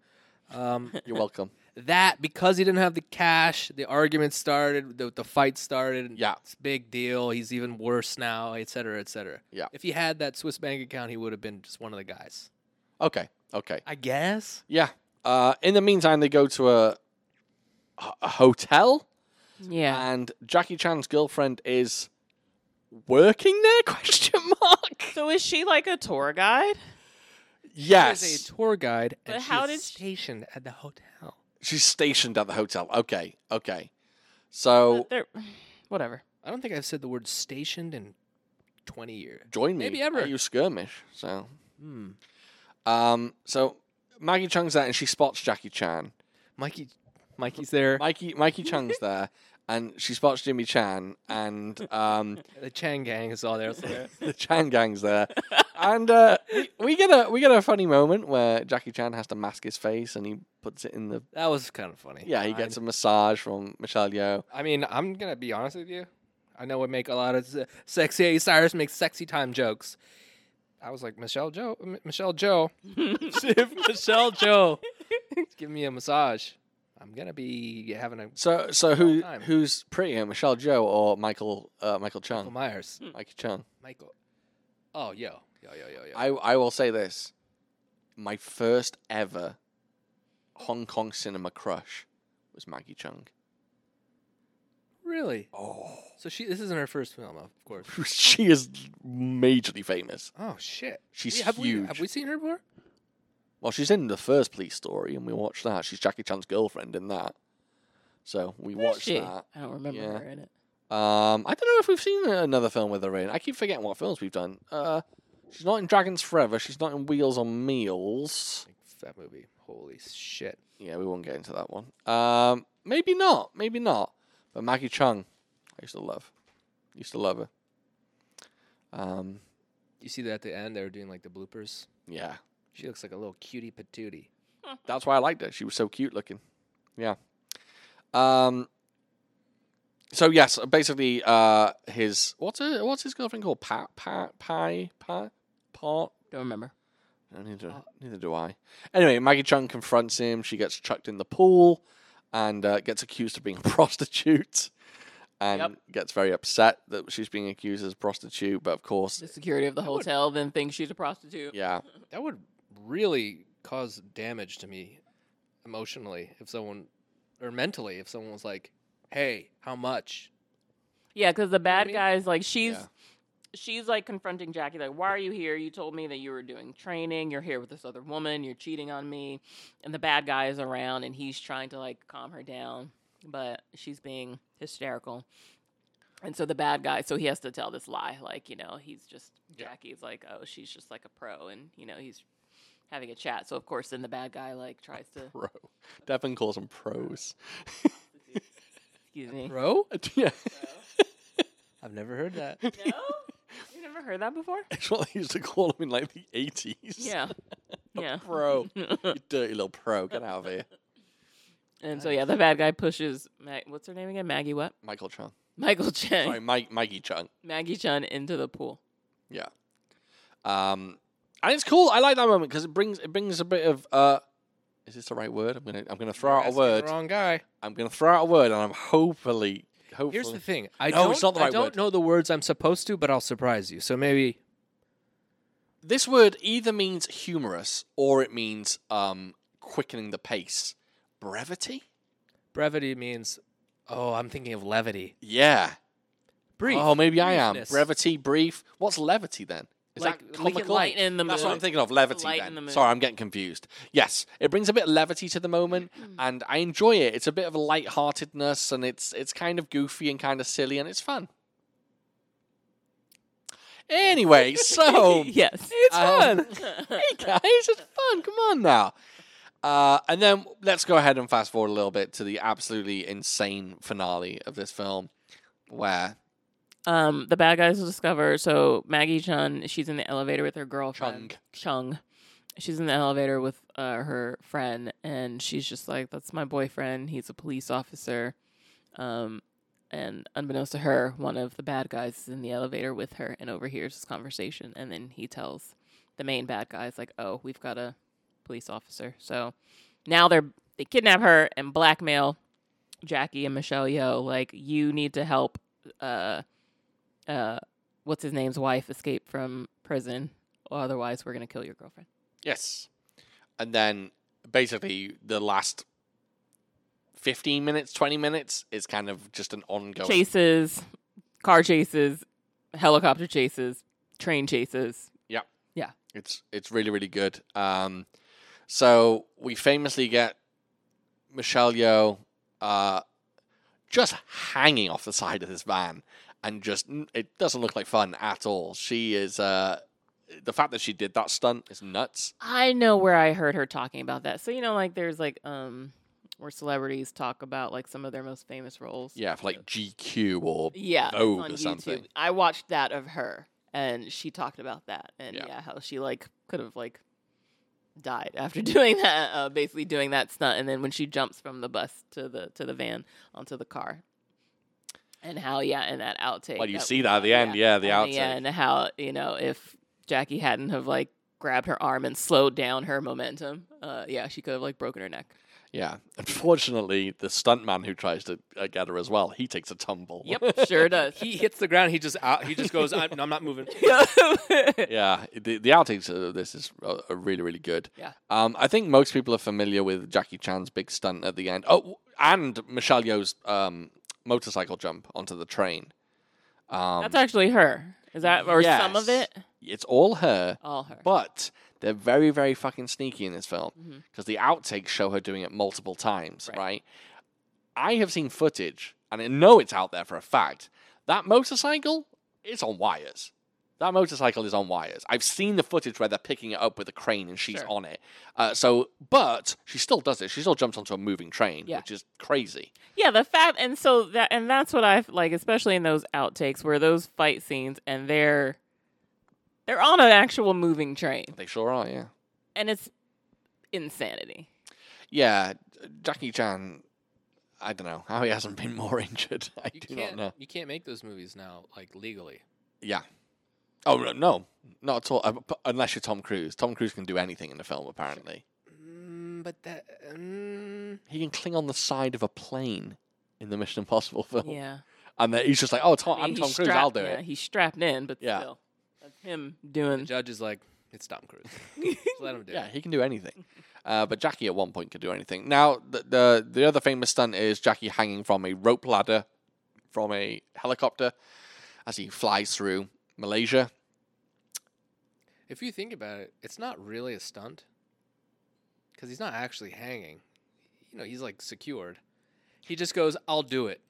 Speaker 3: Um,
Speaker 2: You're welcome.
Speaker 3: that because he didn't have the cash, the argument started, the, the fight started.
Speaker 2: Yeah.
Speaker 3: it's a big deal. He's even worse now, et cetera, et cetera.
Speaker 2: Yeah.
Speaker 3: If he had that Swiss bank account, he would have been just one of the guys.
Speaker 2: Okay. Okay.
Speaker 3: I guess.
Speaker 2: Yeah. Uh, in the meantime, they go to a, a hotel, Oh
Speaker 1: Yeah.
Speaker 2: and Jackie Chan's girlfriend is working there? Question mark.
Speaker 1: So is she like a tour guide?
Speaker 3: As a
Speaker 2: Yes,
Speaker 3: tour guide, and
Speaker 1: But
Speaker 3: she
Speaker 1: how
Speaker 3: is
Speaker 1: did she-
Speaker 3: stationed at the hotel.
Speaker 2: she's stationed at the hotel. Okay. Okay. So Oh.
Speaker 1: But they're- Whatever.
Speaker 3: I don't think I've said the word stationed in 20 years.
Speaker 2: join me.
Speaker 3: Maybe ever.
Speaker 2: You skirmish. So. Hmm. Um. So Maggie Chung's there, and she spots Jackie Chan.
Speaker 3: Mikey, Mikey's there.
Speaker 2: Mikey Mikey Chung's there, and she spots Jimmy Chan, and um,
Speaker 3: The Chang gang is all there. so they're-
Speaker 2: the Chan gang's there, and uh, we, we get a we get a funny moment where Jackie Chan has to mask his face, and he puts it in the
Speaker 3: that was kind of funny.
Speaker 2: yeah he gets a massage from Michelle Yeoh.
Speaker 3: I mean, I'm gonna be honest with you. I know we make a lot of se- sexy. Cyrus makes sexy time jokes. I was like Michelle Joe, M- Michelle Joe, if Michelle Joe, give me a massage. I'm gonna be having a
Speaker 2: So so who
Speaker 3: time.
Speaker 2: who's prettier, Michelle Yeoh or Michael uh, Michael
Speaker 3: Michael
Speaker 2: Chung?
Speaker 3: Myers,
Speaker 2: Mikey Chung.
Speaker 3: Michael. Oh yo, yo yo yo yo.
Speaker 2: I I will say this, my first ever Hong Kong cinema crush was Maggie Chung.
Speaker 3: really?
Speaker 2: Oh,
Speaker 3: So she. This isn't her first film, of course.
Speaker 2: she is majorly famous.
Speaker 3: Oh shit.
Speaker 2: She's
Speaker 3: We- have
Speaker 2: huge.
Speaker 3: We, have we seen her before?
Speaker 2: Well, she's in the first police story, and we watched that. She's Jackie Chan's girlfriend in that. So we
Speaker 1: Who is
Speaker 2: watched
Speaker 1: she?
Speaker 2: that.
Speaker 1: I don't remember
Speaker 2: Yeah.
Speaker 1: her in it.
Speaker 2: Um, I don't know if we've seen another film with her in. I keep forgetting what films we've done. Uh, she's not in Dragons Forever. She's not in Wheels on Meals.
Speaker 3: That movie. Holy shit.
Speaker 2: Yeah, we won't get into that one. Um, maybe not. Maybe not. But Maggie Chung, I used to love. Used to love her. Um,
Speaker 3: You see that at the end? They were doing like the bloopers.
Speaker 2: yeah,
Speaker 3: She looks like a little cutie patootie.
Speaker 2: that's why I liked her. She was so cute looking. Yeah. Um. So yes, basically, uh, his what's her, what's his girlfriend called? Pat, Pat, Pie, Pat, Pot.
Speaker 1: Don't remember.
Speaker 2: No, neither,
Speaker 3: Uh,
Speaker 2: neither do I. Anyway, Maggie Chung confronts him. She gets chucked in the pool and uh, gets accused of being a prostitute and gets very upset that she's being accused as a prostitute. But of course,
Speaker 1: The security of the hotel then thinks she's a prostitute.
Speaker 2: yeah,
Speaker 3: That would really cause damage to me emotionally if someone or mentally if someone was like, "Hey, how much?"
Speaker 1: Yeah, because the bad
Speaker 3: mean?
Speaker 1: guys like she's
Speaker 2: Yeah.
Speaker 1: she's like confronting Jackie, like, "Why are you here? You told me that you were doing training. You're here with this other woman. You're cheating on me." And the bad guy is around, and he's trying to like calm her down, but she's being hysterical. And so the bad guy, so he has to tell this lie, like you know, he's just Jackie's like, "Oh, she's just like a pro," and you know, he's having a chat. So of course, then the bad guy like tries to
Speaker 2: pro. Devin calls them pros.
Speaker 1: excuse me.
Speaker 3: Bro?
Speaker 2: yeah,
Speaker 3: I've never heard that.
Speaker 1: No, you never heard that before.
Speaker 2: it's what they used to call them in like the eighties.
Speaker 1: Yeah, yeah.
Speaker 2: pro, you dirty little pro, get out of here,
Speaker 1: And so yeah, the bad guy pushes Mag- what's her name again? Maggie what?
Speaker 2: Michael Chung.
Speaker 1: Michael Chen,
Speaker 2: Sorry, Mike, Maggie Chung.
Speaker 1: Maggie Chen into the pool.
Speaker 2: Yeah. Um, and it's cool. I like that moment because it brings it brings a bit of uh, is this the right word? I'm gonna I'm gonna throw out a
Speaker 3: Asking the
Speaker 2: word.
Speaker 3: Wrong guy.
Speaker 2: I'm gonna throw out a word, and I'm hopefully hopefully
Speaker 3: Here's the thing. I
Speaker 2: No,
Speaker 3: don't,
Speaker 2: it's not the
Speaker 3: I
Speaker 2: right
Speaker 3: don't
Speaker 2: word.
Speaker 3: know the words I'm supposed to, but I'll surprise you. So maybe
Speaker 2: this word either means humorous or it means um quickening the pace, brevity.
Speaker 3: brevity means Oh, I'm thinking of levity.
Speaker 2: Yeah.
Speaker 3: Brief.
Speaker 2: Oh, maybe I am.
Speaker 3: Briefness.
Speaker 2: Brevity, brief. What's levity then? Is
Speaker 3: Like-
Speaker 2: that
Speaker 3: like
Speaker 2: comical?
Speaker 1: Light in the
Speaker 2: That's
Speaker 1: mood.
Speaker 2: what I'm thinking of. Levity.
Speaker 1: Light
Speaker 2: then.
Speaker 1: in the mood.
Speaker 2: Sorry, I'm getting confused. Yes, it brings a bit of levity to the moment, and I enjoy it. It's a bit of a lightheartedness, and it's it's kind of goofy and kind of silly, and it's fun. Anyway, so
Speaker 1: yes. Um,
Speaker 2: it's fun. hey guys, it's fun. Come on now. Uh, and then let's go ahead and fast forward a little bit to the absolutely insane finale of this film, where
Speaker 1: Um, the bad guys will discover. So Maggie Chen, she's in the elevator with her girlfriend Chung. She's in the elevator with uh, her friend, and she's just like, "That's my boyfriend. He's a police officer." Um, and unbeknownst to her, one of the bad guys is in the elevator with her and overhears this conversation. And then he tells the main bad guys, "Like, oh, we've got a police officer." So Now they're they kidnap her and blackmail Jackie and Michelle Yeoh. Like you need to help. Uh, uh, what's his name's wife escape from prison, or otherwise we're gonna kill your girlfriend.
Speaker 2: Yes. And then basically the last 15 minutes, 20 minutes is kind of just an ongoing.
Speaker 1: Chases, car chases, helicopter chases, train chases.
Speaker 2: It's it's really really good. Um, so we famously get Michelle Yeoh uh, just hanging off the side of this van, and just n- it doesn't look like fun at all. She is uh, the fact that she did that stunt is nuts.
Speaker 1: I know where I heard her talking about that. So you know, like there's like um where celebrities talk about like some of their most famous roles.
Speaker 2: Yeah, for like GQ or
Speaker 1: Yeah, it's
Speaker 2: Vogue
Speaker 1: on
Speaker 2: or
Speaker 1: YouTube.
Speaker 2: something.
Speaker 1: I watched that of her, and she talked about that, and
Speaker 2: Yeah.
Speaker 1: yeah, how she like could have like died after doing that, uh, basically doing that stunt, and then when she jumps from the bus to the to the van onto the car, and how yeah, and that outtake.
Speaker 2: well, you
Speaker 1: that
Speaker 2: see
Speaker 1: was
Speaker 2: that at the
Speaker 1: on-
Speaker 2: end. Yeah, the
Speaker 1: on
Speaker 2: outtake.
Speaker 1: end, how you know if Jackie hadn't have like grabbed her arm and slowed down her momentum, uh, yeah, she could have like broken her neck.
Speaker 2: Yeah, unfortunately, the stuntman who tries to uh, get her as well, he takes a tumble.
Speaker 1: Yep, sure does.
Speaker 3: He hits the ground. He just out. He just goes. I'm, no, I'm not moving.
Speaker 2: yeah, the, the outtakes of this is uh, are really really good.
Speaker 1: Yeah.
Speaker 2: Um, I think most people are familiar with Jackie Chan's big stunt at the end. Oh, and Michelle Yeoh's um motorcycle jump onto the train. Um,
Speaker 1: That's actually her. Is that or some of
Speaker 2: yes.
Speaker 1: it?
Speaker 2: it's all her,
Speaker 1: All her.
Speaker 2: but they're very very fucking sneaky in this film
Speaker 1: Mhm.
Speaker 2: because the outtakes show her doing it multiple times. Right.
Speaker 1: Right.
Speaker 2: I have seen footage, and I know it's out there for a fact. That motorcycle is on wires. That motorcycle is on wires. I've seen the footage where they're picking it up with a crane and she's
Speaker 1: Sure.
Speaker 2: on it. Uh, so, but she still does it. She still jumps onto a moving train,
Speaker 1: Yeah.
Speaker 2: which is crazy.
Speaker 1: Yeah, the fact and so that and that's what I like, especially in those outtakes where those fight scenes and they're they're on an actual moving train
Speaker 2: They sure are, yeah.
Speaker 1: and it's insanity.
Speaker 2: Yeah, Jackie Chan. I don't know how he hasn't been more injured. I
Speaker 3: You
Speaker 2: do not
Speaker 3: can't.
Speaker 2: know.
Speaker 3: You can't make those movies now, like legally.
Speaker 2: Yeah. Oh no, no, not at all. Uh, but Unless you're Tom Cruise. Tom Cruise can do anything in the film. Apparently,
Speaker 3: Mm, but that. Mm,
Speaker 2: he can cling on the side of a plane in the Mission Impossible film.
Speaker 1: Yeah,
Speaker 2: And then he's just like, oh, Tom,
Speaker 1: I mean,
Speaker 2: I'm
Speaker 1: he's
Speaker 2: Tom Cruise,
Speaker 1: strapped-
Speaker 2: I'll do
Speaker 1: yeah,
Speaker 2: it.
Speaker 1: He's strapped in, but
Speaker 2: Yeah.
Speaker 1: still, that's him
Speaker 3: the
Speaker 1: doing.
Speaker 3: judge is like, it's Tom Cruise. Just let him do
Speaker 2: Yeah,
Speaker 3: it.
Speaker 2: he can do anything. Uh, but Jackie at one point could do anything. Now, the, the the other famous stunt is Jackie hanging from a rope ladder from a helicopter as he flies through Malaysia.
Speaker 3: If you think about it, it's not really a stunt because he's not actually hanging. You know, he's like secured. He just goes, "I'll do it."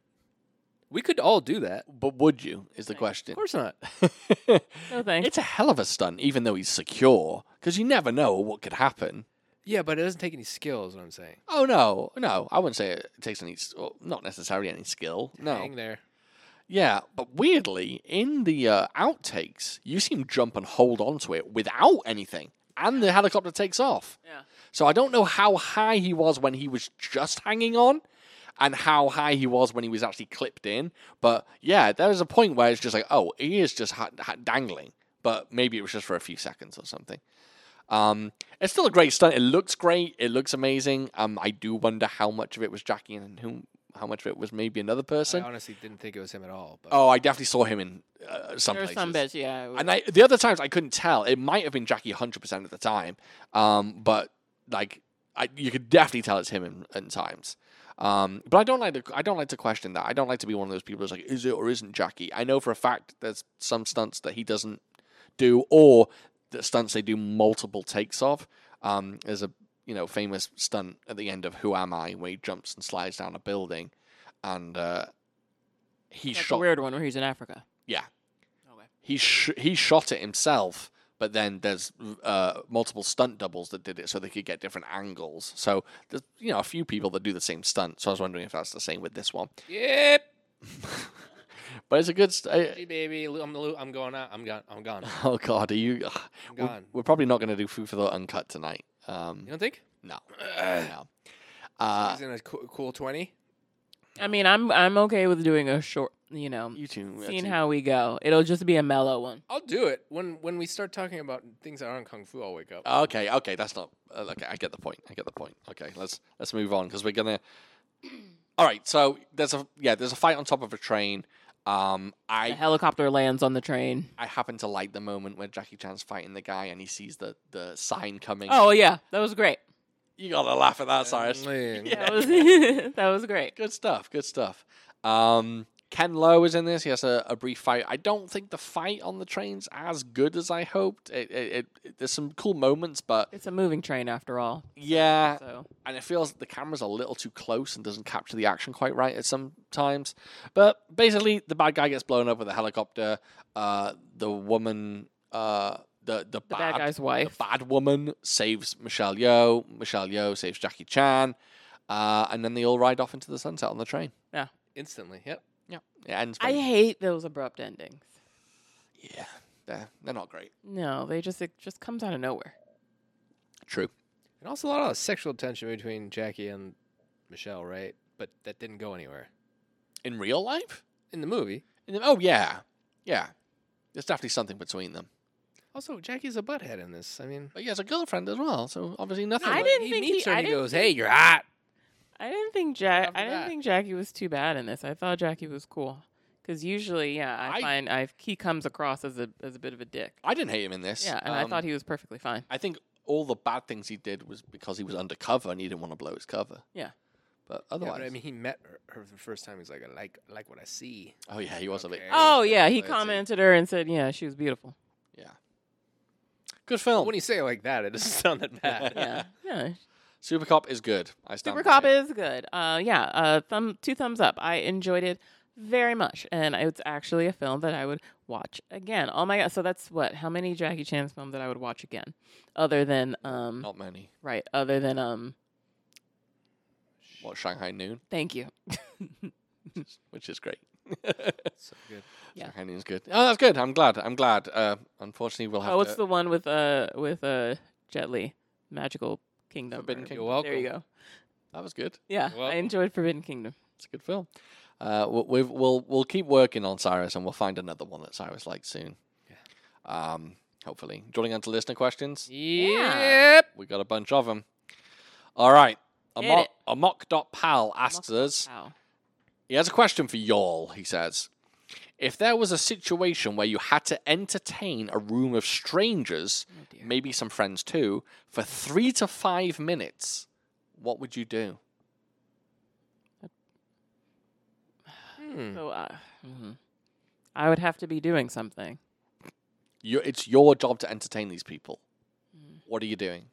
Speaker 3: We could all do that.
Speaker 2: But would you? Is the question.
Speaker 3: Of course not.
Speaker 1: No thanks.
Speaker 2: it's a hell of a stunt, even though he's secure, because you never know what could happen.
Speaker 3: Yeah, but it doesn't take any skill. Is what I'm saying.
Speaker 2: Oh no, no, I wouldn't say it takes any, s- well, not necessarily any skill. No,
Speaker 3: Hang there.
Speaker 2: yeah, but weirdly, in the uh, outtakes, you see him jump and hold onto it without anything, and the helicopter takes off.
Speaker 1: Yeah.
Speaker 2: So I don't know how high he was when he was just hanging on, and how high he was when he was actually clipped in. But yeah, there was a point where it's just like, oh, he is just ha- ha- dangling. But maybe it was just for a few seconds or something. Um, it's still a great stunt. It looks great. It looks amazing. Um, I do wonder how much of it was Jackie and whom, how much of it was maybe another person.
Speaker 3: I honestly didn't think it was him at all. But
Speaker 2: Oh, I definitely saw him in uh, some
Speaker 1: There's
Speaker 2: places.
Speaker 1: some bitch. Yeah, it was-
Speaker 2: And I, the other times I couldn't tell. It might have been Jackie 100% at the time, um, but like I, you could definitely tell it's him in, in times. Um, but I don't like to, I don't like to question that. I don't like to be one of those people who's like, is it or isn't Jackie? I know for a fact there's some stunts that he doesn't do, or the stunts they do multiple takes of. Um, there's a you know famous stunt at the end of Who Am I, where he jumps and slides down a building, and uh, he
Speaker 1: that's a
Speaker 2: shot
Speaker 1: weird one where he's in Africa.
Speaker 2: Yeah.
Speaker 1: Okay.
Speaker 2: he sh- he shot it himself, but then there's uh, multiple stunt doubles that did it so they could get different angles. So there's you know a few people that do the same stunt. So I was wondering if that's the same with this one.
Speaker 3: yep,
Speaker 2: But it's a good. St-
Speaker 3: Hey, baby, lo- I'm lo- I'm going out. I'm gone. I'm gone.
Speaker 2: oh God, are you? ugh,
Speaker 3: I'm
Speaker 2: we're-
Speaker 3: gone.
Speaker 2: We're, probably not going to do food for the uncut tonight. Um,
Speaker 3: You don't think?
Speaker 2: no, no. Uh,
Speaker 3: He's in a cool, cool twenty.
Speaker 1: I mean, I'm I'm okay with doing a short you know,
Speaker 2: You two. we had
Speaker 1: seeing
Speaker 2: to-
Speaker 1: how we go. It'll just be a mellow one.
Speaker 3: I'll do it when when we start talking about things that aren't kung fu. I'll wake up.
Speaker 2: Okay, okay, that's not uh, okay. I get the point. I get the point. Okay, let's let's move on because we're gonna. All right, so there's a yeah, there's a fight on top of a train. Um,
Speaker 1: The
Speaker 2: I
Speaker 1: helicopter lands on the train.
Speaker 2: I happen to like the moment where Jackie Chan's fighting the guy and he sees the the sign coming.
Speaker 1: Oh yeah, that was great.
Speaker 2: you gotta laugh at that, Cyrus.
Speaker 1: That was that was great.
Speaker 2: Good stuff. Good stuff. Um, Ken Lowe is in this. He has a, a brief fight. I don't think the fight on the train's as good as I hoped. It, it, it, there's some cool moments, but
Speaker 1: It's a moving train after all.
Speaker 2: yeah,
Speaker 1: So
Speaker 2: and it feels the camera's a little too close and doesn't capture the action quite right at some times. But basically, the bad guy gets blown up with a helicopter. Uh, the woman, uh, the the,
Speaker 1: the bad guy's
Speaker 2: the
Speaker 1: wife.
Speaker 2: bad woman saves Michelle Yeoh. Michelle Yeoh saves Jackie Chan, uh, and then they all ride off into the sunset on the train.
Speaker 3: Instantly. Yep.
Speaker 2: Yeah, it ends.
Speaker 1: I
Speaker 2: very-
Speaker 1: hate those abrupt endings.
Speaker 2: yeah, they're they're not great.
Speaker 1: No, they just it just comes out of nowhere.
Speaker 2: True.
Speaker 3: And also a lot of sexual tension between Jackie and Michelle, right? But that didn't go anywhere
Speaker 2: In real life,
Speaker 3: in the movie.
Speaker 2: In the- oh yeah, yeah, there's definitely something between them.
Speaker 3: Also, Jackie's a butthead in this. I mean,
Speaker 2: But he has a girlfriend as well, so obviously nothing.
Speaker 1: I
Speaker 3: but
Speaker 1: didn't
Speaker 3: he
Speaker 1: think
Speaker 3: meets
Speaker 1: he-
Speaker 3: her
Speaker 1: I
Speaker 3: and he
Speaker 1: didn't
Speaker 3: goes, "Hey, you're hot."
Speaker 1: I didn't think Jack.
Speaker 3: After
Speaker 1: I didn't
Speaker 3: that.
Speaker 1: think Jackie was too bad in this. I thought Jackie was cool. Because usually, yeah, I,
Speaker 2: I-
Speaker 1: find I've, he comes across as a as a bit of a dick.
Speaker 2: I didn't hate him in this.
Speaker 1: Yeah, and I
Speaker 2: Um,
Speaker 1: thought he was perfectly fine.
Speaker 2: I think all the bad things he did was because he was undercover and he didn't want to blow his cover.
Speaker 1: Yeah.
Speaker 2: But
Speaker 3: Yeah,
Speaker 2: otherwise,
Speaker 3: but I mean, he met her, her the first time. He's like, "I like I like what I see."
Speaker 2: oh yeah, he was a bit.
Speaker 3: Okay. Ah,
Speaker 1: Oh yeah, he
Speaker 2: let's see.
Speaker 1: commented her and said, "Yeah, she was beautiful."
Speaker 2: Good film.
Speaker 3: When you say it like that, it doesn't sound that bad.
Speaker 1: Yeah, yeah.
Speaker 2: Supercop is good. I stand.
Speaker 1: Super
Speaker 2: by
Speaker 1: Cop
Speaker 2: it.
Speaker 1: is good. Uh, yeah, uh, thumb two thumbs up. I enjoyed it very much, and it's actually a film that I would watch again. Oh my god! So that's what? How many Jackie Chan's films that I would watch again, other than um,
Speaker 2: Not many.
Speaker 1: right, other than um,
Speaker 2: What Shanghai Noon,
Speaker 1: thank you.
Speaker 2: which is great.
Speaker 3: So good.
Speaker 1: Yeah.
Speaker 2: Shanghai Noon's good. Oh, that's good. I'm glad. I'm glad. Uh, unfortunately, we'll have
Speaker 1: Oh, what's
Speaker 2: to.
Speaker 1: the one with uh with uh Jet Li, Magical Kingdom?
Speaker 2: Forbidden
Speaker 1: or-
Speaker 2: Kingdom.
Speaker 1: There you go.
Speaker 2: That was good.
Speaker 1: Yeah,
Speaker 3: Well-
Speaker 1: I enjoyed Forbidden Kingdom.
Speaker 2: It's a good film. Uh, we'll, we've, we'll we'll keep working on Cyrus, and we'll find another one that Cyrus likes soon. Yeah. Um, hopefully. Drawing on to listener questions.
Speaker 1: Yeah.
Speaker 3: Yep.
Speaker 2: We got a bunch of them. All right.
Speaker 1: Get
Speaker 2: Amok,
Speaker 1: it.
Speaker 2: Amok.pal asks us,
Speaker 1: Wow.
Speaker 2: he has a question for y'all, he says. If there was a situation where you had to entertain a room of strangers,
Speaker 1: Oh, dear.
Speaker 2: maybe some friends too, for three to five minutes, what would you do?
Speaker 3: Hmm.
Speaker 1: So uh, mhm. I would have to be doing something.
Speaker 2: You, it's your job to entertain these people. What are you doing?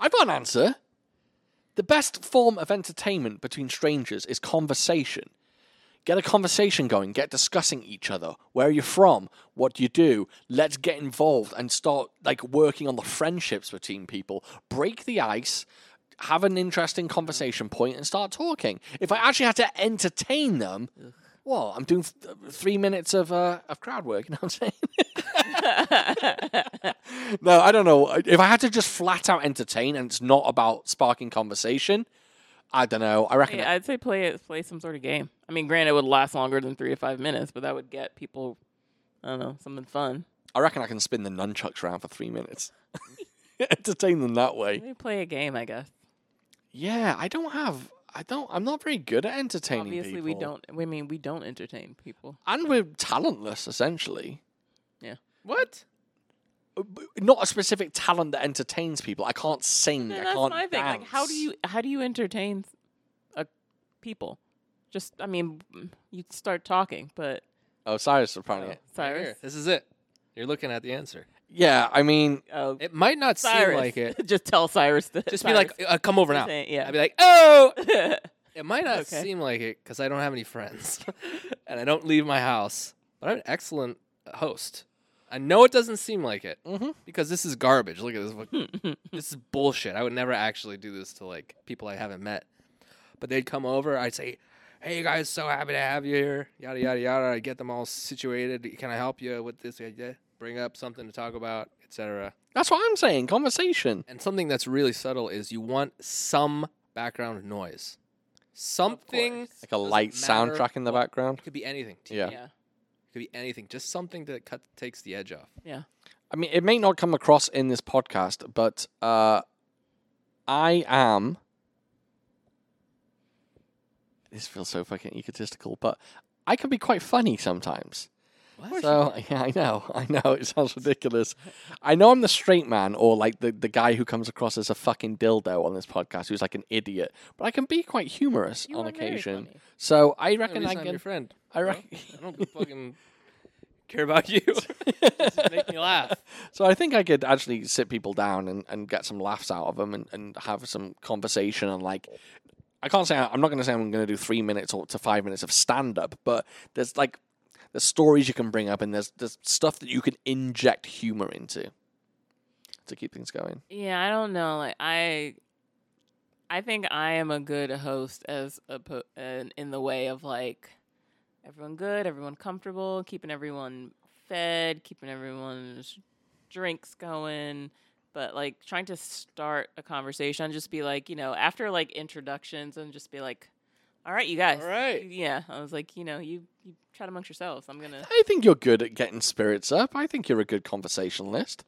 Speaker 2: I've got an answer. The best form of entertainment between strangers is conversation. Get a conversation going, get discussing each other. Where are you from? What do you do? Let's get involved and start like working on the friendships between people. Break the ice, have an interesting conversation point and start talking. If I actually had to entertain them, well, I'm doing th- 3 minutes of uh, of crowd work, you know what I'm saying? No, I don't know. If I had to just flat out entertain and it's not about sparking conversation, I don't know. I reckon.
Speaker 1: Yeah, I'd say play it, play some sort of game. I mean, granted, it would last longer than three to five minutes, but that would get people, I don't know, something fun.
Speaker 2: I reckon I can spin the nunchucks around for three minutes. entertain them that way.
Speaker 1: Maybe play a game, I guess.
Speaker 2: Yeah, I don't have. I don't. I'm not very good at entertaining.
Speaker 1: Obviously, we
Speaker 2: people.
Speaker 1: don't. We mean, we don't entertain people.
Speaker 2: And we're talentless, essentially.
Speaker 3: What?
Speaker 2: Uh, b- Not a specific talent that entertains people. I can't sing. I
Speaker 1: And that's
Speaker 2: can't
Speaker 1: my thing. Like, how do
Speaker 2: dance.
Speaker 1: you how do you entertain a people? Just, I mean, you start talking, but
Speaker 2: Oh, Cyrus apparently.
Speaker 3: Right here.
Speaker 1: Cyrus.
Speaker 3: This is it. You're looking at the answer.
Speaker 2: Yeah, I mean,
Speaker 1: Oh,
Speaker 3: It might not
Speaker 1: Cyrus.
Speaker 3: seem like it.
Speaker 1: Just tell Cyrus to
Speaker 3: Just be like, uh, "Come over now."
Speaker 1: Just saying- yeah.
Speaker 3: I'd be like, "Oh,
Speaker 1: like.
Speaker 3: It might not
Speaker 1: Okay.
Speaker 3: seem like it because I don't have any friends and I don't leave my house, but I'm an excellent host. I know it doesn't seem like it
Speaker 2: Mhm.
Speaker 3: because this is garbage. Look at this. fuck- this is bullshit. I would never actually do this to like people I haven't met. But they'd come over. I'd say, "Hey, you guys, so happy to have you here." Yada yada yada. I would get them all situated. Can I help you with this? Yeah, yeah. Bring up something to talk about, etc., etc.
Speaker 2: That's what I'm saying. Conversation.
Speaker 3: And something that's really subtle is you want some background noise. Something
Speaker 2: Like a light
Speaker 3: matter
Speaker 2: soundtrack in the
Speaker 3: what-
Speaker 2: background.
Speaker 3: could be anything. TV,
Speaker 2: Yeah.
Speaker 1: yeah.
Speaker 3: Could be anything. Just something that cut, takes the edge off.
Speaker 2: I mean, it may not come across in this podcast, but uh, I am. This feels so fucking egotistical, but I can be quite funny sometimes.
Speaker 3: What?
Speaker 2: So yeah, I know, I know, it sounds ridiculous. I know I'm the straight man, or like the the guy who comes across as a fucking dildo on this podcast, who's like an idiot. But I can be quite humorous
Speaker 1: You
Speaker 2: on
Speaker 1: are very
Speaker 2: occasion.
Speaker 1: funny.
Speaker 2: So I
Speaker 3: The
Speaker 2: reckon I
Speaker 3: reason I'm your
Speaker 2: can.
Speaker 3: friend.
Speaker 2: I
Speaker 3: bro.
Speaker 2: reckon.
Speaker 3: I don't fucking care about you. Make me laugh.
Speaker 2: So I think I could actually sit people down and, and get some laughs out of them and, and have some conversation and like I can't say I'm not going to say I'm going to do three minutes or to five minutes of stand up, but there's like there's stories you can bring up and there's there's stuff that you can inject humor into to keep things going.
Speaker 1: Yeah, I don't know. Like I, I think I am a good host as a po- in, in the way of like everyone good, everyone comfortable, keeping everyone fed, keeping everyone's drinks going. But like trying to start a conversation, just be like, you know, after like introductions, and just be like, "All right, you guys,
Speaker 3: All right.
Speaker 1: yeah." I was like, you know, you you chat amongst yourselves. I'm gonna.
Speaker 2: I think you're good at getting spirits up. I think you're a good conversationalist.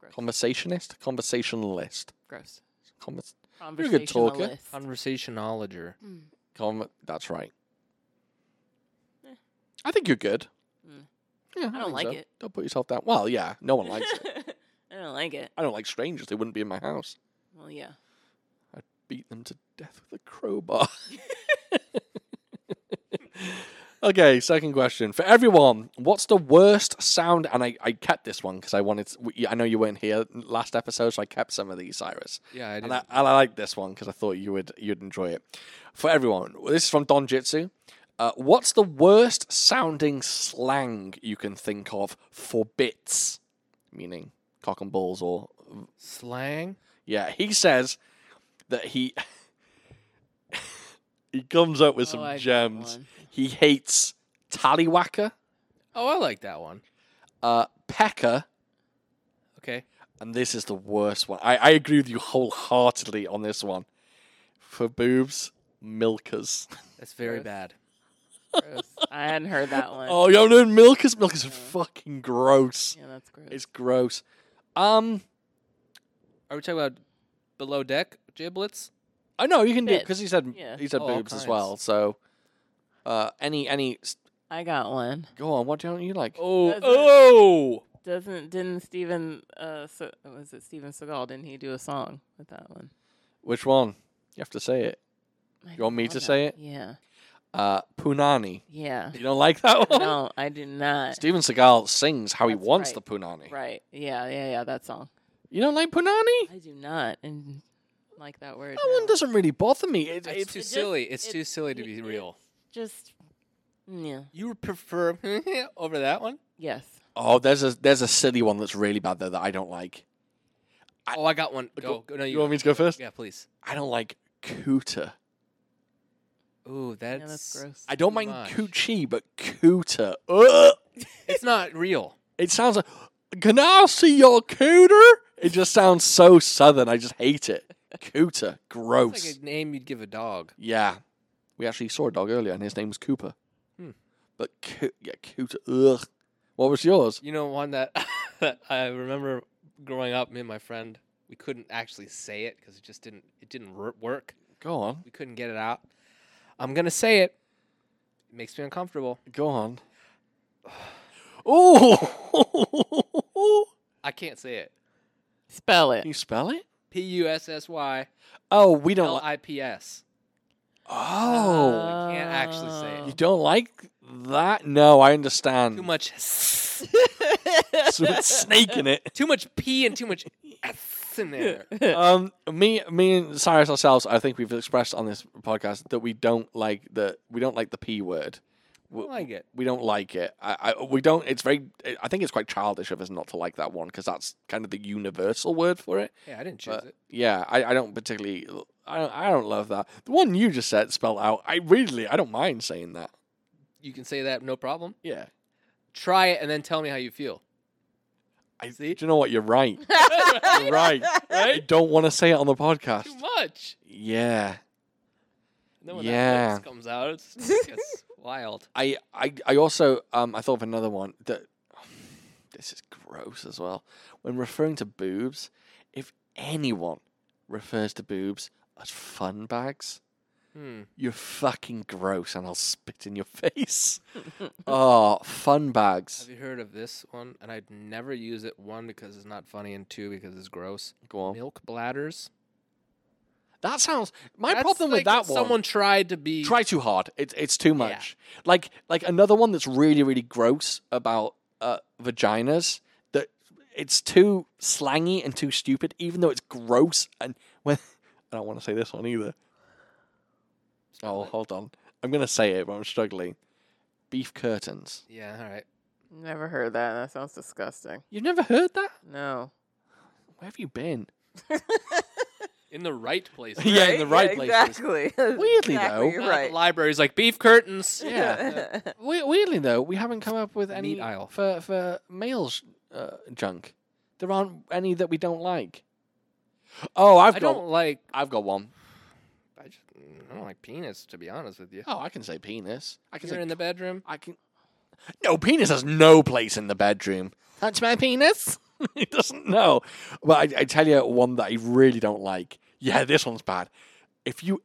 Speaker 1: Gross.
Speaker 2: Conversationist, conversationalist.
Speaker 1: Gross.
Speaker 2: Convers- a good talker.
Speaker 1: Conversationalist.
Speaker 3: Conversationologer.
Speaker 1: Mm.
Speaker 2: Con- that's right.
Speaker 1: Eh.
Speaker 2: I think you're good.
Speaker 1: Mm.
Speaker 2: Yeah,
Speaker 1: I don't
Speaker 2: think
Speaker 1: like
Speaker 2: so.
Speaker 1: it.
Speaker 2: Don't put yourself down. Well, yeah, no one likes it.
Speaker 1: I don't like it.
Speaker 2: I don't like strangers. They wouldn't be in my house.
Speaker 1: Well, yeah.
Speaker 2: Beat them to death with a crowbar. okay, second question for everyone. What's the worst sound? And I, I kept this one because I wanted. To, we- I know you weren't here last episode, so I kept some of these, Cyrus.
Speaker 3: Yeah, I did.
Speaker 2: And I, and I like this one because I thought you would you'd enjoy it. For everyone, this is from Don Jitsu. Uh, what's the worst sounding slang you can think of for bits, meaning cock and balls or
Speaker 3: Slang.
Speaker 2: yeah? He says that he he comes up with
Speaker 1: Oh,
Speaker 2: some
Speaker 1: I got
Speaker 2: gems.
Speaker 1: one.
Speaker 2: He hates tallywhacker,
Speaker 3: Oh, I like that one.
Speaker 2: uh, pecker,
Speaker 3: Okay.
Speaker 2: and this is the worst one. I, I agree with you wholeheartedly on this one. For boobs, milkers.
Speaker 3: That's very
Speaker 1: Gross.
Speaker 3: bad.
Speaker 1: I hadn't heard that one.
Speaker 2: Oh, you haven't heard Milkers? Milkers is fucking gross.
Speaker 1: Yeah, that's gross.
Speaker 2: It's gross. Um,
Speaker 3: Are we talking about below deck giblets?
Speaker 2: I know you can do
Speaker 1: Bits.
Speaker 2: because he said
Speaker 1: Yeah.
Speaker 2: he said
Speaker 3: Oh, all
Speaker 2: boobs as
Speaker 3: kinds.
Speaker 2: well. So, uh, any any s-
Speaker 1: I got one.
Speaker 2: go on. What don't you like?
Speaker 3: Oh,
Speaker 1: That's it.
Speaker 3: oh!
Speaker 1: Doesn't didn't Steven uh so, was it Steven Seagal? Didn't he do a song with that one?
Speaker 2: Which one? You have to say it. You want me to say it?
Speaker 1: Yeah,
Speaker 2: Uh, punani.
Speaker 1: yeah.
Speaker 2: You don't like that one?
Speaker 1: no, I do not.
Speaker 2: Oh. Steven Seagal sings how he
Speaker 1: That's
Speaker 2: wants
Speaker 1: right.
Speaker 2: the punani.
Speaker 1: Right? Yeah, yeah, yeah. That song.
Speaker 2: You don't like punani?
Speaker 1: I do not and like that word.
Speaker 2: That one
Speaker 1: no.
Speaker 2: doesn't really bother me. It,
Speaker 3: It's
Speaker 2: it's
Speaker 3: too
Speaker 1: just-
Speaker 3: silly. It's, too
Speaker 1: it's-
Speaker 3: silly to
Speaker 1: it-
Speaker 3: be
Speaker 1: it-
Speaker 3: real.
Speaker 1: Just yeah.
Speaker 3: You prefer over that one?
Speaker 1: Yes.
Speaker 2: oh, there's a there's a silly one that's really bad though that I don't like. I-
Speaker 3: oh, I got one. Go,
Speaker 2: go-
Speaker 3: go. No, you,
Speaker 2: You want me to go first?
Speaker 3: Yeah, please.
Speaker 2: I don't like cooter.
Speaker 3: Ooh, that's,
Speaker 1: yeah, that's gross.
Speaker 2: I don't
Speaker 3: Too
Speaker 2: mind
Speaker 3: much.
Speaker 2: coochie, but cooter. Ugh!
Speaker 3: It's not real.
Speaker 2: It sounds like, can I see your cooter? It just sounds so southern. I just hate it. Cooter.
Speaker 3: It's
Speaker 2: Gross.
Speaker 3: like a name you'd give a dog.
Speaker 2: yeah. We actually saw a dog earlier, and his name was Cooper.
Speaker 3: Hmm.
Speaker 2: But coo- yeah, cooter. Ugh. What was yours?
Speaker 3: You know, one that that I remember growing up. Me and my friend, we couldn't actually say it because it just didn't. It didn't wor- work.
Speaker 2: Go on.
Speaker 3: We couldn't get it out. I'm gonna say it. It makes me uncomfortable.
Speaker 2: Go on. Oh.
Speaker 3: I can't say it.
Speaker 1: Spell
Speaker 2: Can
Speaker 1: it.
Speaker 2: you spell it?
Speaker 3: P U S S Y
Speaker 2: Oh, we don't
Speaker 3: L
Speaker 2: like.
Speaker 3: I P S.
Speaker 2: Oh.
Speaker 3: I can't actually say it.
Speaker 2: you don't like that? No, I understand.
Speaker 3: Too much. S-
Speaker 2: So it's snake in it.
Speaker 3: too much P and too much S in there.
Speaker 2: um, me, me and Cyrus ourselves, I think we've expressed on this podcast that we don't like the we don't like the p word.
Speaker 3: I don't like it.
Speaker 2: We don't like it. I, I we don't. It's very. I think it's quite childish of us not to like that one because that's kind of the universal word for it.
Speaker 3: Yeah, I didn't choose
Speaker 2: But
Speaker 3: it.
Speaker 2: yeah, I, I don't particularly. I don't, I don't love that. The one you just said spelled out. I really. I don't mind saying that.
Speaker 3: You can say that no problem.
Speaker 2: Yeah.
Speaker 3: Try it and then tell me how you feel.
Speaker 2: I,
Speaker 4: See?
Speaker 2: Do you know what? You're right. You're right. I don't want to say it on the podcast.
Speaker 4: Too much.
Speaker 2: Yeah.
Speaker 4: And then when
Speaker 2: Yeah.
Speaker 4: that voice comes out, it's, it's wild.
Speaker 2: I, I, I also um I thought of another one that this is gross as well. When referring to boobs, if anyone refers to boobs as fun bags,
Speaker 3: Hmm.
Speaker 2: you're fucking gross and I'll spit in your face. oh, fun bags.
Speaker 3: Have you heard of this one? And I'd never use it one because it's not funny, and two because it's gross.
Speaker 2: Go on.
Speaker 3: Milk bladders.
Speaker 2: That sounds my
Speaker 3: That's
Speaker 2: problem with
Speaker 3: like
Speaker 2: that one.
Speaker 3: Someone tried to be.
Speaker 2: try too hard. It's it's too much. Like like another one that's really really gross about uh, vaginas that it's too slangy and too stupid. Even though it's gross and when I don't want to say this one either. Oh, hold on. I'm gonna say it, but I'm struggling. Beef curtains.
Speaker 3: yeah, all right.
Speaker 1: Never heard that. That sounds disgusting.
Speaker 2: You've never heard that?
Speaker 1: No.
Speaker 2: Where have you been?
Speaker 3: In the right place.
Speaker 2: yeah, in the right
Speaker 1: yeah,
Speaker 2: places.
Speaker 1: Exactly.
Speaker 2: Weirdly,
Speaker 1: Exactly,
Speaker 2: though.
Speaker 1: you're
Speaker 3: Not
Speaker 1: right.
Speaker 3: The library's like beef curtains.
Speaker 2: Yeah. We- Weirdly though, we haven't come up with any
Speaker 3: Meat aisle.
Speaker 2: for for males uh, junk. There aren't any that we don't like. Oh, I've
Speaker 3: I
Speaker 2: got
Speaker 3: don't like.
Speaker 2: I've got one.
Speaker 3: I, just, mm, I don't like penis, to be honest with you.
Speaker 2: Oh, I can say penis. I can
Speaker 3: You're
Speaker 2: say
Speaker 3: in the bedroom.
Speaker 2: I can. No, penis has no place in the bedroom. Touch my penis. it doesn't know. But I, I tell you one that I really don't like. Yeah, this one's bad. If you,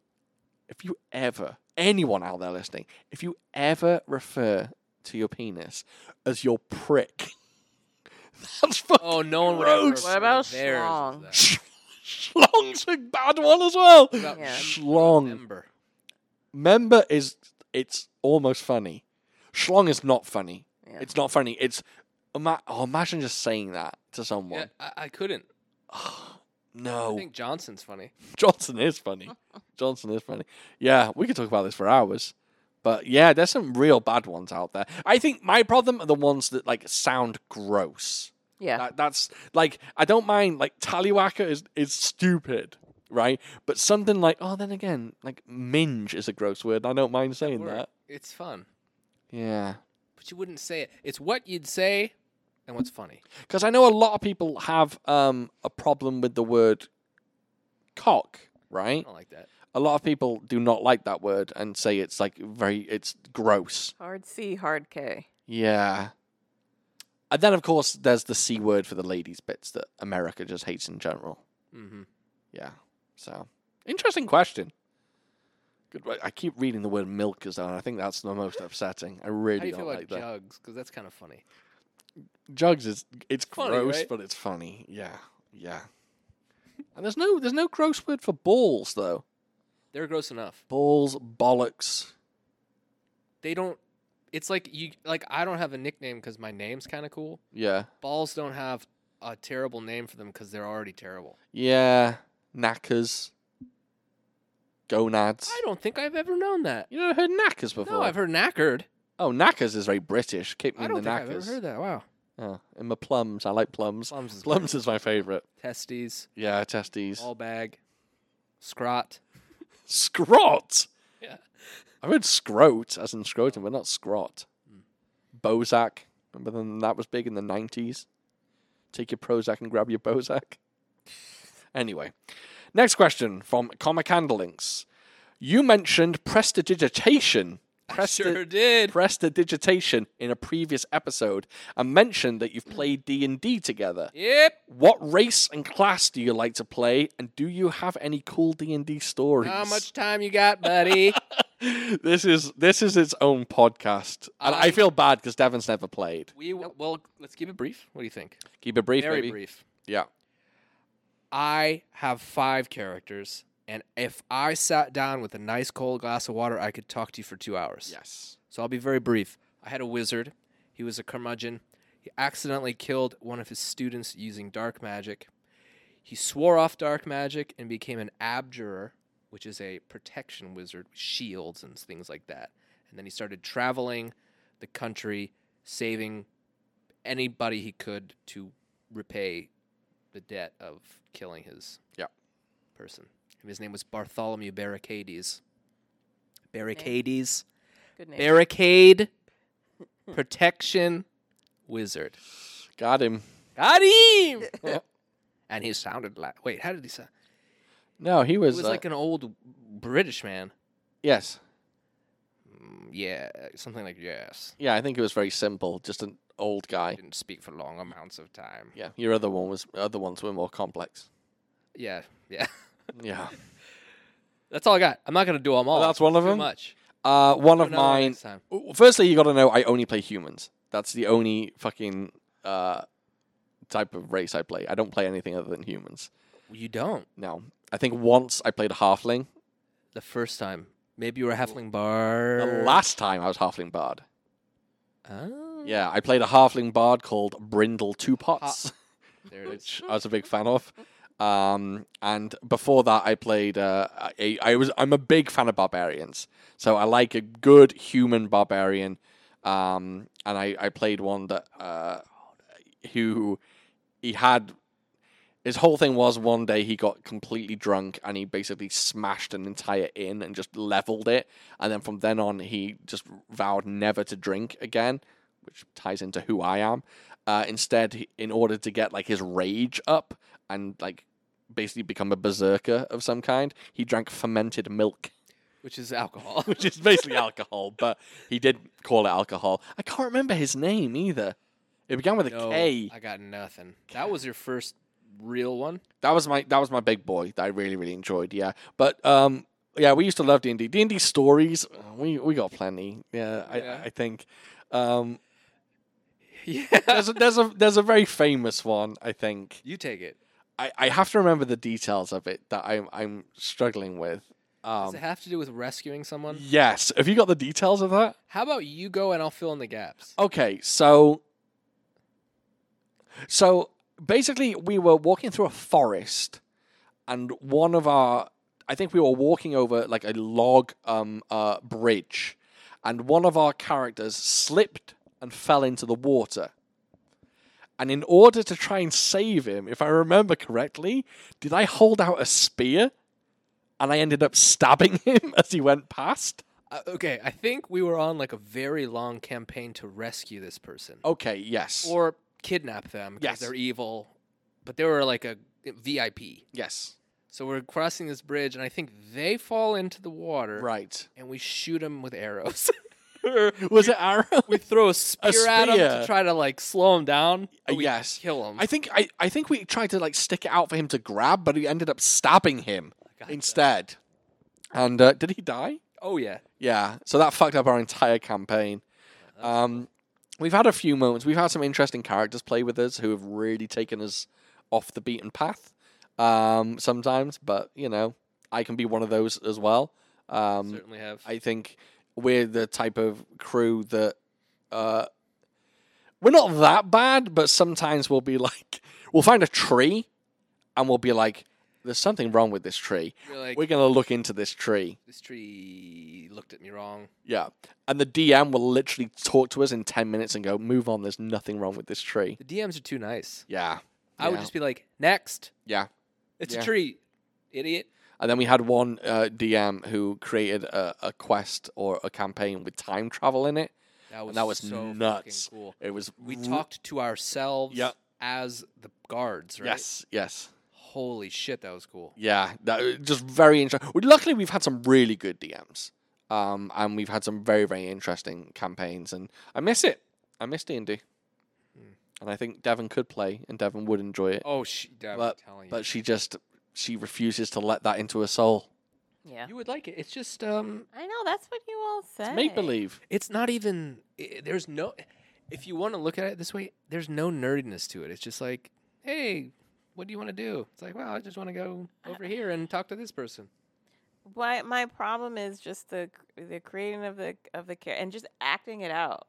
Speaker 2: if you ever, anyone out there listening, if you ever refer to your penis as your prick, that's fucking
Speaker 3: Oh, no one would
Speaker 2: gross.
Speaker 1: What about schlong?
Speaker 3: schlong?
Speaker 2: Schlong's a bad one as well.
Speaker 1: Yeah.
Speaker 2: Schlong.
Speaker 3: Member.
Speaker 2: Member is it's almost funny. Schlong is not funny.
Speaker 1: Yeah.
Speaker 2: It's not funny. It's ima- oh, imagine just saying that to
Speaker 3: Yeah,
Speaker 2: someone.
Speaker 3: I, I couldn't. I
Speaker 2: No,
Speaker 3: think Johnson's funny.
Speaker 2: Johnson is funny. Johnson is funny. Yeah, we could talk about this for hours. But yeah, there's some real bad ones out there. I think my problem are the ones that like sound gross.
Speaker 1: Yeah.
Speaker 2: That, that's like I don't mind like Tallywacker is is stupid, right? But something like oh, then again, like minge is a gross word. I don't mind saying
Speaker 3: Word.
Speaker 2: that.
Speaker 3: It's fun,
Speaker 2: Yeah.
Speaker 3: but you wouldn't say it. It's what you'd say and what's funny.
Speaker 2: Because I know a lot of people have um, a problem with the word cock,
Speaker 3: I
Speaker 2: right?
Speaker 3: don't like that.
Speaker 2: A lot of people do not like that word and say it's like very, it's gross.
Speaker 1: Hard C, hard K.
Speaker 2: Yeah. And then, of course, there's the C word for the ladies' bits that America just hates in general.
Speaker 3: Mm-hmm.
Speaker 2: Yeah. So, interesting question. Good. right, I keep reading the word milk as though, and I think that's the most upsetting. I really
Speaker 3: How do you
Speaker 2: not
Speaker 3: feel about
Speaker 2: like that.
Speaker 3: jugs? Because that's kind of funny.
Speaker 2: Jugs is it's
Speaker 3: Funny,
Speaker 2: gross,
Speaker 3: right?
Speaker 2: but it's funny. Yeah, yeah. And there's no there's no gross word for balls though.
Speaker 3: They're gross enough.
Speaker 2: Balls, bollocks.
Speaker 3: They don't. It's like you. Like I don't have a nickname because my name's kind of cool.
Speaker 2: Yeah,
Speaker 3: Balls don't have a terrible name for them because they're already terrible.
Speaker 2: yeah. Knackers, gonads.
Speaker 3: I don't think I've ever known that.
Speaker 2: You never heard knackers before?
Speaker 3: No, I've heard knackered.
Speaker 2: Oh, knackers is very British. Keep me
Speaker 3: I
Speaker 2: in the
Speaker 3: don't think I've
Speaker 2: knackers.
Speaker 3: ever heard that. Wow.
Speaker 2: Oh, and my plums. I like plums.
Speaker 3: Plums is
Speaker 2: Plums is my favorite.
Speaker 3: testes,
Speaker 2: Yeah, testes.
Speaker 3: ball bag, scrot.
Speaker 2: Scrot.
Speaker 3: Yeah.
Speaker 2: I read scrot as in scrotum, but not scrot. Bozak. Remember then that was big in the nineties. Take your Prozac and grab your Bozak. anyway, next question from Comic Handlings. You mentioned prestidigitation. Presti-
Speaker 3: Sure did.
Speaker 2: Prestidigitation in a previous episode, and mentioned that you've played D and D together.
Speaker 3: Yep.
Speaker 2: What race and class do you like to play, and do you have any cool D and D stories?
Speaker 3: How much time you got, buddy?
Speaker 2: this is this is its own podcast, and I
Speaker 3: Um,
Speaker 2: feel bad because Devin's never played.
Speaker 3: we well, let's keep it brief. What do you think?
Speaker 2: Keep it brief,
Speaker 3: Very
Speaker 2: baby.
Speaker 3: brief.
Speaker 2: Yeah,
Speaker 3: I have five characters, and if I sat down with a nice cold glass of water, I could talk to you for two hours.
Speaker 2: yes.
Speaker 3: So I'll be very brief. I had a wizard. He was a curmudgeon. He accidentally killed one of his students using dark magic. He swore off dark magic and became an abjurer, which is a protection wizard with shields and things like that. And then he started traveling the country, saving anybody he could to repay the debt of killing his
Speaker 2: Yeah.
Speaker 3: person. And his name was Bartholomew Barricades. Barricades
Speaker 1: Good name.
Speaker 3: barricade protection wizard
Speaker 2: Got him.
Speaker 4: Got him!
Speaker 2: Yeah.
Speaker 4: and he sounded like. Wait, how did he sound?
Speaker 2: No, he
Speaker 4: It
Speaker 2: was,
Speaker 4: was
Speaker 2: uh,
Speaker 4: like an old British man.
Speaker 2: yes,
Speaker 4: Mm, Yeah, something like yes.
Speaker 2: yeah. I think it was very simple, just an old guy.
Speaker 4: Didn't speak for long amounts of time.
Speaker 2: Yeah, your other one was other ones were more complex.
Speaker 4: Yeah, yeah.
Speaker 2: Yeah,
Speaker 4: That's all I got. I'm not gonna do them all.
Speaker 2: that's one of
Speaker 4: Too
Speaker 2: them.
Speaker 4: much.
Speaker 2: Uh, one of
Speaker 4: Another one
Speaker 2: mine.
Speaker 4: next time.
Speaker 2: Ooh, Firstly, you got to know I only play humans. That's the only fucking uh, type of race I play. I don't play anything other than humans.
Speaker 4: You don't.
Speaker 2: No, I think once I played a halfling.
Speaker 4: The first time, maybe you were a halfling bar.
Speaker 2: The last time I was halfling bard.
Speaker 4: Oh.
Speaker 2: Yeah, I played a halfling bard called Brindle Two Pots,
Speaker 4: There it is.
Speaker 2: which I was a big fan of. Um, and before that, I played. Uh, a, I was. I'm a big fan of barbarians, so I like a good human barbarian. Um, and I, I played one that uh, who he had. His whole thing was one day he got completely drunk and he basically smashed an entire inn and just leveled it. And then from then on, he just vowed never to drink again, which ties into who I am. Uh, instead, he- in order to get like his rage up and like basically become a berserker of some kind, he drank fermented milk,
Speaker 4: Which is alcohol.
Speaker 2: which is basically alcohol, but he did call it alcohol. I can't remember his name either. It began with a K.
Speaker 3: No, I got nothing. That was your first real one.
Speaker 2: That was my that was my big boy that I really really enjoyed. Yeah, but um, yeah, we used to love D and D. D and D stories, uh, we we got plenty. Yeah,
Speaker 3: Yeah.
Speaker 2: I, I think. Um,
Speaker 4: yeah.
Speaker 2: there's a, there's a there's a very famous one. I think
Speaker 3: You take it.
Speaker 2: I, I have to remember the details of it that I'm I'm struggling with.
Speaker 3: Does
Speaker 2: Um,
Speaker 3: it have to do with rescuing someone?
Speaker 2: yes, have you got the details of that?
Speaker 3: How about you go and I'll fill in the gaps?
Speaker 2: Okay, so so basically we were walking through a forest and one of our I think we were walking over like a log um uh bridge and one of our characters slipped and fell into the water. And in order to try and save him, if I remember correctly, did I hold out a spear and I ended up stabbing him as he went past?
Speaker 3: Uh, okay, I think we were on like a very long campaign to rescue this person
Speaker 2: Okay, yes.
Speaker 3: or kidnap them because
Speaker 2: Oh. Yes.
Speaker 3: they're evil, but they were like a VIP.
Speaker 2: yes.
Speaker 3: So we're crossing this bridge, and I think they fall into the water,
Speaker 2: Right.
Speaker 3: and we shoot them with arrows.
Speaker 2: Was it arrow?
Speaker 3: we throw a spear, at them
Speaker 2: spear.
Speaker 3: to try to like slow them down.
Speaker 2: Uh,
Speaker 3: but we
Speaker 2: yes.
Speaker 3: kill them.
Speaker 2: I think I, I think we tried to like stick it out for him to grab, but he ended up stabbing him instead. And uh, did he die?
Speaker 3: oh yeah,
Speaker 2: Yeah. So that fucked up our entire campaign. Um, we've had a few moments. We've had some interesting characters play with us who have really taken us off the beaten path um, sometimes. But you know, I can be one of those as well. Um,
Speaker 3: certainly have.
Speaker 2: I think we're the type of crew that uh, we're not that bad, but sometimes we'll be like, we'll find a tree and we'll be like, there's something wrong with this tree.
Speaker 3: You're like
Speaker 2: We're going to look into this tree.
Speaker 3: this tree looked at me wrong.
Speaker 2: Yeah. And the DM will literally talk to us in 10 minutes and go, move on. There's nothing wrong with this tree.
Speaker 3: The DMs are too nice.
Speaker 2: Yeah.
Speaker 3: I would
Speaker 2: Yeah.
Speaker 3: just be like, next,
Speaker 2: Yeah.
Speaker 3: it's
Speaker 2: Yeah.
Speaker 3: a tree, idiot.
Speaker 2: And then we had one uh, DM who created a, a quest or a campaign with time travel in it.
Speaker 3: That was
Speaker 2: that was
Speaker 3: so fucking
Speaker 2: nuts.
Speaker 3: Cool.
Speaker 2: It was.
Speaker 3: We
Speaker 2: r-
Speaker 3: talked to ourselves
Speaker 2: Yeah.
Speaker 3: as the guards, right?
Speaker 2: Yes, yes.
Speaker 3: Holy shit, that was cool.
Speaker 2: Yeah, that uh, just very interesting. Luckily, we've had some really good DMs, um, and we've had some very very interesting campaigns. And I miss it. I miss D and D, and I think Devon could play, and Devon would enjoy it.
Speaker 3: Hmm. Oh, she, I'm
Speaker 2: But-
Speaker 3: telling you.
Speaker 2: But she just she refuses to let that into her soul.
Speaker 1: Yeah.
Speaker 3: you would like it. It's just, um,
Speaker 1: I know that's what you all said.
Speaker 2: It's make believe.
Speaker 3: it's not even, i there's no, if you want to look at it this way, there's no nerdiness to it. It's just like, hey, what do you want to do? It's like, well, I just want to go over here and talk to this person.
Speaker 1: Why my problem is just the the creating of the of the care and just acting it out.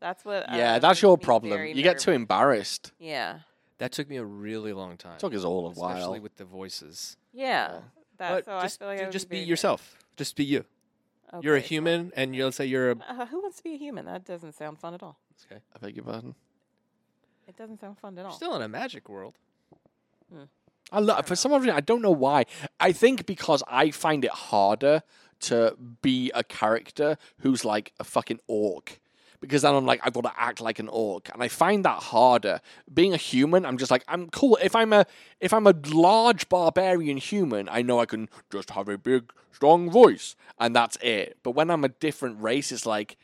Speaker 1: That's what.
Speaker 2: yeah,
Speaker 1: uh,
Speaker 2: that's
Speaker 1: makes
Speaker 2: your
Speaker 1: me
Speaker 2: problem.
Speaker 1: very
Speaker 2: You get too
Speaker 1: nervous.
Speaker 2: embarrassed.
Speaker 1: Yeah.
Speaker 3: That took me a really long time.
Speaker 2: took us all a
Speaker 3: especially
Speaker 2: while.
Speaker 3: with the voices.
Speaker 1: Yeah.
Speaker 2: Yeah.
Speaker 1: That, so
Speaker 3: but just,
Speaker 1: I feel like I
Speaker 3: dude,
Speaker 1: would
Speaker 3: just be
Speaker 1: very nervous.
Speaker 3: yourself. Just be you. You're a
Speaker 1: Okay, so-
Speaker 3: human, and you let's say you're a.
Speaker 1: Uh, who wants to be a human? That doesn't sound fun at all.
Speaker 2: I beg your pardon.
Speaker 1: It doesn't sound fun at
Speaker 3: You're
Speaker 1: all.
Speaker 3: still in a magic world.
Speaker 2: I love for some reason I don't know why. I think because I find it harder to be a character who's like a fucking orc because then I'm like, I've got to act like an orc, and I find that harder. Being a human, I'm just like, I'm cool. If I'm a if I'm a large barbarian human, I know I can just have a big strong voice, and that's it. But when I'm a different race, it's like,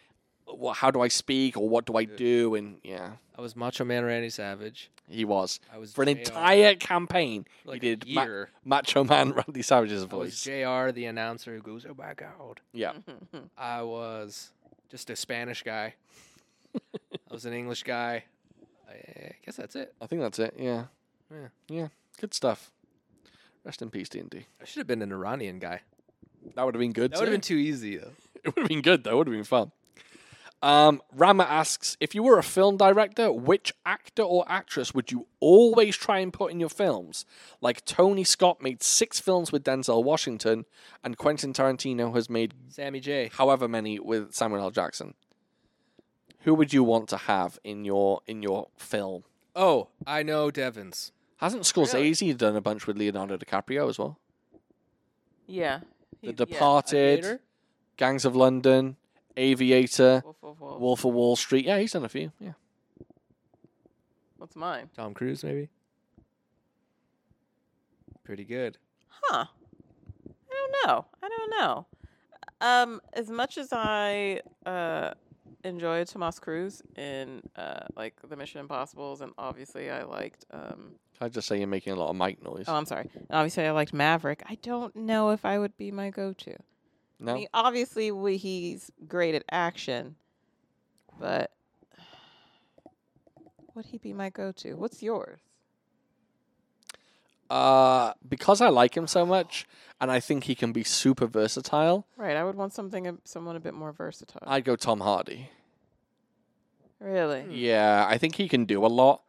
Speaker 2: well, how do I speak or what do I do? And yeah,
Speaker 3: I was Macho Man Randy Savage.
Speaker 2: he was
Speaker 3: I was
Speaker 2: for an
Speaker 3: JR.
Speaker 2: entire campaign.
Speaker 3: like
Speaker 2: he
Speaker 3: a
Speaker 2: did Ma-
Speaker 3: year.
Speaker 2: Macho Man Randy Savage's
Speaker 3: I
Speaker 2: voice.
Speaker 3: was Jr. the announcer who goes, "Oh my god."
Speaker 2: yeah,
Speaker 3: Mm-hmm. I was just a Spanish guy. I was an English guy. I I guess that's it.
Speaker 2: I think that's it. Yeah,
Speaker 3: Yeah.
Speaker 2: yeah, good stuff. Rest in peace, D and D.
Speaker 3: I should have been an Iranian guy.
Speaker 2: That would have been good.
Speaker 3: That would
Speaker 2: too.
Speaker 3: have been too easy though.
Speaker 2: It would have been good though. It would have been fun. Um, Rama asks if you were a film director, which actor or actress would you always try and put in your films? Like Tony Scott made six films with Denzel Washington, and Quentin Tarantino has made
Speaker 3: Sammy J.
Speaker 2: however many with Samuel L. Jackson. Who would you want to have in your in your film?
Speaker 3: Oh, I know Devins.
Speaker 2: Hasn't Scorsese done a bunch with Leonardo DiCaprio as well?
Speaker 1: Yeah.
Speaker 2: The
Speaker 1: He-
Speaker 2: Departed,
Speaker 3: Aviator?
Speaker 2: Gangs of London, Aviator,
Speaker 1: Yeah. Wolf, wolf, wolf.
Speaker 2: Wolf of Wall Street. Yeah, he's done a few. Yeah.
Speaker 1: What's mine?
Speaker 3: Tom Cruise maybe. Pretty good.
Speaker 1: Huh. I don't know. I don't know. Um, as much as I uh enjoyed Tomas Cruz in uh like the Mission Impossibles and obviously I liked um
Speaker 2: Can I just say you're making a lot of mic noise?
Speaker 1: oh I'm sorry. And obviously I liked Maverick. I don't know if I would be my go to. I
Speaker 2: no.
Speaker 1: mean obviously we, he's great at action, but would he be my go to? What's yours?
Speaker 2: Uh, because I like him so much, and I think he can be super versatile.
Speaker 1: Right, I would want something a- someone a bit more versatile.
Speaker 2: I'd go Tom Hardy.
Speaker 1: really?
Speaker 2: Yeah, I think he can do a lot.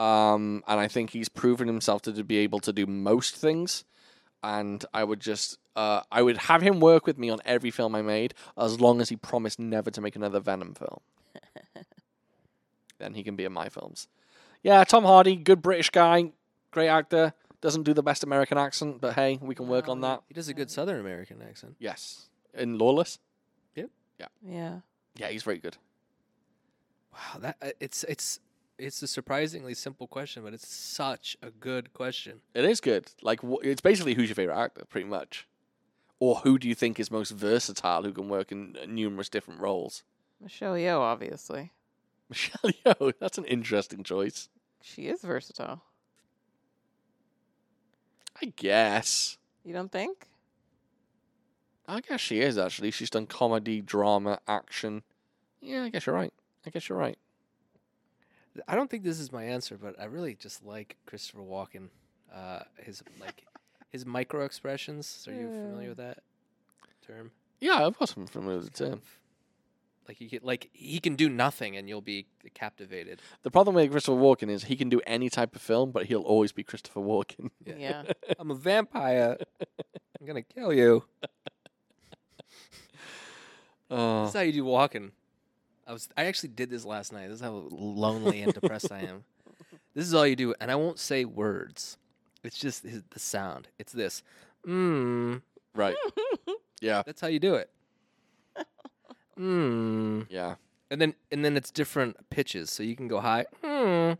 Speaker 2: Um, and I think he's proven himself to be able to do most things. And I would just, uh, I would have him work with me on every film I made, as long as he promised never to make another Venom film. then he can be in my films. Yeah, Tom Hardy, good British guy, great actor. Doesn't do the best American accent, but hey, we can work on that.
Speaker 3: He does a good Southern American accent.
Speaker 2: Yes, in Lawless.
Speaker 1: Yeah.
Speaker 2: Yeah, he's very good.
Speaker 3: Wow, that uh, it's it's it's a surprisingly simple question, but it's such a good question.
Speaker 2: It is good. Like wh- it's basically who's your favorite actor, pretty much, or who do you think is most versatile, who can work in uh, numerous different roles.
Speaker 1: Michelle Yeoh, obviously.
Speaker 2: Michelle Yeoh, that's an interesting choice,
Speaker 1: She is versatile.
Speaker 2: I guess.
Speaker 1: You don't think?
Speaker 2: I guess she is actually. She's done comedy, drama, action. Yeah, I guess you're right. I guess you're right.
Speaker 3: Th- I don't think this is my answer, but I really just like Christopher Walken. Uh, his like his micro expressions. Are you familiar with that term?
Speaker 2: Yeah, of course I'm familiar with the term.
Speaker 3: Like you get like he can do nothing and you'll be captivated.
Speaker 2: The problem with Christopher Walken is he can do any type of film, but he'll always be Christopher Walken.
Speaker 1: Yeah.
Speaker 3: I'm a vampire. I'm gonna kill you.
Speaker 2: Oh.
Speaker 3: That's how you do walking. I was I actually did this last night. This is how lonely and depressed I am. This is all you do, and I won't say words. It's just his- the sound. It's this. Mm.
Speaker 2: Right. yeah.
Speaker 3: That's how you do it. Mm.
Speaker 2: Yeah.
Speaker 3: And then and then it's different pitches, so you can go high. Mm.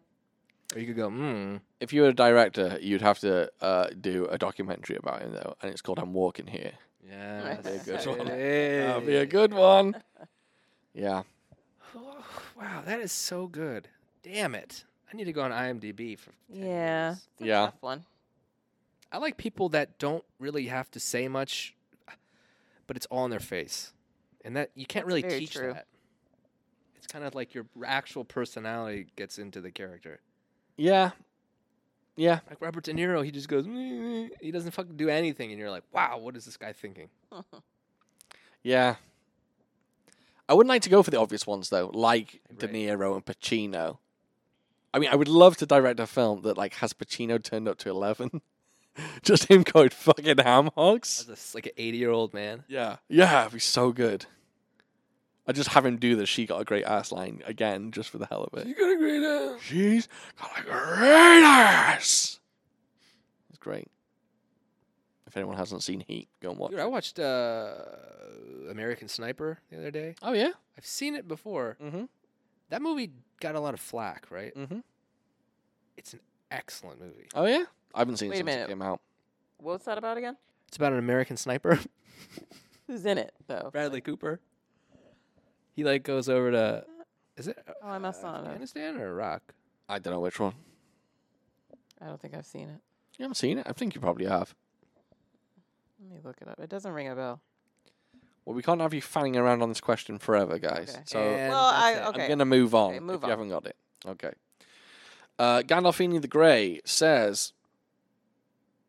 Speaker 3: Or you could go mm.
Speaker 2: If you were a director, you'd have to uh, do a documentary about him, though, and it's called "I'm Walking Here."
Speaker 3: Yeah,
Speaker 1: That'd be a
Speaker 2: good one.
Speaker 3: That'd
Speaker 2: That'd be a good one. Yeah.
Speaker 3: wow, that is so good. Damn it. I need to go on IMDb for 10
Speaker 1: Yeah.
Speaker 3: minutes.
Speaker 1: It's a
Speaker 2: Yeah.
Speaker 1: tough one.
Speaker 3: I like people that don't really have to say much, but it's all in their face, and that you can't really
Speaker 1: Very
Speaker 3: teach
Speaker 1: true.
Speaker 3: that. It's kind of like your actual personality gets into the character.
Speaker 2: Yeah. Yeah.
Speaker 3: Like Robert De Niro, he just goes, he doesn't fucking do anything, and you're like, wow, what is this guy thinking?
Speaker 2: Yeah. I wouldn't like to go for the obvious ones though, like De
Speaker 3: Right.
Speaker 2: Niro and Pacino. I mean, I would love to direct a film that like has Pacino turned up to eleven, just him going fucking ham hocks.
Speaker 3: As a s like an 80 year old man.
Speaker 2: Yeah, yeah, it'd be so good. I just have him do the "She got a great ass" line again, just for the hell of it.
Speaker 3: got a great ass.
Speaker 2: She's got a great ass. It's great. If anyone hasn't seen Heat, go and watch.
Speaker 3: Dude, I watched uh, American Sniper the other day.
Speaker 2: Oh yeah.
Speaker 3: I've seen it before.
Speaker 2: Mhm.
Speaker 3: That movie got a lot of flack, right?
Speaker 2: Mhm.
Speaker 3: It's an excellent movie.
Speaker 2: Oh yeah. I haven't seen it
Speaker 1: Wait a
Speaker 2: since
Speaker 1: minute.
Speaker 2: it came out.
Speaker 1: What's that about again?
Speaker 3: It's about an American sniper,
Speaker 1: Who's in it though?
Speaker 3: Bradley Cooper. He like goes over to is it
Speaker 1: Oh, I must not know.
Speaker 3: Afghanistan or Iraq?
Speaker 2: I don't know which one.
Speaker 1: I don't think I've seen it.
Speaker 2: You haven't seen it? I think you probably have.
Speaker 1: Let me look it up. It doesn't ring a bell.
Speaker 2: Well, we can't have you fanning around on this question forever, guys.
Speaker 1: Okay.
Speaker 2: So
Speaker 3: And
Speaker 1: Well, I
Speaker 3: that's it.
Speaker 1: okay.
Speaker 2: I'm gonna move on.
Speaker 1: Okay, move
Speaker 2: if
Speaker 1: on.
Speaker 2: you haven't got it, okay. Uh, Gandalfini the Grey says,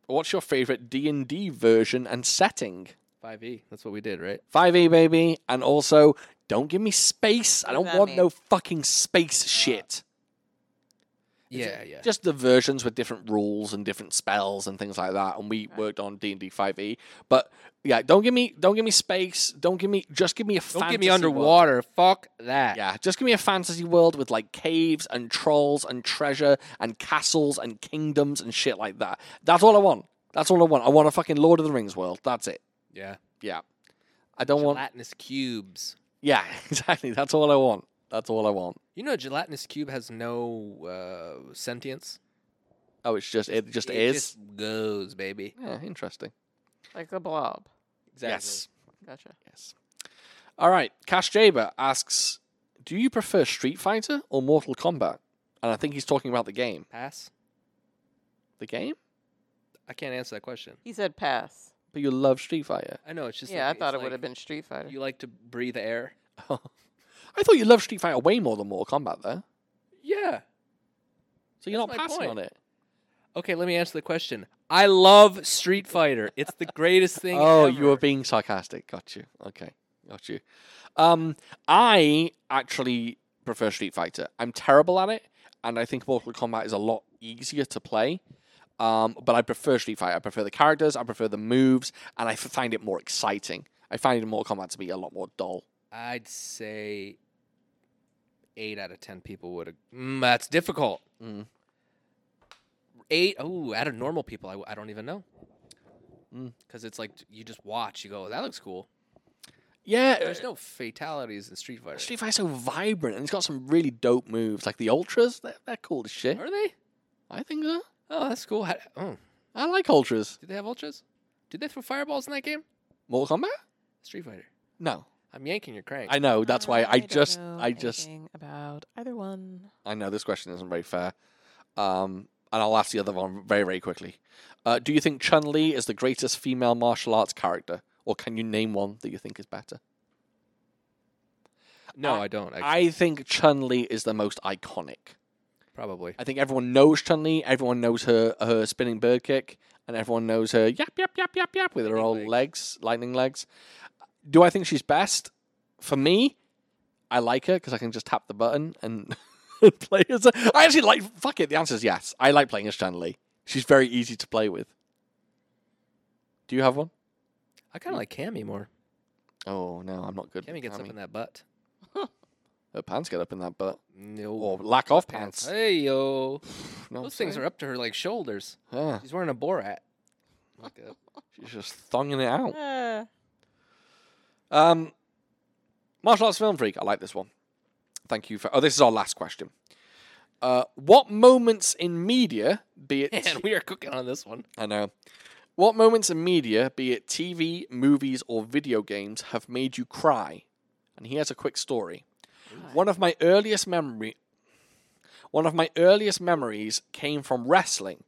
Speaker 2: "What's your favorite D and D version and setting?"
Speaker 3: 5e. E. That's what we did, right?
Speaker 2: Five E baby, and also don't give me space. I
Speaker 1: What does
Speaker 2: don't
Speaker 1: that
Speaker 2: want no
Speaker 1: mean?
Speaker 2: fucking space shit.
Speaker 3: Yeah, yeah.
Speaker 2: Just the versions with different rules and different spells and things like that. And we worked on D and D five E, but yeah, don't give me don't give me space. Don't give me just give me a
Speaker 3: Don't get
Speaker 2: fantasy
Speaker 3: me
Speaker 2: world.
Speaker 3: underwater. Fuck that.
Speaker 2: Yeah, just give me a fantasy world with like caves and trolls and treasure and castles and kingdoms and shit like that. That's all I want. That's all I want. I want a fucking Lord of the Rings world. That's it.
Speaker 3: Yeah.
Speaker 2: Yeah. I don't want.
Speaker 3: Gelatinous cubes.
Speaker 2: Yeah, exactly. That's all I want. That's all I want.
Speaker 3: You know, a gelatinous cube has no uh, sentience.
Speaker 2: Oh, it's just it just
Speaker 3: It
Speaker 2: is.
Speaker 3: just goes, baby.
Speaker 2: Yeah, interesting.
Speaker 1: Like a blob.
Speaker 2: Yes.
Speaker 1: Gotcha.
Speaker 2: Yes. All right. Cash Jaber asks, "Do you prefer Street Fighter or Mortal Kombat?" And I think he's talking about the game.
Speaker 3: Pass.
Speaker 2: The game?
Speaker 3: I can't answer that question.
Speaker 1: He said pass.
Speaker 2: But you love Street Fighter.
Speaker 3: I know it's just.
Speaker 1: yeah,
Speaker 3: like-
Speaker 1: I thought it
Speaker 3: it's
Speaker 1: would have
Speaker 3: like
Speaker 1: been Street Fighter.
Speaker 3: You like to breathe air.
Speaker 2: I thought you loved Street Fighter way more than Mortal Kombat, though.
Speaker 3: Yeah.
Speaker 2: So you're
Speaker 3: That's
Speaker 2: not
Speaker 3: my
Speaker 2: passing
Speaker 3: point.
Speaker 2: on it.
Speaker 3: Okay, let me answer the question. I love Street Fighter. It's the greatest thing.
Speaker 2: Oh, you were
Speaker 3: ever.
Speaker 2: being sarcastic. Got you. Okay, got you. Um, I actually prefer Street Fighter. I'm terrible at it, and I think Mortal Kombat is a lot easier to play. Um, but I prefer Street Fighter. I prefer the characters. I prefer the moves, and I f- find it more exciting. I find Mortal Kombat to be a lot more dull.
Speaker 3: I'd say eight out of ten people would. ag- Mm, that's difficult.
Speaker 2: Mm.
Speaker 3: Eight. Oh, out of normal people, I, w- I don't even know.
Speaker 2: Mm.
Speaker 3: Because it's like you just watch. You go, that looks cool.
Speaker 2: Yeah, uh,
Speaker 3: There's no fatalities in Street Fighter.
Speaker 2: Street Fighter's so vibrant, and it's got some really dope moves, like the ultras. They're, they're cool as shit.
Speaker 3: Are they?
Speaker 2: I think so.
Speaker 3: Oh, that's cool. How, oh,
Speaker 2: I like ultras.
Speaker 3: did they have ultras? Did they throw fireballs in that game?
Speaker 2: Mortal Kombat?
Speaker 3: Street Fighter.
Speaker 2: No,
Speaker 3: I'm yanking your crank.
Speaker 2: I know. Oh, That's why I
Speaker 1: Uh, don't
Speaker 2: just,
Speaker 1: know
Speaker 2: I just.
Speaker 1: anything about either one.
Speaker 2: I know this question isn't very fair. Um, and I'll ask the other one very, very quickly. Uh, do you think Chun Li is the greatest female martial arts character, or can you name one that you think is better?
Speaker 3: no,
Speaker 2: I-
Speaker 3: I, don't. I,
Speaker 2: I think Chun Li is the most iconic.
Speaker 3: probably.
Speaker 2: I think everyone knows Chun Li. Everyone knows her her spinning bird kick, and everyone knows her yap yap yap yap yap with her
Speaker 3: Lightning
Speaker 2: old legs.
Speaker 3: legs.
Speaker 2: lightning legs. Do I think she's best? For me, I like her because I can just tap the button and play as. her. I actually like. Fuck it. The answer is yes. I like playing as Chun Li. She's very easy to play with. Do you have one?
Speaker 3: I
Speaker 2: Mm.
Speaker 3: kind of like Cammy more.
Speaker 2: Oh no, I'm not good.
Speaker 3: Cammy
Speaker 2: with
Speaker 3: gets up
Speaker 2: Cammy.
Speaker 3: in that butt.
Speaker 2: her pants get up in that butt,
Speaker 3: No.
Speaker 2: or lack of pants.
Speaker 3: Hey yo,
Speaker 2: No, I'm
Speaker 3: those things
Speaker 2: saying.
Speaker 3: are up to her like shoulders.
Speaker 2: Yeah,
Speaker 3: She's wearing a Borat. Like a,
Speaker 2: she's just thonging it out.
Speaker 1: Uh,
Speaker 2: Um, martial arts film freak. I like this one. Thank you for. Oh, this is our last question. Uh, what moments in media, be it
Speaker 3: man, we are cooking on this one.
Speaker 2: I know, what moments in media, be it TV, movies, or video games, have made you cry? And here's a quick story. One of my earliest memory, one of my earliest memories came from wrestling.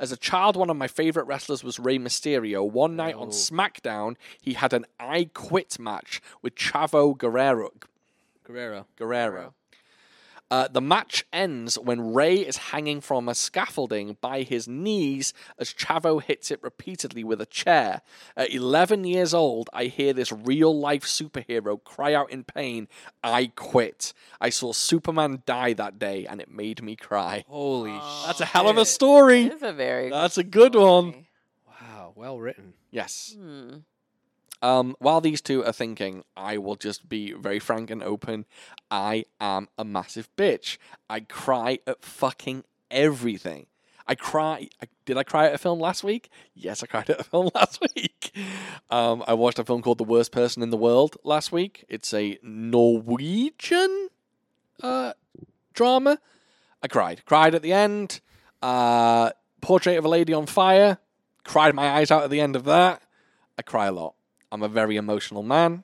Speaker 2: As a child, one of my favorite wrestlers was Rey Mysterio. One night on
Speaker 3: Oh.
Speaker 2: SmackDown, he had an I Quit match with Chavo Guerrero.
Speaker 3: Guerrero.
Speaker 2: Guerrero. Uh, the match ends when Ray is hanging from a scaffolding by his knees as Chavo hits it repeatedly with a chair. At 11 years old, I hear this real life superhero cry out in pain, I quit. I saw Superman die that day and it made me cry.
Speaker 3: Holy
Speaker 1: Aw.
Speaker 2: That's a hell of a
Speaker 3: Oh, shit.
Speaker 1: it
Speaker 2: story.
Speaker 1: is a very
Speaker 2: That's a good one.
Speaker 1: story.
Speaker 3: Wow, well written.
Speaker 2: Yes.
Speaker 1: Hmm.
Speaker 2: Um, while these two are thinking, I will just be very frank and open. I am a massive bitch. I cry at fucking everything. I cry. I, did I cry at a film last week? Yes, I cried at a film last week. Um, I watched a film called The Worst Person in the World last week. It's a Norwegian uh, drama. I cried. Cried at the end. Uh, Portrait of a Lady on Fire. Cried my eyes out at the end of that. I cry a lot. I'm a very emotional man.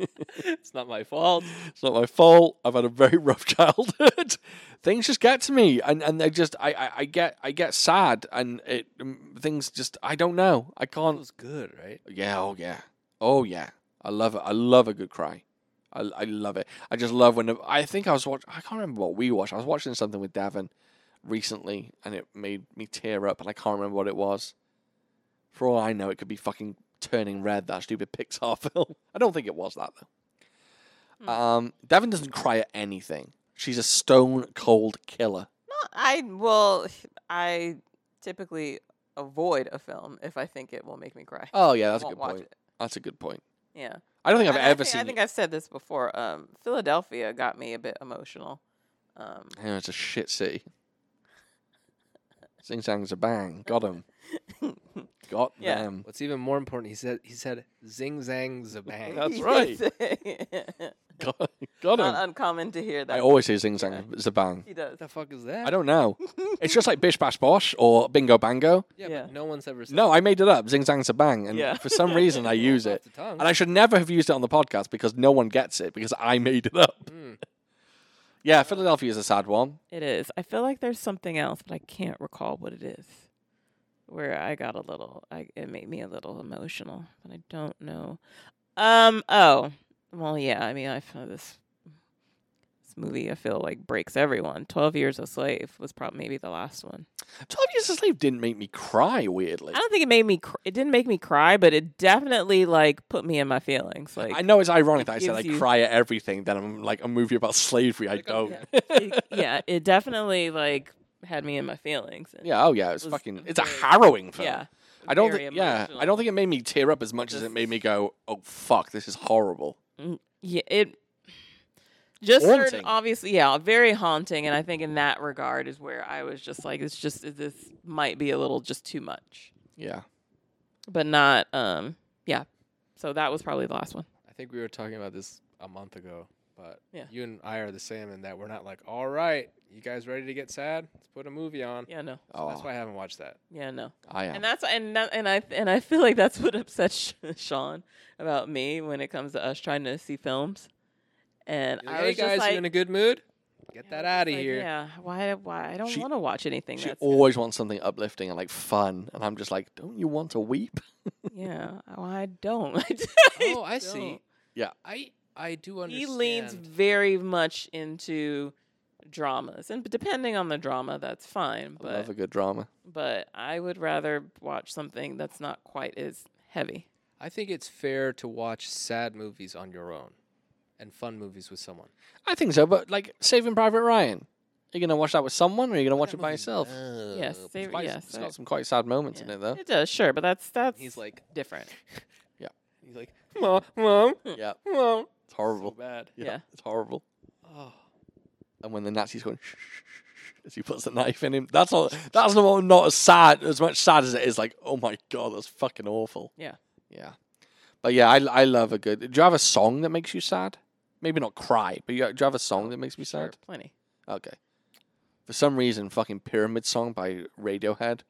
Speaker 4: It's not my fault.
Speaker 2: It's not my fault. I've had a very rough childhood. things just get to me, and and they just I, I, I get I get sad, and it um, things just I don't know. I
Speaker 3: It
Speaker 2: can't.
Speaker 3: was good, right?
Speaker 2: Yeah. Oh yeah. Oh yeah. I love it. I love a good cry. I, I love it. I just love when I think I was watching. I can't remember what we watched. I was watching something with Davin recently, and it made me tear up, and I can't remember what it was. For all I know, it could be fucking turning red. That stupid Pixar film. I don't think it was that
Speaker 1: Hmm.
Speaker 2: though. Um, Davin doesn't cry at anything. She's a stone cold killer.
Speaker 1: No, I well, I typically avoid a film if I think it will make me cry.
Speaker 2: Oh yeah, that's a
Speaker 1: Won't
Speaker 2: good
Speaker 1: watch
Speaker 2: point.
Speaker 1: it.
Speaker 2: That's a good point.
Speaker 1: Yeah.
Speaker 2: I don't think I've
Speaker 1: And
Speaker 2: ever
Speaker 1: I think,
Speaker 2: seen.
Speaker 1: I think I've said this before. Um, Philadelphia got me a bit emotional. Um,
Speaker 2: Yeah, it's a shit city. Sing sang's a bang. Got 'em. Got
Speaker 1: Yeah.
Speaker 2: them.
Speaker 3: What's even more important, he said he said zing zang zabang.
Speaker 2: That's right.
Speaker 1: Not
Speaker 2: Got, got
Speaker 1: Uh,
Speaker 2: 'em.
Speaker 1: uncommon to hear that.
Speaker 2: I always say sing sang a bang.
Speaker 1: he does.
Speaker 3: What the fuck is that?
Speaker 2: I don't know. It's just like bish bash bosh or bingo bango.
Speaker 3: yeah,
Speaker 1: Yeah.
Speaker 3: but no one's ever said
Speaker 2: No, I made it up. Zing zang's a bang, and
Speaker 1: Yeah.
Speaker 2: for some reason I use it.
Speaker 3: the tongue.
Speaker 2: And I should never have used it on the podcast because no one gets it because I made it up.
Speaker 1: Hmm.
Speaker 3: Mm.
Speaker 2: Yeah, Philadelphia is a sad one.
Speaker 1: It is. I feel like there's something else, but I can't recall what it is. Where I got a little, I, it made me a little emotional, but I don't know. Um. Oh. Well, yeah. I mean, I found this this movie. I feel like breaks everyone. Twelve Years a Slave was probably maybe the last one.
Speaker 2: Twelve Years a Slave didn't make me cry. Weirdly,
Speaker 1: I don't think it made me. Cr- it didn't make me cry, but it definitely like put me in my feelings. Like
Speaker 2: I know it's ironic
Speaker 1: it
Speaker 2: that I said I
Speaker 1: gives you-
Speaker 2: cry at everything. Then I'm like a movie about slavery. I
Speaker 3: Like, oh,
Speaker 2: don't.
Speaker 1: it- yeah, it definitely like had me in my feelings. and-
Speaker 2: Yeah, oh yeah, it's
Speaker 1: was
Speaker 2: fucking. It's a
Speaker 1: very-
Speaker 2: harrowing film.
Speaker 1: yeah.
Speaker 2: I don't
Speaker 1: very
Speaker 2: think. Yeah, I
Speaker 1: emotional.
Speaker 2: don't think it made me tear up as much as it
Speaker 1: Just-
Speaker 2: made me go, "Oh fuck, this is horrible."
Speaker 1: Yeah, it just certain-
Speaker 2: Haunting.
Speaker 1: obviously, yeah, very haunting. And I think in that regard is where I was just like, it's just this might be a little just too much,
Speaker 2: Yeah,
Speaker 1: but not. Um, yeah. So that was probably the last one.
Speaker 3: I think we were talking about this a month ago, but
Speaker 1: Yeah.
Speaker 3: you and I are the same in that we're not like, all right, you guys ready to get sad? Let's put a movie on.
Speaker 1: Yeah, no.
Speaker 3: So That's
Speaker 2: Oh.
Speaker 3: why I haven't watched that.
Speaker 1: Yeah, no.
Speaker 2: I am.
Speaker 1: And that's and that, and I and I feel like that's what upsets Sean about me when it comes to us trying to see films. And
Speaker 3: You're like,
Speaker 1: I
Speaker 3: hey
Speaker 1: was
Speaker 3: guys,
Speaker 1: just like,
Speaker 3: you in a good mood? Get
Speaker 1: I
Speaker 3: that
Speaker 1: was
Speaker 3: out of
Speaker 1: like,
Speaker 3: here.
Speaker 1: Yeah, why? Why? I don't
Speaker 2: She-
Speaker 1: want to watch anything.
Speaker 2: She
Speaker 1: that's
Speaker 2: always wants something uplifting and like fun, and I'm just like, "Don't you want to weep?"
Speaker 1: yeah. Well, I don't.
Speaker 3: Oh, I see.
Speaker 1: don't.
Speaker 2: Yeah.
Speaker 3: I I do
Speaker 1: he
Speaker 3: understand.
Speaker 1: leans very much into dramas, and depending on the drama, that's fine.
Speaker 2: I love
Speaker 1: But
Speaker 2: a good drama.
Speaker 1: but I would rather watch something that's not quite as heavy.
Speaker 3: I think it's fair to watch sad movies on your own and fun movies with someone.
Speaker 2: I think so, but like Saving Private Ryan, are you gonna watch that with someone, or are you gonna watch it by yourself?
Speaker 1: Yes,
Speaker 3: Uh,
Speaker 1: they,
Speaker 2: It's quite-
Speaker 1: yes,
Speaker 2: it's got some quite sad moments in
Speaker 1: yeah.
Speaker 2: it though.
Speaker 1: It does, sure, but that's that's
Speaker 3: He's like,
Speaker 1: different.
Speaker 3: he's like, mom, mom,
Speaker 2: yeah,
Speaker 3: mom.
Speaker 2: it's
Speaker 3: So
Speaker 2: horrible.
Speaker 3: bad.
Speaker 1: Yeah.
Speaker 2: it's horrible.
Speaker 3: Oh,
Speaker 2: and when the Nazi's going shh, shh, shh, shh, as he puts the knife in him, that's all. That's not not as sad as much sad as it is like, oh my god, that's fucking awful.
Speaker 1: Yeah.
Speaker 2: yeah, but yeah, I, I love a good. Do you have a song that makes you sad? Maybe not cry, but you, do you have a song that makes me
Speaker 1: Sure,
Speaker 2: sad?
Speaker 1: plenty.
Speaker 2: Okay. For some reason, fucking Pyramid Song by Radiohead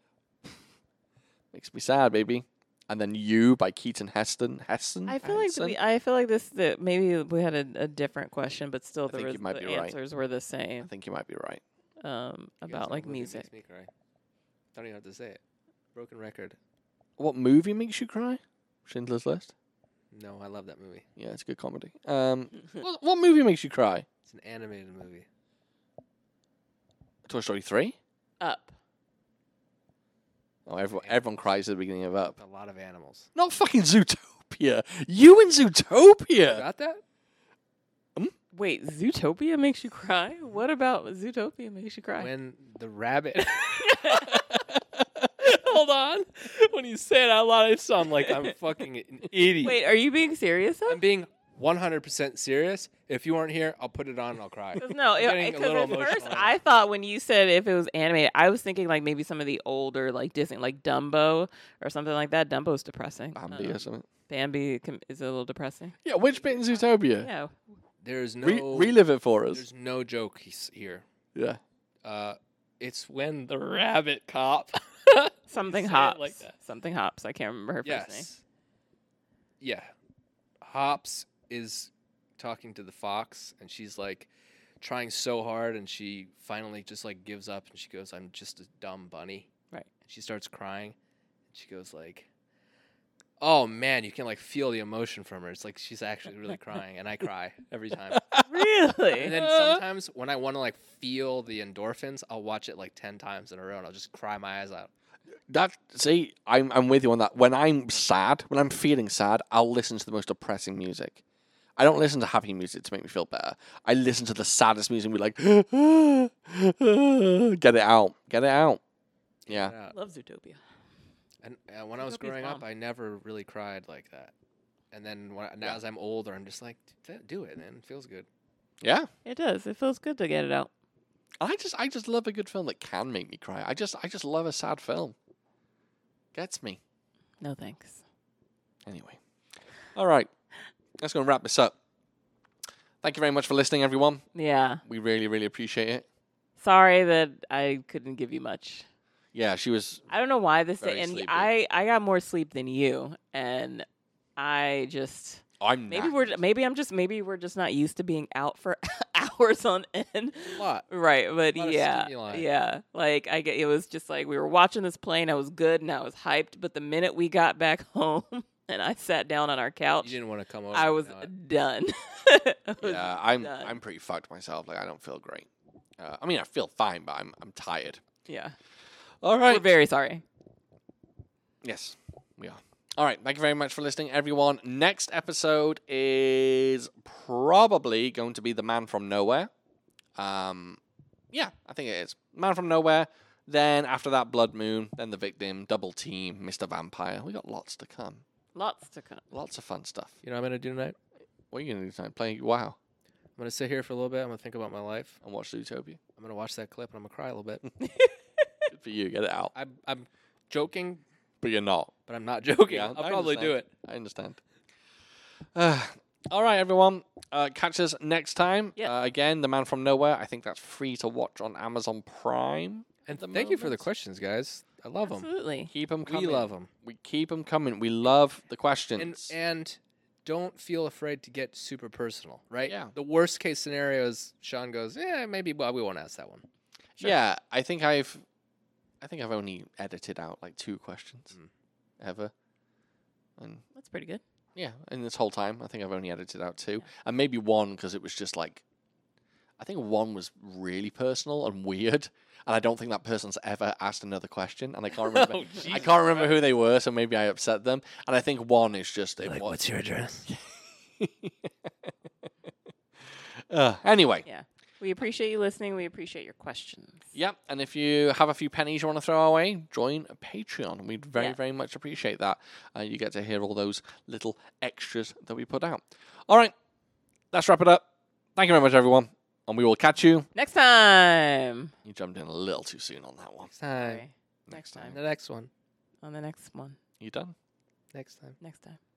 Speaker 2: makes me sad, baby. And then You by Keaton Heston. Heston.
Speaker 1: I feel like
Speaker 2: Hanson?
Speaker 1: we, I feel like this that maybe we had a, a different question, but still the,
Speaker 2: think
Speaker 1: res-
Speaker 2: you might
Speaker 1: the
Speaker 2: be right.
Speaker 1: answers were the
Speaker 2: I
Speaker 1: same
Speaker 2: think you might be right.
Speaker 1: um,
Speaker 3: you guys
Speaker 1: about
Speaker 3: know
Speaker 1: like
Speaker 3: what movie
Speaker 1: music.
Speaker 3: makes me cry? Don't even have to say it. Broken Record.
Speaker 2: What movie makes you cry? Schindler's List.
Speaker 3: No, I love that movie.
Speaker 2: Yeah, it's good comedy. Um, what, what movie makes you cry?
Speaker 3: It's an animated movie.
Speaker 2: Toy Story three.
Speaker 1: Up.
Speaker 2: Oh, everyone, everyone cries at the beginning of Up.
Speaker 3: A lot of animals.
Speaker 2: Not fucking Zootopia. You and Zootopia.
Speaker 3: Got that?
Speaker 1: Wait, Zootopia makes you cry? What about Zootopia makes you cry?
Speaker 3: When the rabbit.
Speaker 4: Hold on. When you say it out loud, I sound like
Speaker 3: like I'm fucking an idiot.
Speaker 1: Wait, are you being serious? Though?
Speaker 3: I'm being 100% serious. If you weren't here, I'll put it on and I'll cry.
Speaker 1: No,
Speaker 3: getting a
Speaker 1: because
Speaker 3: little
Speaker 1: at first
Speaker 3: emotional.
Speaker 1: I thought when you said if it was animated, I was thinking like maybe some of the older like Disney, like Dumbo or something like that. Dumbo's depressing.
Speaker 2: Bambi or
Speaker 1: Um,
Speaker 2: something.
Speaker 1: Bambi can, is a little depressing.
Speaker 2: Yeah, which bit in Zootopia?
Speaker 1: Yeah,
Speaker 3: There's no
Speaker 2: Re- relive it for us.
Speaker 3: there's no joke he's here.
Speaker 2: Yeah.
Speaker 3: Uh, it's when the rabbit cop.
Speaker 1: something
Speaker 3: say it like
Speaker 1: hops.
Speaker 3: that.
Speaker 1: Something hops. I can't remember her first name.
Speaker 3: yes. Yeah. Hops is talking to the fox and she's like trying so hard and she finally just like gives up and she goes, I'm just a dumb bunny.
Speaker 1: Right.
Speaker 3: She starts crying. She goes like Oh man, you can like feel the emotion from her. It's like she's actually really crying, and I cry every time. And
Speaker 1: really?
Speaker 3: then sometimes when I want to like feel the endorphins, I'll watch it like ten times in a row, and I'll just cry my eyes out.
Speaker 2: That see, I'm I'm with you on that. When I'm sad, when I'm feeling sad, I'll listen to the most depressing music. I don't listen to happy music to make me feel better. I listen to the saddest music and be like, get it out, get it out. Yeah,
Speaker 3: Yeah.
Speaker 1: Love Zootopia.
Speaker 3: And uh, when I
Speaker 1: Zootopia
Speaker 3: was
Speaker 1: is
Speaker 3: growing up,
Speaker 1: bomb.
Speaker 3: I never really cried like that. And then when I, now
Speaker 2: Yeah.
Speaker 3: as I'm older, I'm just like, "D- do it, man. It feels good.
Speaker 2: yeah.
Speaker 1: It does. It feels good to get it out.
Speaker 2: I just I just love a good film that can make me cry. I just I just love a sad film. Gets me
Speaker 1: No thanks.
Speaker 2: anyway. All right, that's gonna wrap this up. Thank you very much for listening, everyone.
Speaker 1: Yeah.
Speaker 2: We really really appreciate it.
Speaker 1: Sorry that I couldn't give you much.
Speaker 2: Yeah, she was
Speaker 1: I don't know why this
Speaker 2: Very
Speaker 1: day, and
Speaker 2: sleepy.
Speaker 1: I I got more sleep than you, and I just
Speaker 2: I'm
Speaker 1: maybe
Speaker 2: knackered.
Speaker 1: we're maybe I'm just maybe we're just not used to being out for hours on end.
Speaker 3: A lot.
Speaker 1: Right, but
Speaker 3: lot of
Speaker 1: yeah,
Speaker 3: stimuli.
Speaker 1: yeah. Like I get, it was just like we were watching this plane. I was good and I was hyped, but the minute we got back home and I sat down on our
Speaker 3: You
Speaker 1: couch,
Speaker 3: didn't want to come over.
Speaker 1: I
Speaker 3: and
Speaker 1: was
Speaker 3: not.
Speaker 1: done. I was
Speaker 2: Yeah, I'm
Speaker 1: done.
Speaker 2: I'm pretty fucked myself. Like I don't feel great. Uh, I mean, I feel fine, but I'm I'm tired.
Speaker 1: yeah.
Speaker 2: All
Speaker 1: We're
Speaker 2: right.
Speaker 1: very sorry.
Speaker 2: yes, we are. All right. Thank you very much for listening, everyone. Next episode is probably going to be the man from nowhere. Um, yeah, I think it is man from nowhere. Then after that, Blood Moon. Then the victim, Double Team, Mister Vampire. We got lots to come.
Speaker 1: Lots to come.
Speaker 2: Lots of fun stuff.
Speaker 3: You know what I'm gonna do tonight?
Speaker 2: What are you gonna do tonight? Playing WoW
Speaker 3: I'm gonna sit here for a little bit. I'm gonna think about my life.
Speaker 2: and watch Zootopia.
Speaker 3: I'm gonna watch that clip, and I'm gonna cry a little bit.
Speaker 2: Good for you. Get it out.
Speaker 3: I'm I'm joking,
Speaker 2: But you're not.
Speaker 3: but I'm not joking.
Speaker 2: Yeah,
Speaker 3: I'll
Speaker 2: I
Speaker 3: probably do
Speaker 2: understand.
Speaker 3: it.
Speaker 2: I understand. Uh, all right, everyone. Uh, catch us next time.
Speaker 1: Yeah.
Speaker 2: Uh, again, The Man from Nowhere. I think that's free to watch on Amazon Prime.
Speaker 3: And
Speaker 2: the
Speaker 3: thank you for the
Speaker 2: moment.
Speaker 3: questions, guys. I love them.
Speaker 1: Absolutely.
Speaker 2: Keep them
Speaker 3: We
Speaker 2: coming.
Speaker 3: love them.
Speaker 2: We keep them coming. We love the
Speaker 3: and
Speaker 2: questions.
Speaker 3: and don't feel afraid to get super personal, right?
Speaker 2: Yeah.
Speaker 3: The worst case scenario is Sean goes, yeah, maybe well, we won't ask that one. Sure.
Speaker 2: Yeah, I think I've, I think I've only edited out like two questions,
Speaker 3: Mm.
Speaker 2: ever. And
Speaker 1: That's pretty good.
Speaker 2: yeah, in this whole time, I think I've only edited out two, and maybe one because it was just like, I think one was really personal and weird, and I don't think that person's ever asked another question, and I
Speaker 1: Oh,
Speaker 2: can't remember. I can't remember who they were, so maybe I upset them. And I think one is just it was.
Speaker 3: your address?
Speaker 2: Uh, anyway,
Speaker 1: Yeah. We appreciate you listening. We appreciate your questions.
Speaker 2: yep. And if you have a few pennies you want to throw away, join Patreon. We'd very,
Speaker 1: Yeah.
Speaker 2: very much appreciate that. Uh, you get to hear all those little extras that we put out. All right, let's wrap it up. Thank you very much, everyone, and we will catch you.
Speaker 1: Next time.
Speaker 2: You jumped in a little too soon on that one.
Speaker 3: Next time.
Speaker 1: Sorry. Next
Speaker 2: Next time.
Speaker 1: time.
Speaker 3: The next one.
Speaker 1: On the next one.
Speaker 2: You done?
Speaker 3: Next time.
Speaker 1: Next time.